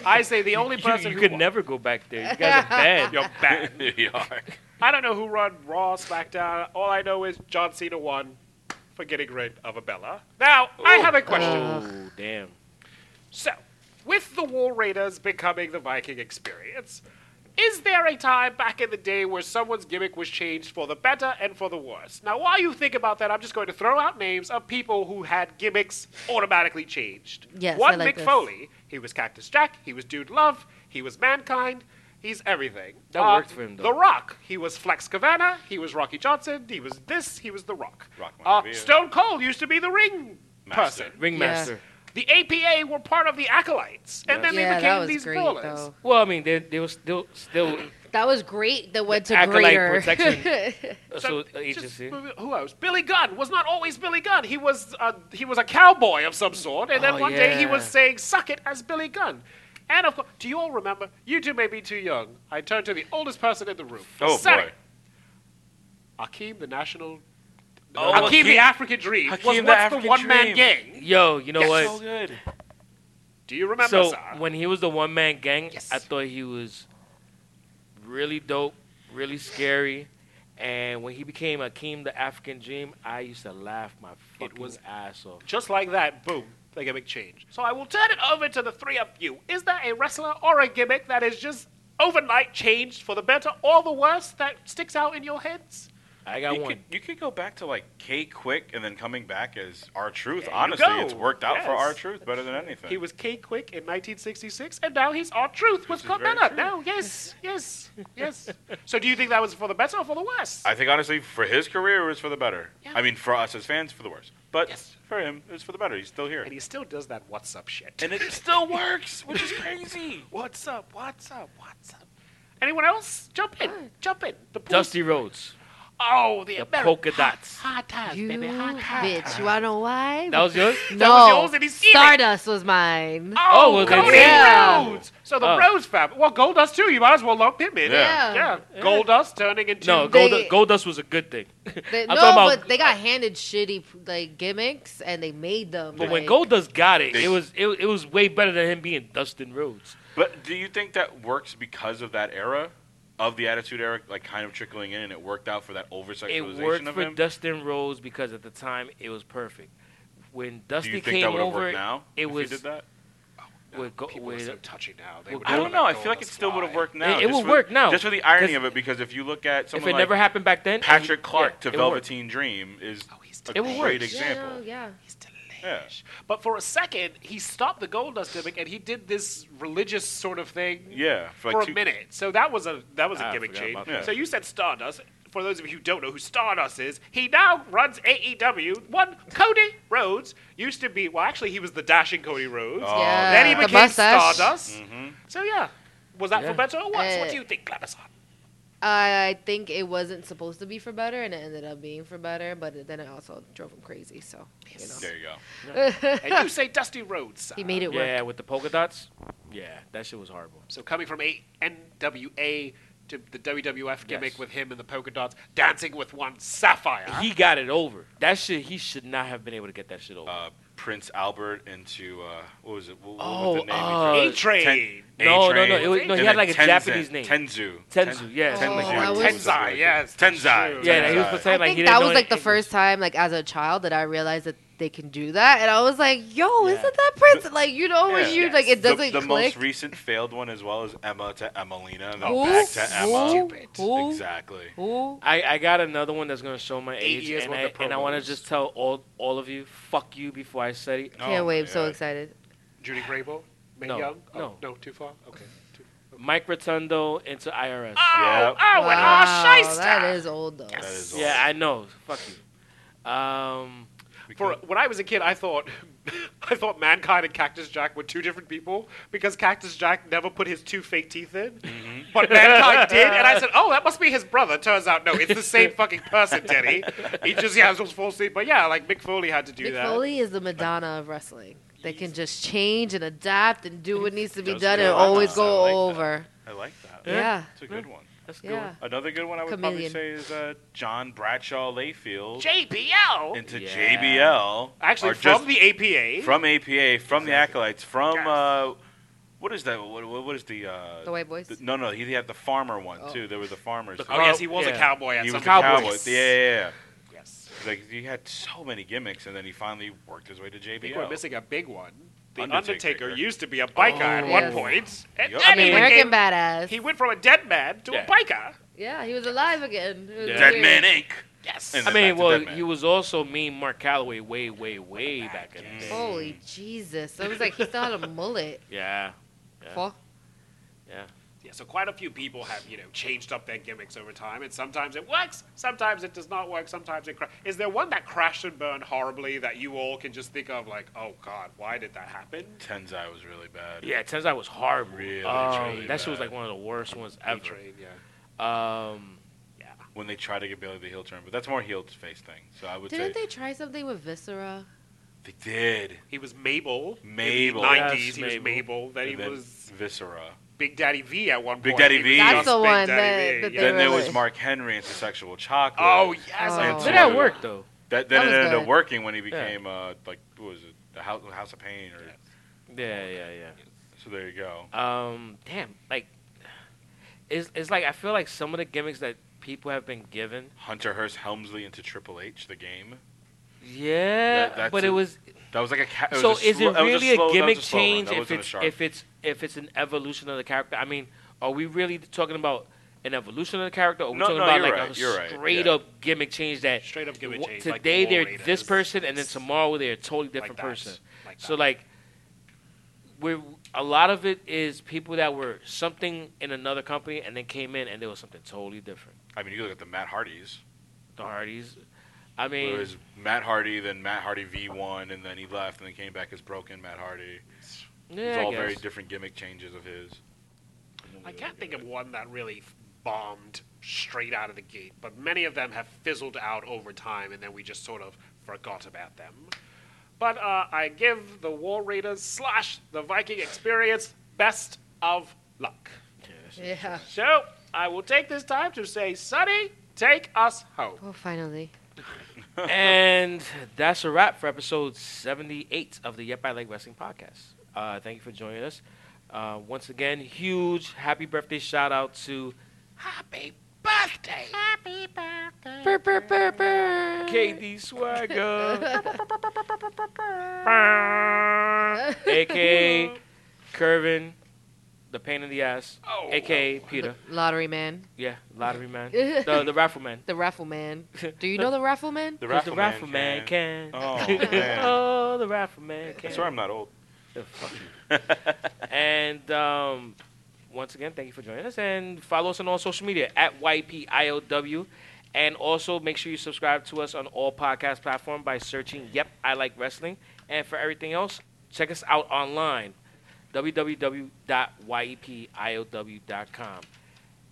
Speaker 8: I say the only
Speaker 2: You,
Speaker 8: person
Speaker 2: you
Speaker 8: who
Speaker 2: could
Speaker 8: won-
Speaker 2: never go back there. You guys are bad.
Speaker 8: You're bad.
Speaker 6: you are.
Speaker 8: I don't know who won Raw, SmackDown. All I know is John Cena won for getting rid of a Bella. Now I have a
Speaker 7: Uh.
Speaker 8: question.
Speaker 2: Oh damn.
Speaker 8: So, with the War Raiders becoming the Viking experience, is there a time back in the day where someone's gimmick was changed for the better and for the worse? Now, while you think about that, I'm just going to throw out names of people who had gimmicks automatically changed.
Speaker 7: Yes, I
Speaker 8: One
Speaker 7: like
Speaker 8: Mick
Speaker 7: this.
Speaker 8: Foley. He was Cactus Jack. He was Dude Love. He was Mankind. He's everything. Uh,
Speaker 2: That worked for him, though.
Speaker 8: The Rock. He was Flex Cavana. He was Rocky Johnson. He was this. He was The Rock.
Speaker 6: Rock
Speaker 8: uh,
Speaker 6: Maivia.
Speaker 8: Stone Cold used to be the ring
Speaker 6: Master.
Speaker 8: person.
Speaker 2: Ringmaster.
Speaker 8: The APA were part of the acolytes, and then
Speaker 7: Yeah,
Speaker 8: they
Speaker 7: that
Speaker 8: became
Speaker 7: was
Speaker 8: these
Speaker 7: great,
Speaker 8: brawlers.
Speaker 7: though.
Speaker 2: Well, I mean, they they were still still
Speaker 7: That was great. That went to
Speaker 2: Acolyte
Speaker 7: greater.
Speaker 2: protection.
Speaker 6: uh,
Speaker 2: so
Speaker 8: Just-
Speaker 2: agency.
Speaker 8: who else? Billy Gunn was not always Billy Gunn. He was a, he was a cowboy of some sort, and then
Speaker 2: Oh,
Speaker 8: one day he was
Speaker 2: yeah.
Speaker 8: saying "suck it" as Billy Gunn. And of course, do you all remember? You two may be too young. I turned to the oldest person in the room.
Speaker 6: Oh,
Speaker 8: Said
Speaker 6: boy.
Speaker 8: it. Akeem, the national.
Speaker 6: Oh,
Speaker 8: Akeem,
Speaker 6: Akeem-
Speaker 8: the African Dream. was
Speaker 6: Akeem
Speaker 8: once
Speaker 6: the
Speaker 8: the,
Speaker 6: African
Speaker 8: one man
Speaker 6: Dream.
Speaker 8: gang.
Speaker 2: Yo, you know
Speaker 8: Yes.
Speaker 2: what?
Speaker 8: So
Speaker 6: good.
Speaker 8: Do you remember?
Speaker 2: so
Speaker 8: sir?
Speaker 2: when he was the one man gang,
Speaker 8: Yes.
Speaker 2: I thought he was really dope, really scary. And when he became Akeem the African Dream, I used to laugh my fucking
Speaker 8: was-
Speaker 2: ass off.
Speaker 8: Just like that, boom, the gimmick change. So I will turn it over to the three of you. Is there a wrestler or a gimmick that is just overnight changed for the better or the worse that sticks out in your heads?
Speaker 2: I got
Speaker 6: you
Speaker 2: one.
Speaker 6: Could, you could go back to like K Quick and then coming back as our truth.
Speaker 8: There you
Speaker 6: Honestly,
Speaker 8: go.
Speaker 6: it's worked out for
Speaker 8: Yes.
Speaker 6: our truth better than anything.
Speaker 8: He was K Quick in 1966, and now he's our truth with
Speaker 6: This is very
Speaker 8: Carmella.
Speaker 6: true.
Speaker 8: Now, yes, yes, yes. so, do you think that was for the better or for the worse?
Speaker 6: I think honestly, for his career, it was for the better.
Speaker 8: Yeah.
Speaker 6: I mean, for us as fans, for the worse. But
Speaker 8: Yes.
Speaker 6: for him, it was for the better. He's still here,
Speaker 8: and he still does that what's up shit.
Speaker 6: and it still works, which is crazy.
Speaker 8: what's up? What's up? What's up? Anyone else? Jump in. Jump in. The pool-
Speaker 2: Dusty Rhodes.
Speaker 8: Oh, the,
Speaker 2: The
Speaker 8: Ameri-
Speaker 2: polka
Speaker 8: hot-
Speaker 2: dots.
Speaker 8: Hot, ties,
Speaker 7: You
Speaker 8: baby. Hot ties.
Speaker 7: bitch. You wanna know why?
Speaker 2: That was yours?
Speaker 7: no.
Speaker 8: was yours and he's eating.
Speaker 7: Stardust was mine.
Speaker 2: Oh, well,
Speaker 8: Cody
Speaker 2: then-
Speaker 7: Yeah.
Speaker 8: Rhodes. So the
Speaker 2: Oh.
Speaker 8: Rhodes fam. Well, Goldust too. You might as well lump him in.
Speaker 7: Yeah.
Speaker 8: Yeah. Goldust turning into.
Speaker 2: No,
Speaker 7: They-
Speaker 2: Gold, Goldust was a good thing.
Speaker 7: They-
Speaker 2: I'm talking
Speaker 7: no,
Speaker 2: about-
Speaker 7: but they got handed shitty like gimmicks, and they made them.
Speaker 2: But when
Speaker 7: like-
Speaker 2: Goldust got it,
Speaker 6: They-
Speaker 2: it was it, it was way better than him being Dustin Rhodes.
Speaker 6: But do you think that works because of that era, of the Attitude Era, like kind of trickling in, and it worked out for that over
Speaker 2: It
Speaker 6: sexualization
Speaker 2: worked
Speaker 6: of
Speaker 2: for
Speaker 6: him?
Speaker 2: Dustin Rhodes because at the time it was perfect. When
Speaker 6: do
Speaker 2: Dusty
Speaker 6: you think
Speaker 2: came
Speaker 6: that would have
Speaker 2: over,
Speaker 6: worked now?
Speaker 2: it
Speaker 6: if
Speaker 2: was
Speaker 6: he did that.
Speaker 2: with, Go-
Speaker 8: People are
Speaker 2: with
Speaker 8: so touchy now. They
Speaker 2: Well,
Speaker 8: would
Speaker 6: I
Speaker 8: never
Speaker 6: don't
Speaker 8: let
Speaker 6: know. I feel like
Speaker 8: Goldust
Speaker 6: it still would have
Speaker 8: fly.
Speaker 6: worked now.
Speaker 2: It- it
Speaker 6: just
Speaker 2: would
Speaker 6: for-
Speaker 2: work now,
Speaker 6: Just for the irony
Speaker 2: 'cause
Speaker 6: of it, because if you look at
Speaker 2: if
Speaker 6: someone
Speaker 2: it
Speaker 6: like
Speaker 2: never happened back then, it
Speaker 6: Patrick
Speaker 2: would-
Speaker 6: Clark
Speaker 2: yeah,
Speaker 6: to
Speaker 2: it would work.
Speaker 6: Velveteen Dream is
Speaker 8: Oh, he's
Speaker 6: a
Speaker 8: delayed.
Speaker 2: would
Speaker 6: great
Speaker 2: work.
Speaker 7: Yeah, no,
Speaker 6: example.
Speaker 7: yeah.
Speaker 8: He's delayed. But for a second, he stopped the Goldust gimmick and he did this religious sort of thing.
Speaker 6: Yeah, for,
Speaker 8: For,
Speaker 6: like
Speaker 8: a
Speaker 6: two-
Speaker 8: minute. So that was a that was a
Speaker 2: Ah, I
Speaker 8: gimmick
Speaker 2: forgot
Speaker 8: change.
Speaker 2: about
Speaker 6: that.
Speaker 8: So you said Stardust. For those of you who don't know who Stardust is, he now runs AEW. One Cody Rhodes used to be well, actually he was the dashing Cody Rhodes.
Speaker 2: Uh,
Speaker 6: Oh,
Speaker 7: yeah.
Speaker 8: Then he
Speaker 7: the
Speaker 8: became
Speaker 7: Uh, mustache.
Speaker 8: Stardust.
Speaker 2: Mm.
Speaker 6: Mm-hmm.
Speaker 8: So yeah, was that
Speaker 2: Yeah.
Speaker 8: for better or worse? what
Speaker 7: Uh,
Speaker 8: do you think, Gladys?
Speaker 7: I think it wasn't supposed to be for better, and it ended up being for better. But then it also drove him crazy. So you know.
Speaker 6: There you go.
Speaker 8: and you say Dusty Rhodes. sir.
Speaker 7: he made it work.
Speaker 2: Yeah, with the polka dots. Yeah, that shit was horrible.
Speaker 8: So coming from a NWA to the WWF gimmick
Speaker 2: Yes.
Speaker 8: with him and the polka dots, dancing with one sapphire.
Speaker 2: He got it over. That shit, he should not have been able to get that shit over.
Speaker 6: Uh, Prince Albert into uh, what was it? What, what
Speaker 2: Oh,
Speaker 6: was the name? he
Speaker 2: uh,
Speaker 6: took?
Speaker 8: A Train.
Speaker 6: Ten-
Speaker 2: No, no, no,
Speaker 6: A-Train.
Speaker 2: it was- no, he
Speaker 6: And
Speaker 2: had
Speaker 6: then
Speaker 2: like a
Speaker 6: Tenzin-
Speaker 2: Japanese name.
Speaker 6: Tenzu.
Speaker 2: Tenzu, yeah.
Speaker 7: Oh,
Speaker 6: Tenzu.
Speaker 7: that was-
Speaker 8: Tenzai, yes, that's
Speaker 6: Tenzai.
Speaker 8: true.
Speaker 2: yeah, he was
Speaker 6: Tenzai.
Speaker 2: pretending
Speaker 7: I
Speaker 2: like he
Speaker 7: think
Speaker 2: didn't
Speaker 7: that
Speaker 2: know
Speaker 7: was like the
Speaker 2: anything.
Speaker 7: first time, like as a child, that I realized that they can do that, and I was like, "Yo,
Speaker 2: Yeah.
Speaker 7: isn't that Prince?" Like you know, when
Speaker 6: Yeah.
Speaker 7: you like it
Speaker 6: The-
Speaker 7: doesn't
Speaker 6: the, most
Speaker 7: click.
Speaker 6: recent failed one as well is Emma to Emelina and then
Speaker 7: Who?
Speaker 6: back to Emma.
Speaker 7: Who? Who?
Speaker 6: Exactly.
Speaker 7: Ooh.
Speaker 2: I, I got another one that's gonna show my
Speaker 8: Eight
Speaker 2: age,
Speaker 8: years
Speaker 2: and
Speaker 8: worth
Speaker 2: I,
Speaker 8: of
Speaker 2: and I want
Speaker 8: promos.
Speaker 2: to just tell all all of you, fuck you, before I said it.
Speaker 7: Can't
Speaker 6: Oh
Speaker 7: wait!
Speaker 6: my
Speaker 7: I'm so
Speaker 6: God.
Speaker 7: excited.
Speaker 8: Judy Grable, Mae
Speaker 2: No,
Speaker 8: Young. Oh,
Speaker 2: no.
Speaker 8: no, too far. Okay. Too-
Speaker 2: Mike Rotundo into IRS.
Speaker 6: Yeah.
Speaker 8: Oh, and
Speaker 7: Wow,
Speaker 8: our shyster.
Speaker 7: that is old though.
Speaker 6: That is
Speaker 2: oh. yeah,
Speaker 6: all.
Speaker 2: I know. Fuck you. Um,
Speaker 6: We
Speaker 8: For
Speaker 6: can-
Speaker 8: when I was a kid, I thought. I thought Mankind and Cactus Jack were two different people because Cactus Jack never put his two fake teeth in,
Speaker 6: Mm-hmm.
Speaker 8: but Mankind did, and I said, "Oh, that must be his brother." Turns out, no, it's the same fucking person, Teddy. He just yeah, it was false teeth, but yeah, like Mick Foley had to do
Speaker 7: Mick
Speaker 8: that.
Speaker 7: Foley is the Madonna of wrestling. They can just change and adapt and do what needs to be
Speaker 6: Does
Speaker 7: done
Speaker 6: good.
Speaker 7: and
Speaker 6: I like
Speaker 7: always
Speaker 6: that.
Speaker 7: go
Speaker 6: I like that.
Speaker 7: over.
Speaker 6: I like that.
Speaker 7: Yeah.
Speaker 6: It's a good one.
Speaker 2: that's a good.
Speaker 7: Yeah.
Speaker 2: one.
Speaker 6: Another good one I would probably
Speaker 7: Chameleon.
Speaker 6: say is uh, John Bradshaw Layfield
Speaker 8: JBL,
Speaker 6: into
Speaker 2: Yeah.
Speaker 6: JBL.
Speaker 8: actually
Speaker 6: or just
Speaker 8: from the APA.
Speaker 6: from APA, from the acolytes, from
Speaker 8: Yes.
Speaker 6: uh, what is that? What, what what is the uh,
Speaker 7: The White Boys?
Speaker 6: the- no, no, he had the farmer one
Speaker 7: Oh.
Speaker 6: too. There was the farmers.
Speaker 8: oh yes, he was a
Speaker 2: Yeah.
Speaker 8: cowboy. At
Speaker 6: he
Speaker 8: some
Speaker 6: was
Speaker 8: point.
Speaker 6: a cowboy. Yeah, yeah,
Speaker 8: Yes.
Speaker 6: yeah. Like he had so many gimmicks, and then he finally worked his way to
Speaker 8: I think
Speaker 6: JBL.
Speaker 8: we're missing a big one. The Undertaker,
Speaker 6: Undertaker.
Speaker 8: used to be a biker at
Speaker 7: Oh.
Speaker 8: one
Speaker 7: Yes.
Speaker 8: point, and
Speaker 6: Yup.
Speaker 8: then
Speaker 6: I
Speaker 8: he,
Speaker 6: mean-
Speaker 7: American
Speaker 8: became,
Speaker 7: Badass.
Speaker 8: he went from a dead man to a
Speaker 2: Yeah.
Speaker 8: biker.
Speaker 7: yeah, he was alive again. It was
Speaker 2: Yeah.
Speaker 6: Dead
Speaker 7: weird.
Speaker 6: Man Inc.
Speaker 8: Yes.
Speaker 6: And
Speaker 2: I
Speaker 6: then
Speaker 2: mean,
Speaker 6: back to
Speaker 2: well,
Speaker 6: Deadman.
Speaker 2: he was also mean Mark Calloway way, way, way back in the day.
Speaker 7: Oh. Holy Jesus. I was like, he still had a mullet.
Speaker 2: Yeah. Yeah.
Speaker 7: Fuck.
Speaker 8: Yeah, so quite a few people have, you know, changed up their gimmicks over time, and sometimes it works, sometimes it does not work, sometimes it cra- Is there one that crashed and burned horribly that you all can just think of, like, oh god, why did that happen?
Speaker 6: Tenzai was really bad.
Speaker 2: Yeah, Tenzai was horrible.
Speaker 6: Really,
Speaker 2: Um,
Speaker 6: truly
Speaker 2: that shit was
Speaker 6: bad.
Speaker 2: like one of the worst ones ever.
Speaker 8: A-Train, yeah.
Speaker 2: Um,
Speaker 6: When they try to get Bailey the heel turn, but that's more heel face thing. So I would
Speaker 7: Didn't
Speaker 6: say
Speaker 7: they try something with Viscera?
Speaker 6: they, did.
Speaker 8: He was Mabel.
Speaker 6: Mabel.
Speaker 8: In the
Speaker 2: Yes,
Speaker 8: 90s, he was
Speaker 2: Mabel.
Speaker 8: Mabel. Then he
Speaker 6: And then
Speaker 8: was
Speaker 6: Viscera.
Speaker 8: Big Daddy V at one
Speaker 6: Big
Speaker 8: point.
Speaker 6: Daddy
Speaker 8: He was
Speaker 6: V.
Speaker 8: just
Speaker 6: That's
Speaker 7: the
Speaker 8: Big
Speaker 7: one
Speaker 8: Daddy
Speaker 7: that-
Speaker 8: V,
Speaker 7: that
Speaker 8: yeah.
Speaker 6: Then there was
Speaker 7: Really?
Speaker 6: Mark Henry and Sexual Chocolate.
Speaker 8: Oh, yes. I
Speaker 7: Oh.
Speaker 2: Did
Speaker 8: totally-
Speaker 2: that work though?
Speaker 6: That then it
Speaker 7: That was
Speaker 6: ended up
Speaker 7: good.
Speaker 6: working when he became uh like what was it the House, House of Pain or
Speaker 2: Yeah, yeah, yeah.
Speaker 6: so there you go.
Speaker 2: Um, damn, like, it's, it's like I feel like some of the gimmicks that people have been given.
Speaker 6: Hunter Hearst Helmsley into Triple H the game.
Speaker 2: Yeah,
Speaker 6: That- that's
Speaker 2: but
Speaker 6: a-
Speaker 2: it was.
Speaker 6: That was like a ca- was
Speaker 2: so
Speaker 6: a
Speaker 2: is
Speaker 6: slow-
Speaker 2: it
Speaker 6: that was
Speaker 2: really a,
Speaker 6: slow- that was
Speaker 2: gimmick
Speaker 6: slow run. That
Speaker 2: change if
Speaker 6: wasn't a
Speaker 2: it's
Speaker 6: sharp-
Speaker 2: if it's if it's an evolution of the character? I mean, are we really talking about an evolution of the character, or are we
Speaker 6: No,
Speaker 2: talking
Speaker 6: no,
Speaker 2: about
Speaker 6: you're
Speaker 2: like
Speaker 6: right,
Speaker 2: a
Speaker 6: you're right,
Speaker 2: straight
Speaker 6: yeah.
Speaker 2: up gimmick change that
Speaker 8: Straight up gimmick
Speaker 2: wh-
Speaker 8: change, like
Speaker 2: today they're
Speaker 8: Wolverine
Speaker 2: this
Speaker 8: is.
Speaker 2: person and then tomorrow they're a totally
Speaker 8: Like
Speaker 2: different
Speaker 8: that.
Speaker 2: person?
Speaker 8: Like
Speaker 2: So
Speaker 8: that.
Speaker 2: like, we're a lot of it is people that were something in another company and then came in and they was something totally different.
Speaker 6: I mean you look at the Matt Hardys.
Speaker 2: The Hardys, I mean,
Speaker 6: It was Matt Hardy, then Matt Hardy V one, and then he left and then came back as broken Matt Hardy.
Speaker 2: yeah,
Speaker 6: it's
Speaker 2: I
Speaker 6: all very
Speaker 2: guess.
Speaker 6: different gimmick changes of his.
Speaker 8: I can't think of one that really f- bombed straight out of the gate, but many of them have fizzled out over time, and then we just sort of forgot about them. But uh, I give the War Raiders slash the Viking Experience best of luck.
Speaker 7: Yeah.
Speaker 8: So I will take this time to say, Sonny, take us home.
Speaker 7: Oh, finally.
Speaker 2: and that's a wrap for episode 78 of the Yep I Like Wrestling podcast. Uh, thank you for joining us. Uh, once again, huge happy birthday shout out to Happy Birthday
Speaker 7: Burr, burr, burr, burr.
Speaker 2: KD Swagger, aka Curvin, the pain in the ass,
Speaker 8: Oh,
Speaker 2: aka Peter,
Speaker 7: The lottery man,
Speaker 2: yeah, lottery man, the, the raffle man.
Speaker 7: the raffle man. Do you know the raffle man?
Speaker 6: The
Speaker 2: 'Cause
Speaker 6: Raffle
Speaker 2: the
Speaker 6: Man
Speaker 2: raffle man
Speaker 6: can.
Speaker 2: can.
Speaker 6: Oh, man.
Speaker 2: Oh, the raffle man can.
Speaker 6: That's why I'm not old.
Speaker 2: The fuck you. and um, once again, thank you for joining us. And follow us on all social media at YPIOW. And also make sure you subscribe to us on all podcast platform by searching Yep, I Like Wrestling. And for everything else, check us out online www.yepiow.com.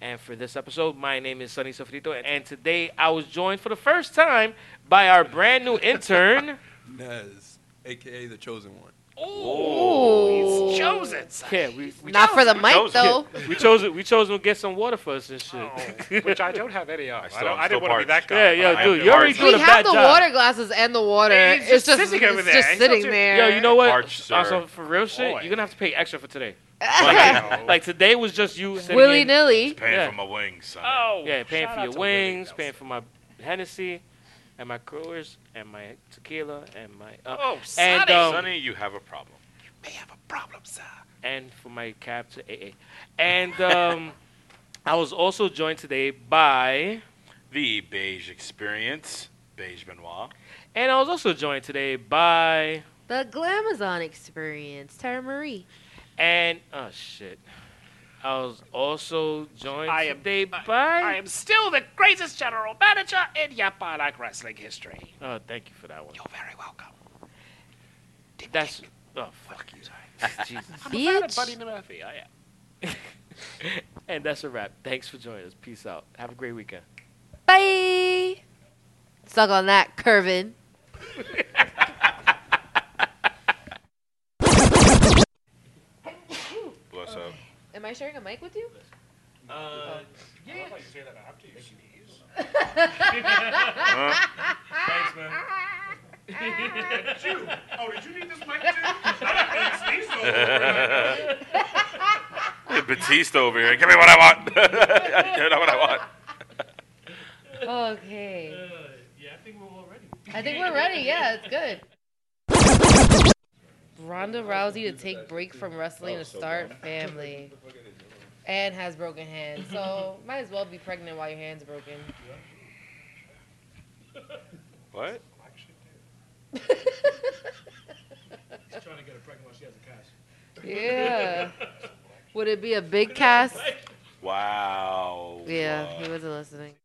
Speaker 2: And for this episode, my name is Sonny Sofrito. And today I was joined for the first time by our brand new intern.
Speaker 10: Nez, aka the chosen one.
Speaker 8: Oh, he's chosen. son.
Speaker 2: yeah, we, we
Speaker 7: Not for the mic
Speaker 6: Those-
Speaker 7: though.
Speaker 2: we chose it. We chose to get some water for us and shit.
Speaker 8: Oh. Which I don't have any of. I,
Speaker 6: still-
Speaker 8: don't,
Speaker 6: I'm
Speaker 8: I
Speaker 6: still
Speaker 8: didn't want to be that
Speaker 6: parched.
Speaker 8: guy.
Speaker 2: yeah, yo,
Speaker 6: I
Speaker 2: dude,
Speaker 6: am
Speaker 2: you're already
Speaker 6: the
Speaker 2: doing a
Speaker 7: We
Speaker 2: bad
Speaker 7: have the
Speaker 2: job.
Speaker 7: water glasses and the water.
Speaker 8: Hey, he's
Speaker 7: it's
Speaker 8: just
Speaker 7: just
Speaker 8: sitting over
Speaker 7: it's
Speaker 8: there.
Speaker 7: just
Speaker 8: He's
Speaker 7: sitting
Speaker 8: not-
Speaker 7: there.
Speaker 2: Yo, you know what?
Speaker 6: Arch, sir.
Speaker 2: Also, for real shit,
Speaker 8: Boy. Oh.
Speaker 2: you're gonna have to pay extra for today.
Speaker 6: Like,
Speaker 2: Like today was just you sitting
Speaker 7: Willy
Speaker 2: in-
Speaker 7: nilly.
Speaker 6: paying
Speaker 2: Yeah.
Speaker 6: for my wings, son.
Speaker 8: Oh,
Speaker 2: Yeah, paying
Speaker 8: shout
Speaker 2: for
Speaker 8: out
Speaker 2: your
Speaker 8: to Willie
Speaker 2: wings,
Speaker 8: Nelson.
Speaker 2: paying for my Hennessy, and my Coors, and my tequila, and my uh,
Speaker 8: Oh,
Speaker 2: and
Speaker 8: Sonny.
Speaker 2: um,
Speaker 6: Sonny, you have a problem.
Speaker 8: may have a problem, sir.
Speaker 2: and for my cab to AA, and um, I was also joined today by.
Speaker 6: The beige experience, beige Benoit.
Speaker 2: And I was also joined today by
Speaker 7: The Glamazon experience, Tara Marie.
Speaker 2: and oh shit. I was also joined
Speaker 8: I am-
Speaker 2: today
Speaker 8: I-
Speaker 2: by
Speaker 8: I am still the greatest general manager in Yapalak wrestling history.
Speaker 2: Oh, thank you for that one.
Speaker 8: You're very welcome. Didn't
Speaker 2: That's
Speaker 8: kick me.
Speaker 2: oh
Speaker 8: fuck you, sorry.
Speaker 2: fuck, Jesus.
Speaker 8: I'm a fan of
Speaker 7: Bitch.
Speaker 8: Buddy Murphy. I am.
Speaker 2: And that's a wrap. Thanks for joining us. Peace out. Have a great weekend.
Speaker 7: Bye. Suck on that, Curvin.
Speaker 6: Bless up.
Speaker 7: Am I sharing a mic with you?
Speaker 8: Oh, did you need this mic too?
Speaker 6: Batista over here. Give me what I want. Give me what I want.
Speaker 7: Okay. yeah, I think we're all ready. I think we're ready. Yeah, it's good. Ronda Rousey to take break from wrestling to start family, and has broken hands. So might as well be pregnant while your hands are broken.
Speaker 6: What?
Speaker 7: Yeah. Would it be a big cast?
Speaker 6: Wow.
Speaker 7: Yeah, he wasn't listening.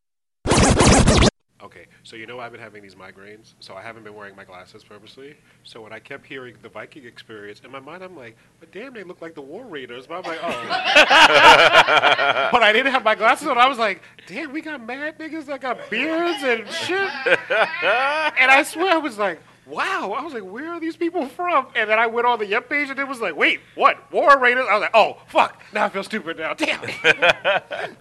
Speaker 8: Okay, so you know I've been having these migraines, so I haven't been wearing my glasses purposely. So when I kept hearing the Viking experience, in my mind I'm like, but damn, they look like the War Raiders. But I'm like, oh. but I didn't have my glasses on. I was like, damn, we got mad niggas that got beards and shit. and I swear I was like, wow. I was like, where are these people from? And then I went on the Yelp page and it was like, wait, what? War Raiders? I was like, oh, fuck. Now I feel stupid now. Damam.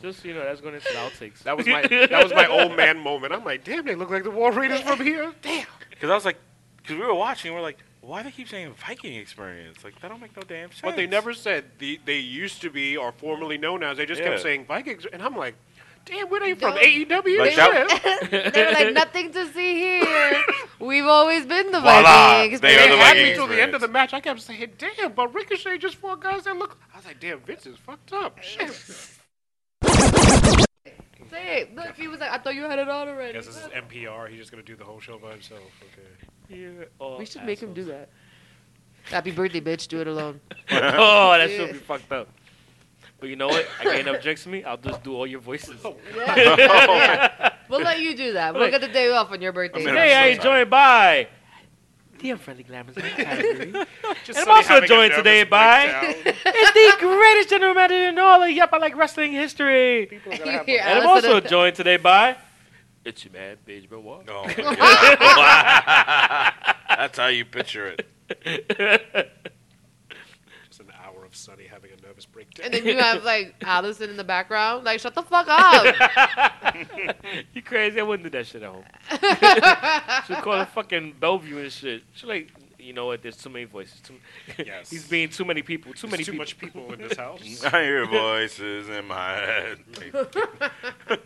Speaker 2: Just so you know, that's going into the outtakes.
Speaker 8: That was my that was my old man moment. I'm like, damn, they look like the War Raiders from here. Damn.
Speaker 6: Because I was like, because we were watching, we are like, why do they keep saying Viking experience? Like that don't make no damn sense.
Speaker 8: But they never said the, they used to be or formerly known as. They just
Speaker 6: Yeah.
Speaker 8: kept saying Vikings, and I'm like, damn, where are you from? E
Speaker 7: No.
Speaker 8: AEW?
Speaker 6: Like
Speaker 8: Shit.
Speaker 6: that-
Speaker 7: they were like, nothing to see here. We've always been the
Speaker 6: Voila,
Speaker 7: Vikings.
Speaker 6: they are the
Speaker 8: had me
Speaker 6: Viking
Speaker 8: till the end of the match. I kept saying, damn, but Ricochet just fought guys that look. I was like, damn, Vince is fucked up. Shit.
Speaker 7: Say it. Look, he was like, I thought you had it on already.
Speaker 8: Guess this is NPR. He's just gonna do the whole show by himself. Okay.
Speaker 7: we should make him do that. Happy birthday, bitch. Do it alone.
Speaker 2: oh, that should be fucked up. But you know what? I can't object to me. I'll just do all your voices.
Speaker 8: Oh,
Speaker 7: Yeah. We'll let you do that. We'll
Speaker 2: Like-
Speaker 7: get the day off on your birthday.
Speaker 2: Hey, I enjoy. Bye. Dear friendly glamours,
Speaker 7: Just
Speaker 2: and I'm
Speaker 7: somebody
Speaker 2: also
Speaker 7: having a
Speaker 2: joined today
Speaker 7: nervous
Speaker 2: by
Speaker 7: breakdown.
Speaker 2: it's the greatest general manager in all of yep, I like wrestling history.
Speaker 7: Here,
Speaker 2: and I'm
Speaker 7: Allison-
Speaker 2: also joined today by it's your man, Paige Benoit.
Speaker 6: Oh my God. That's how you picture it.
Speaker 8: Just an hour of Sunny having a nervous breakdown.
Speaker 7: And then you have like Allison in the background, like shut the fuck up.
Speaker 2: you crazy? I wouldn't do that shit at home. She'll call it fucking Bellevue and shit. She like, you know what? There's too many voices. Too,
Speaker 8: yes.
Speaker 2: He's being too many people. Too
Speaker 8: There's
Speaker 2: many
Speaker 8: too
Speaker 2: people.
Speaker 8: much people in this house.
Speaker 6: I hear voices in my head.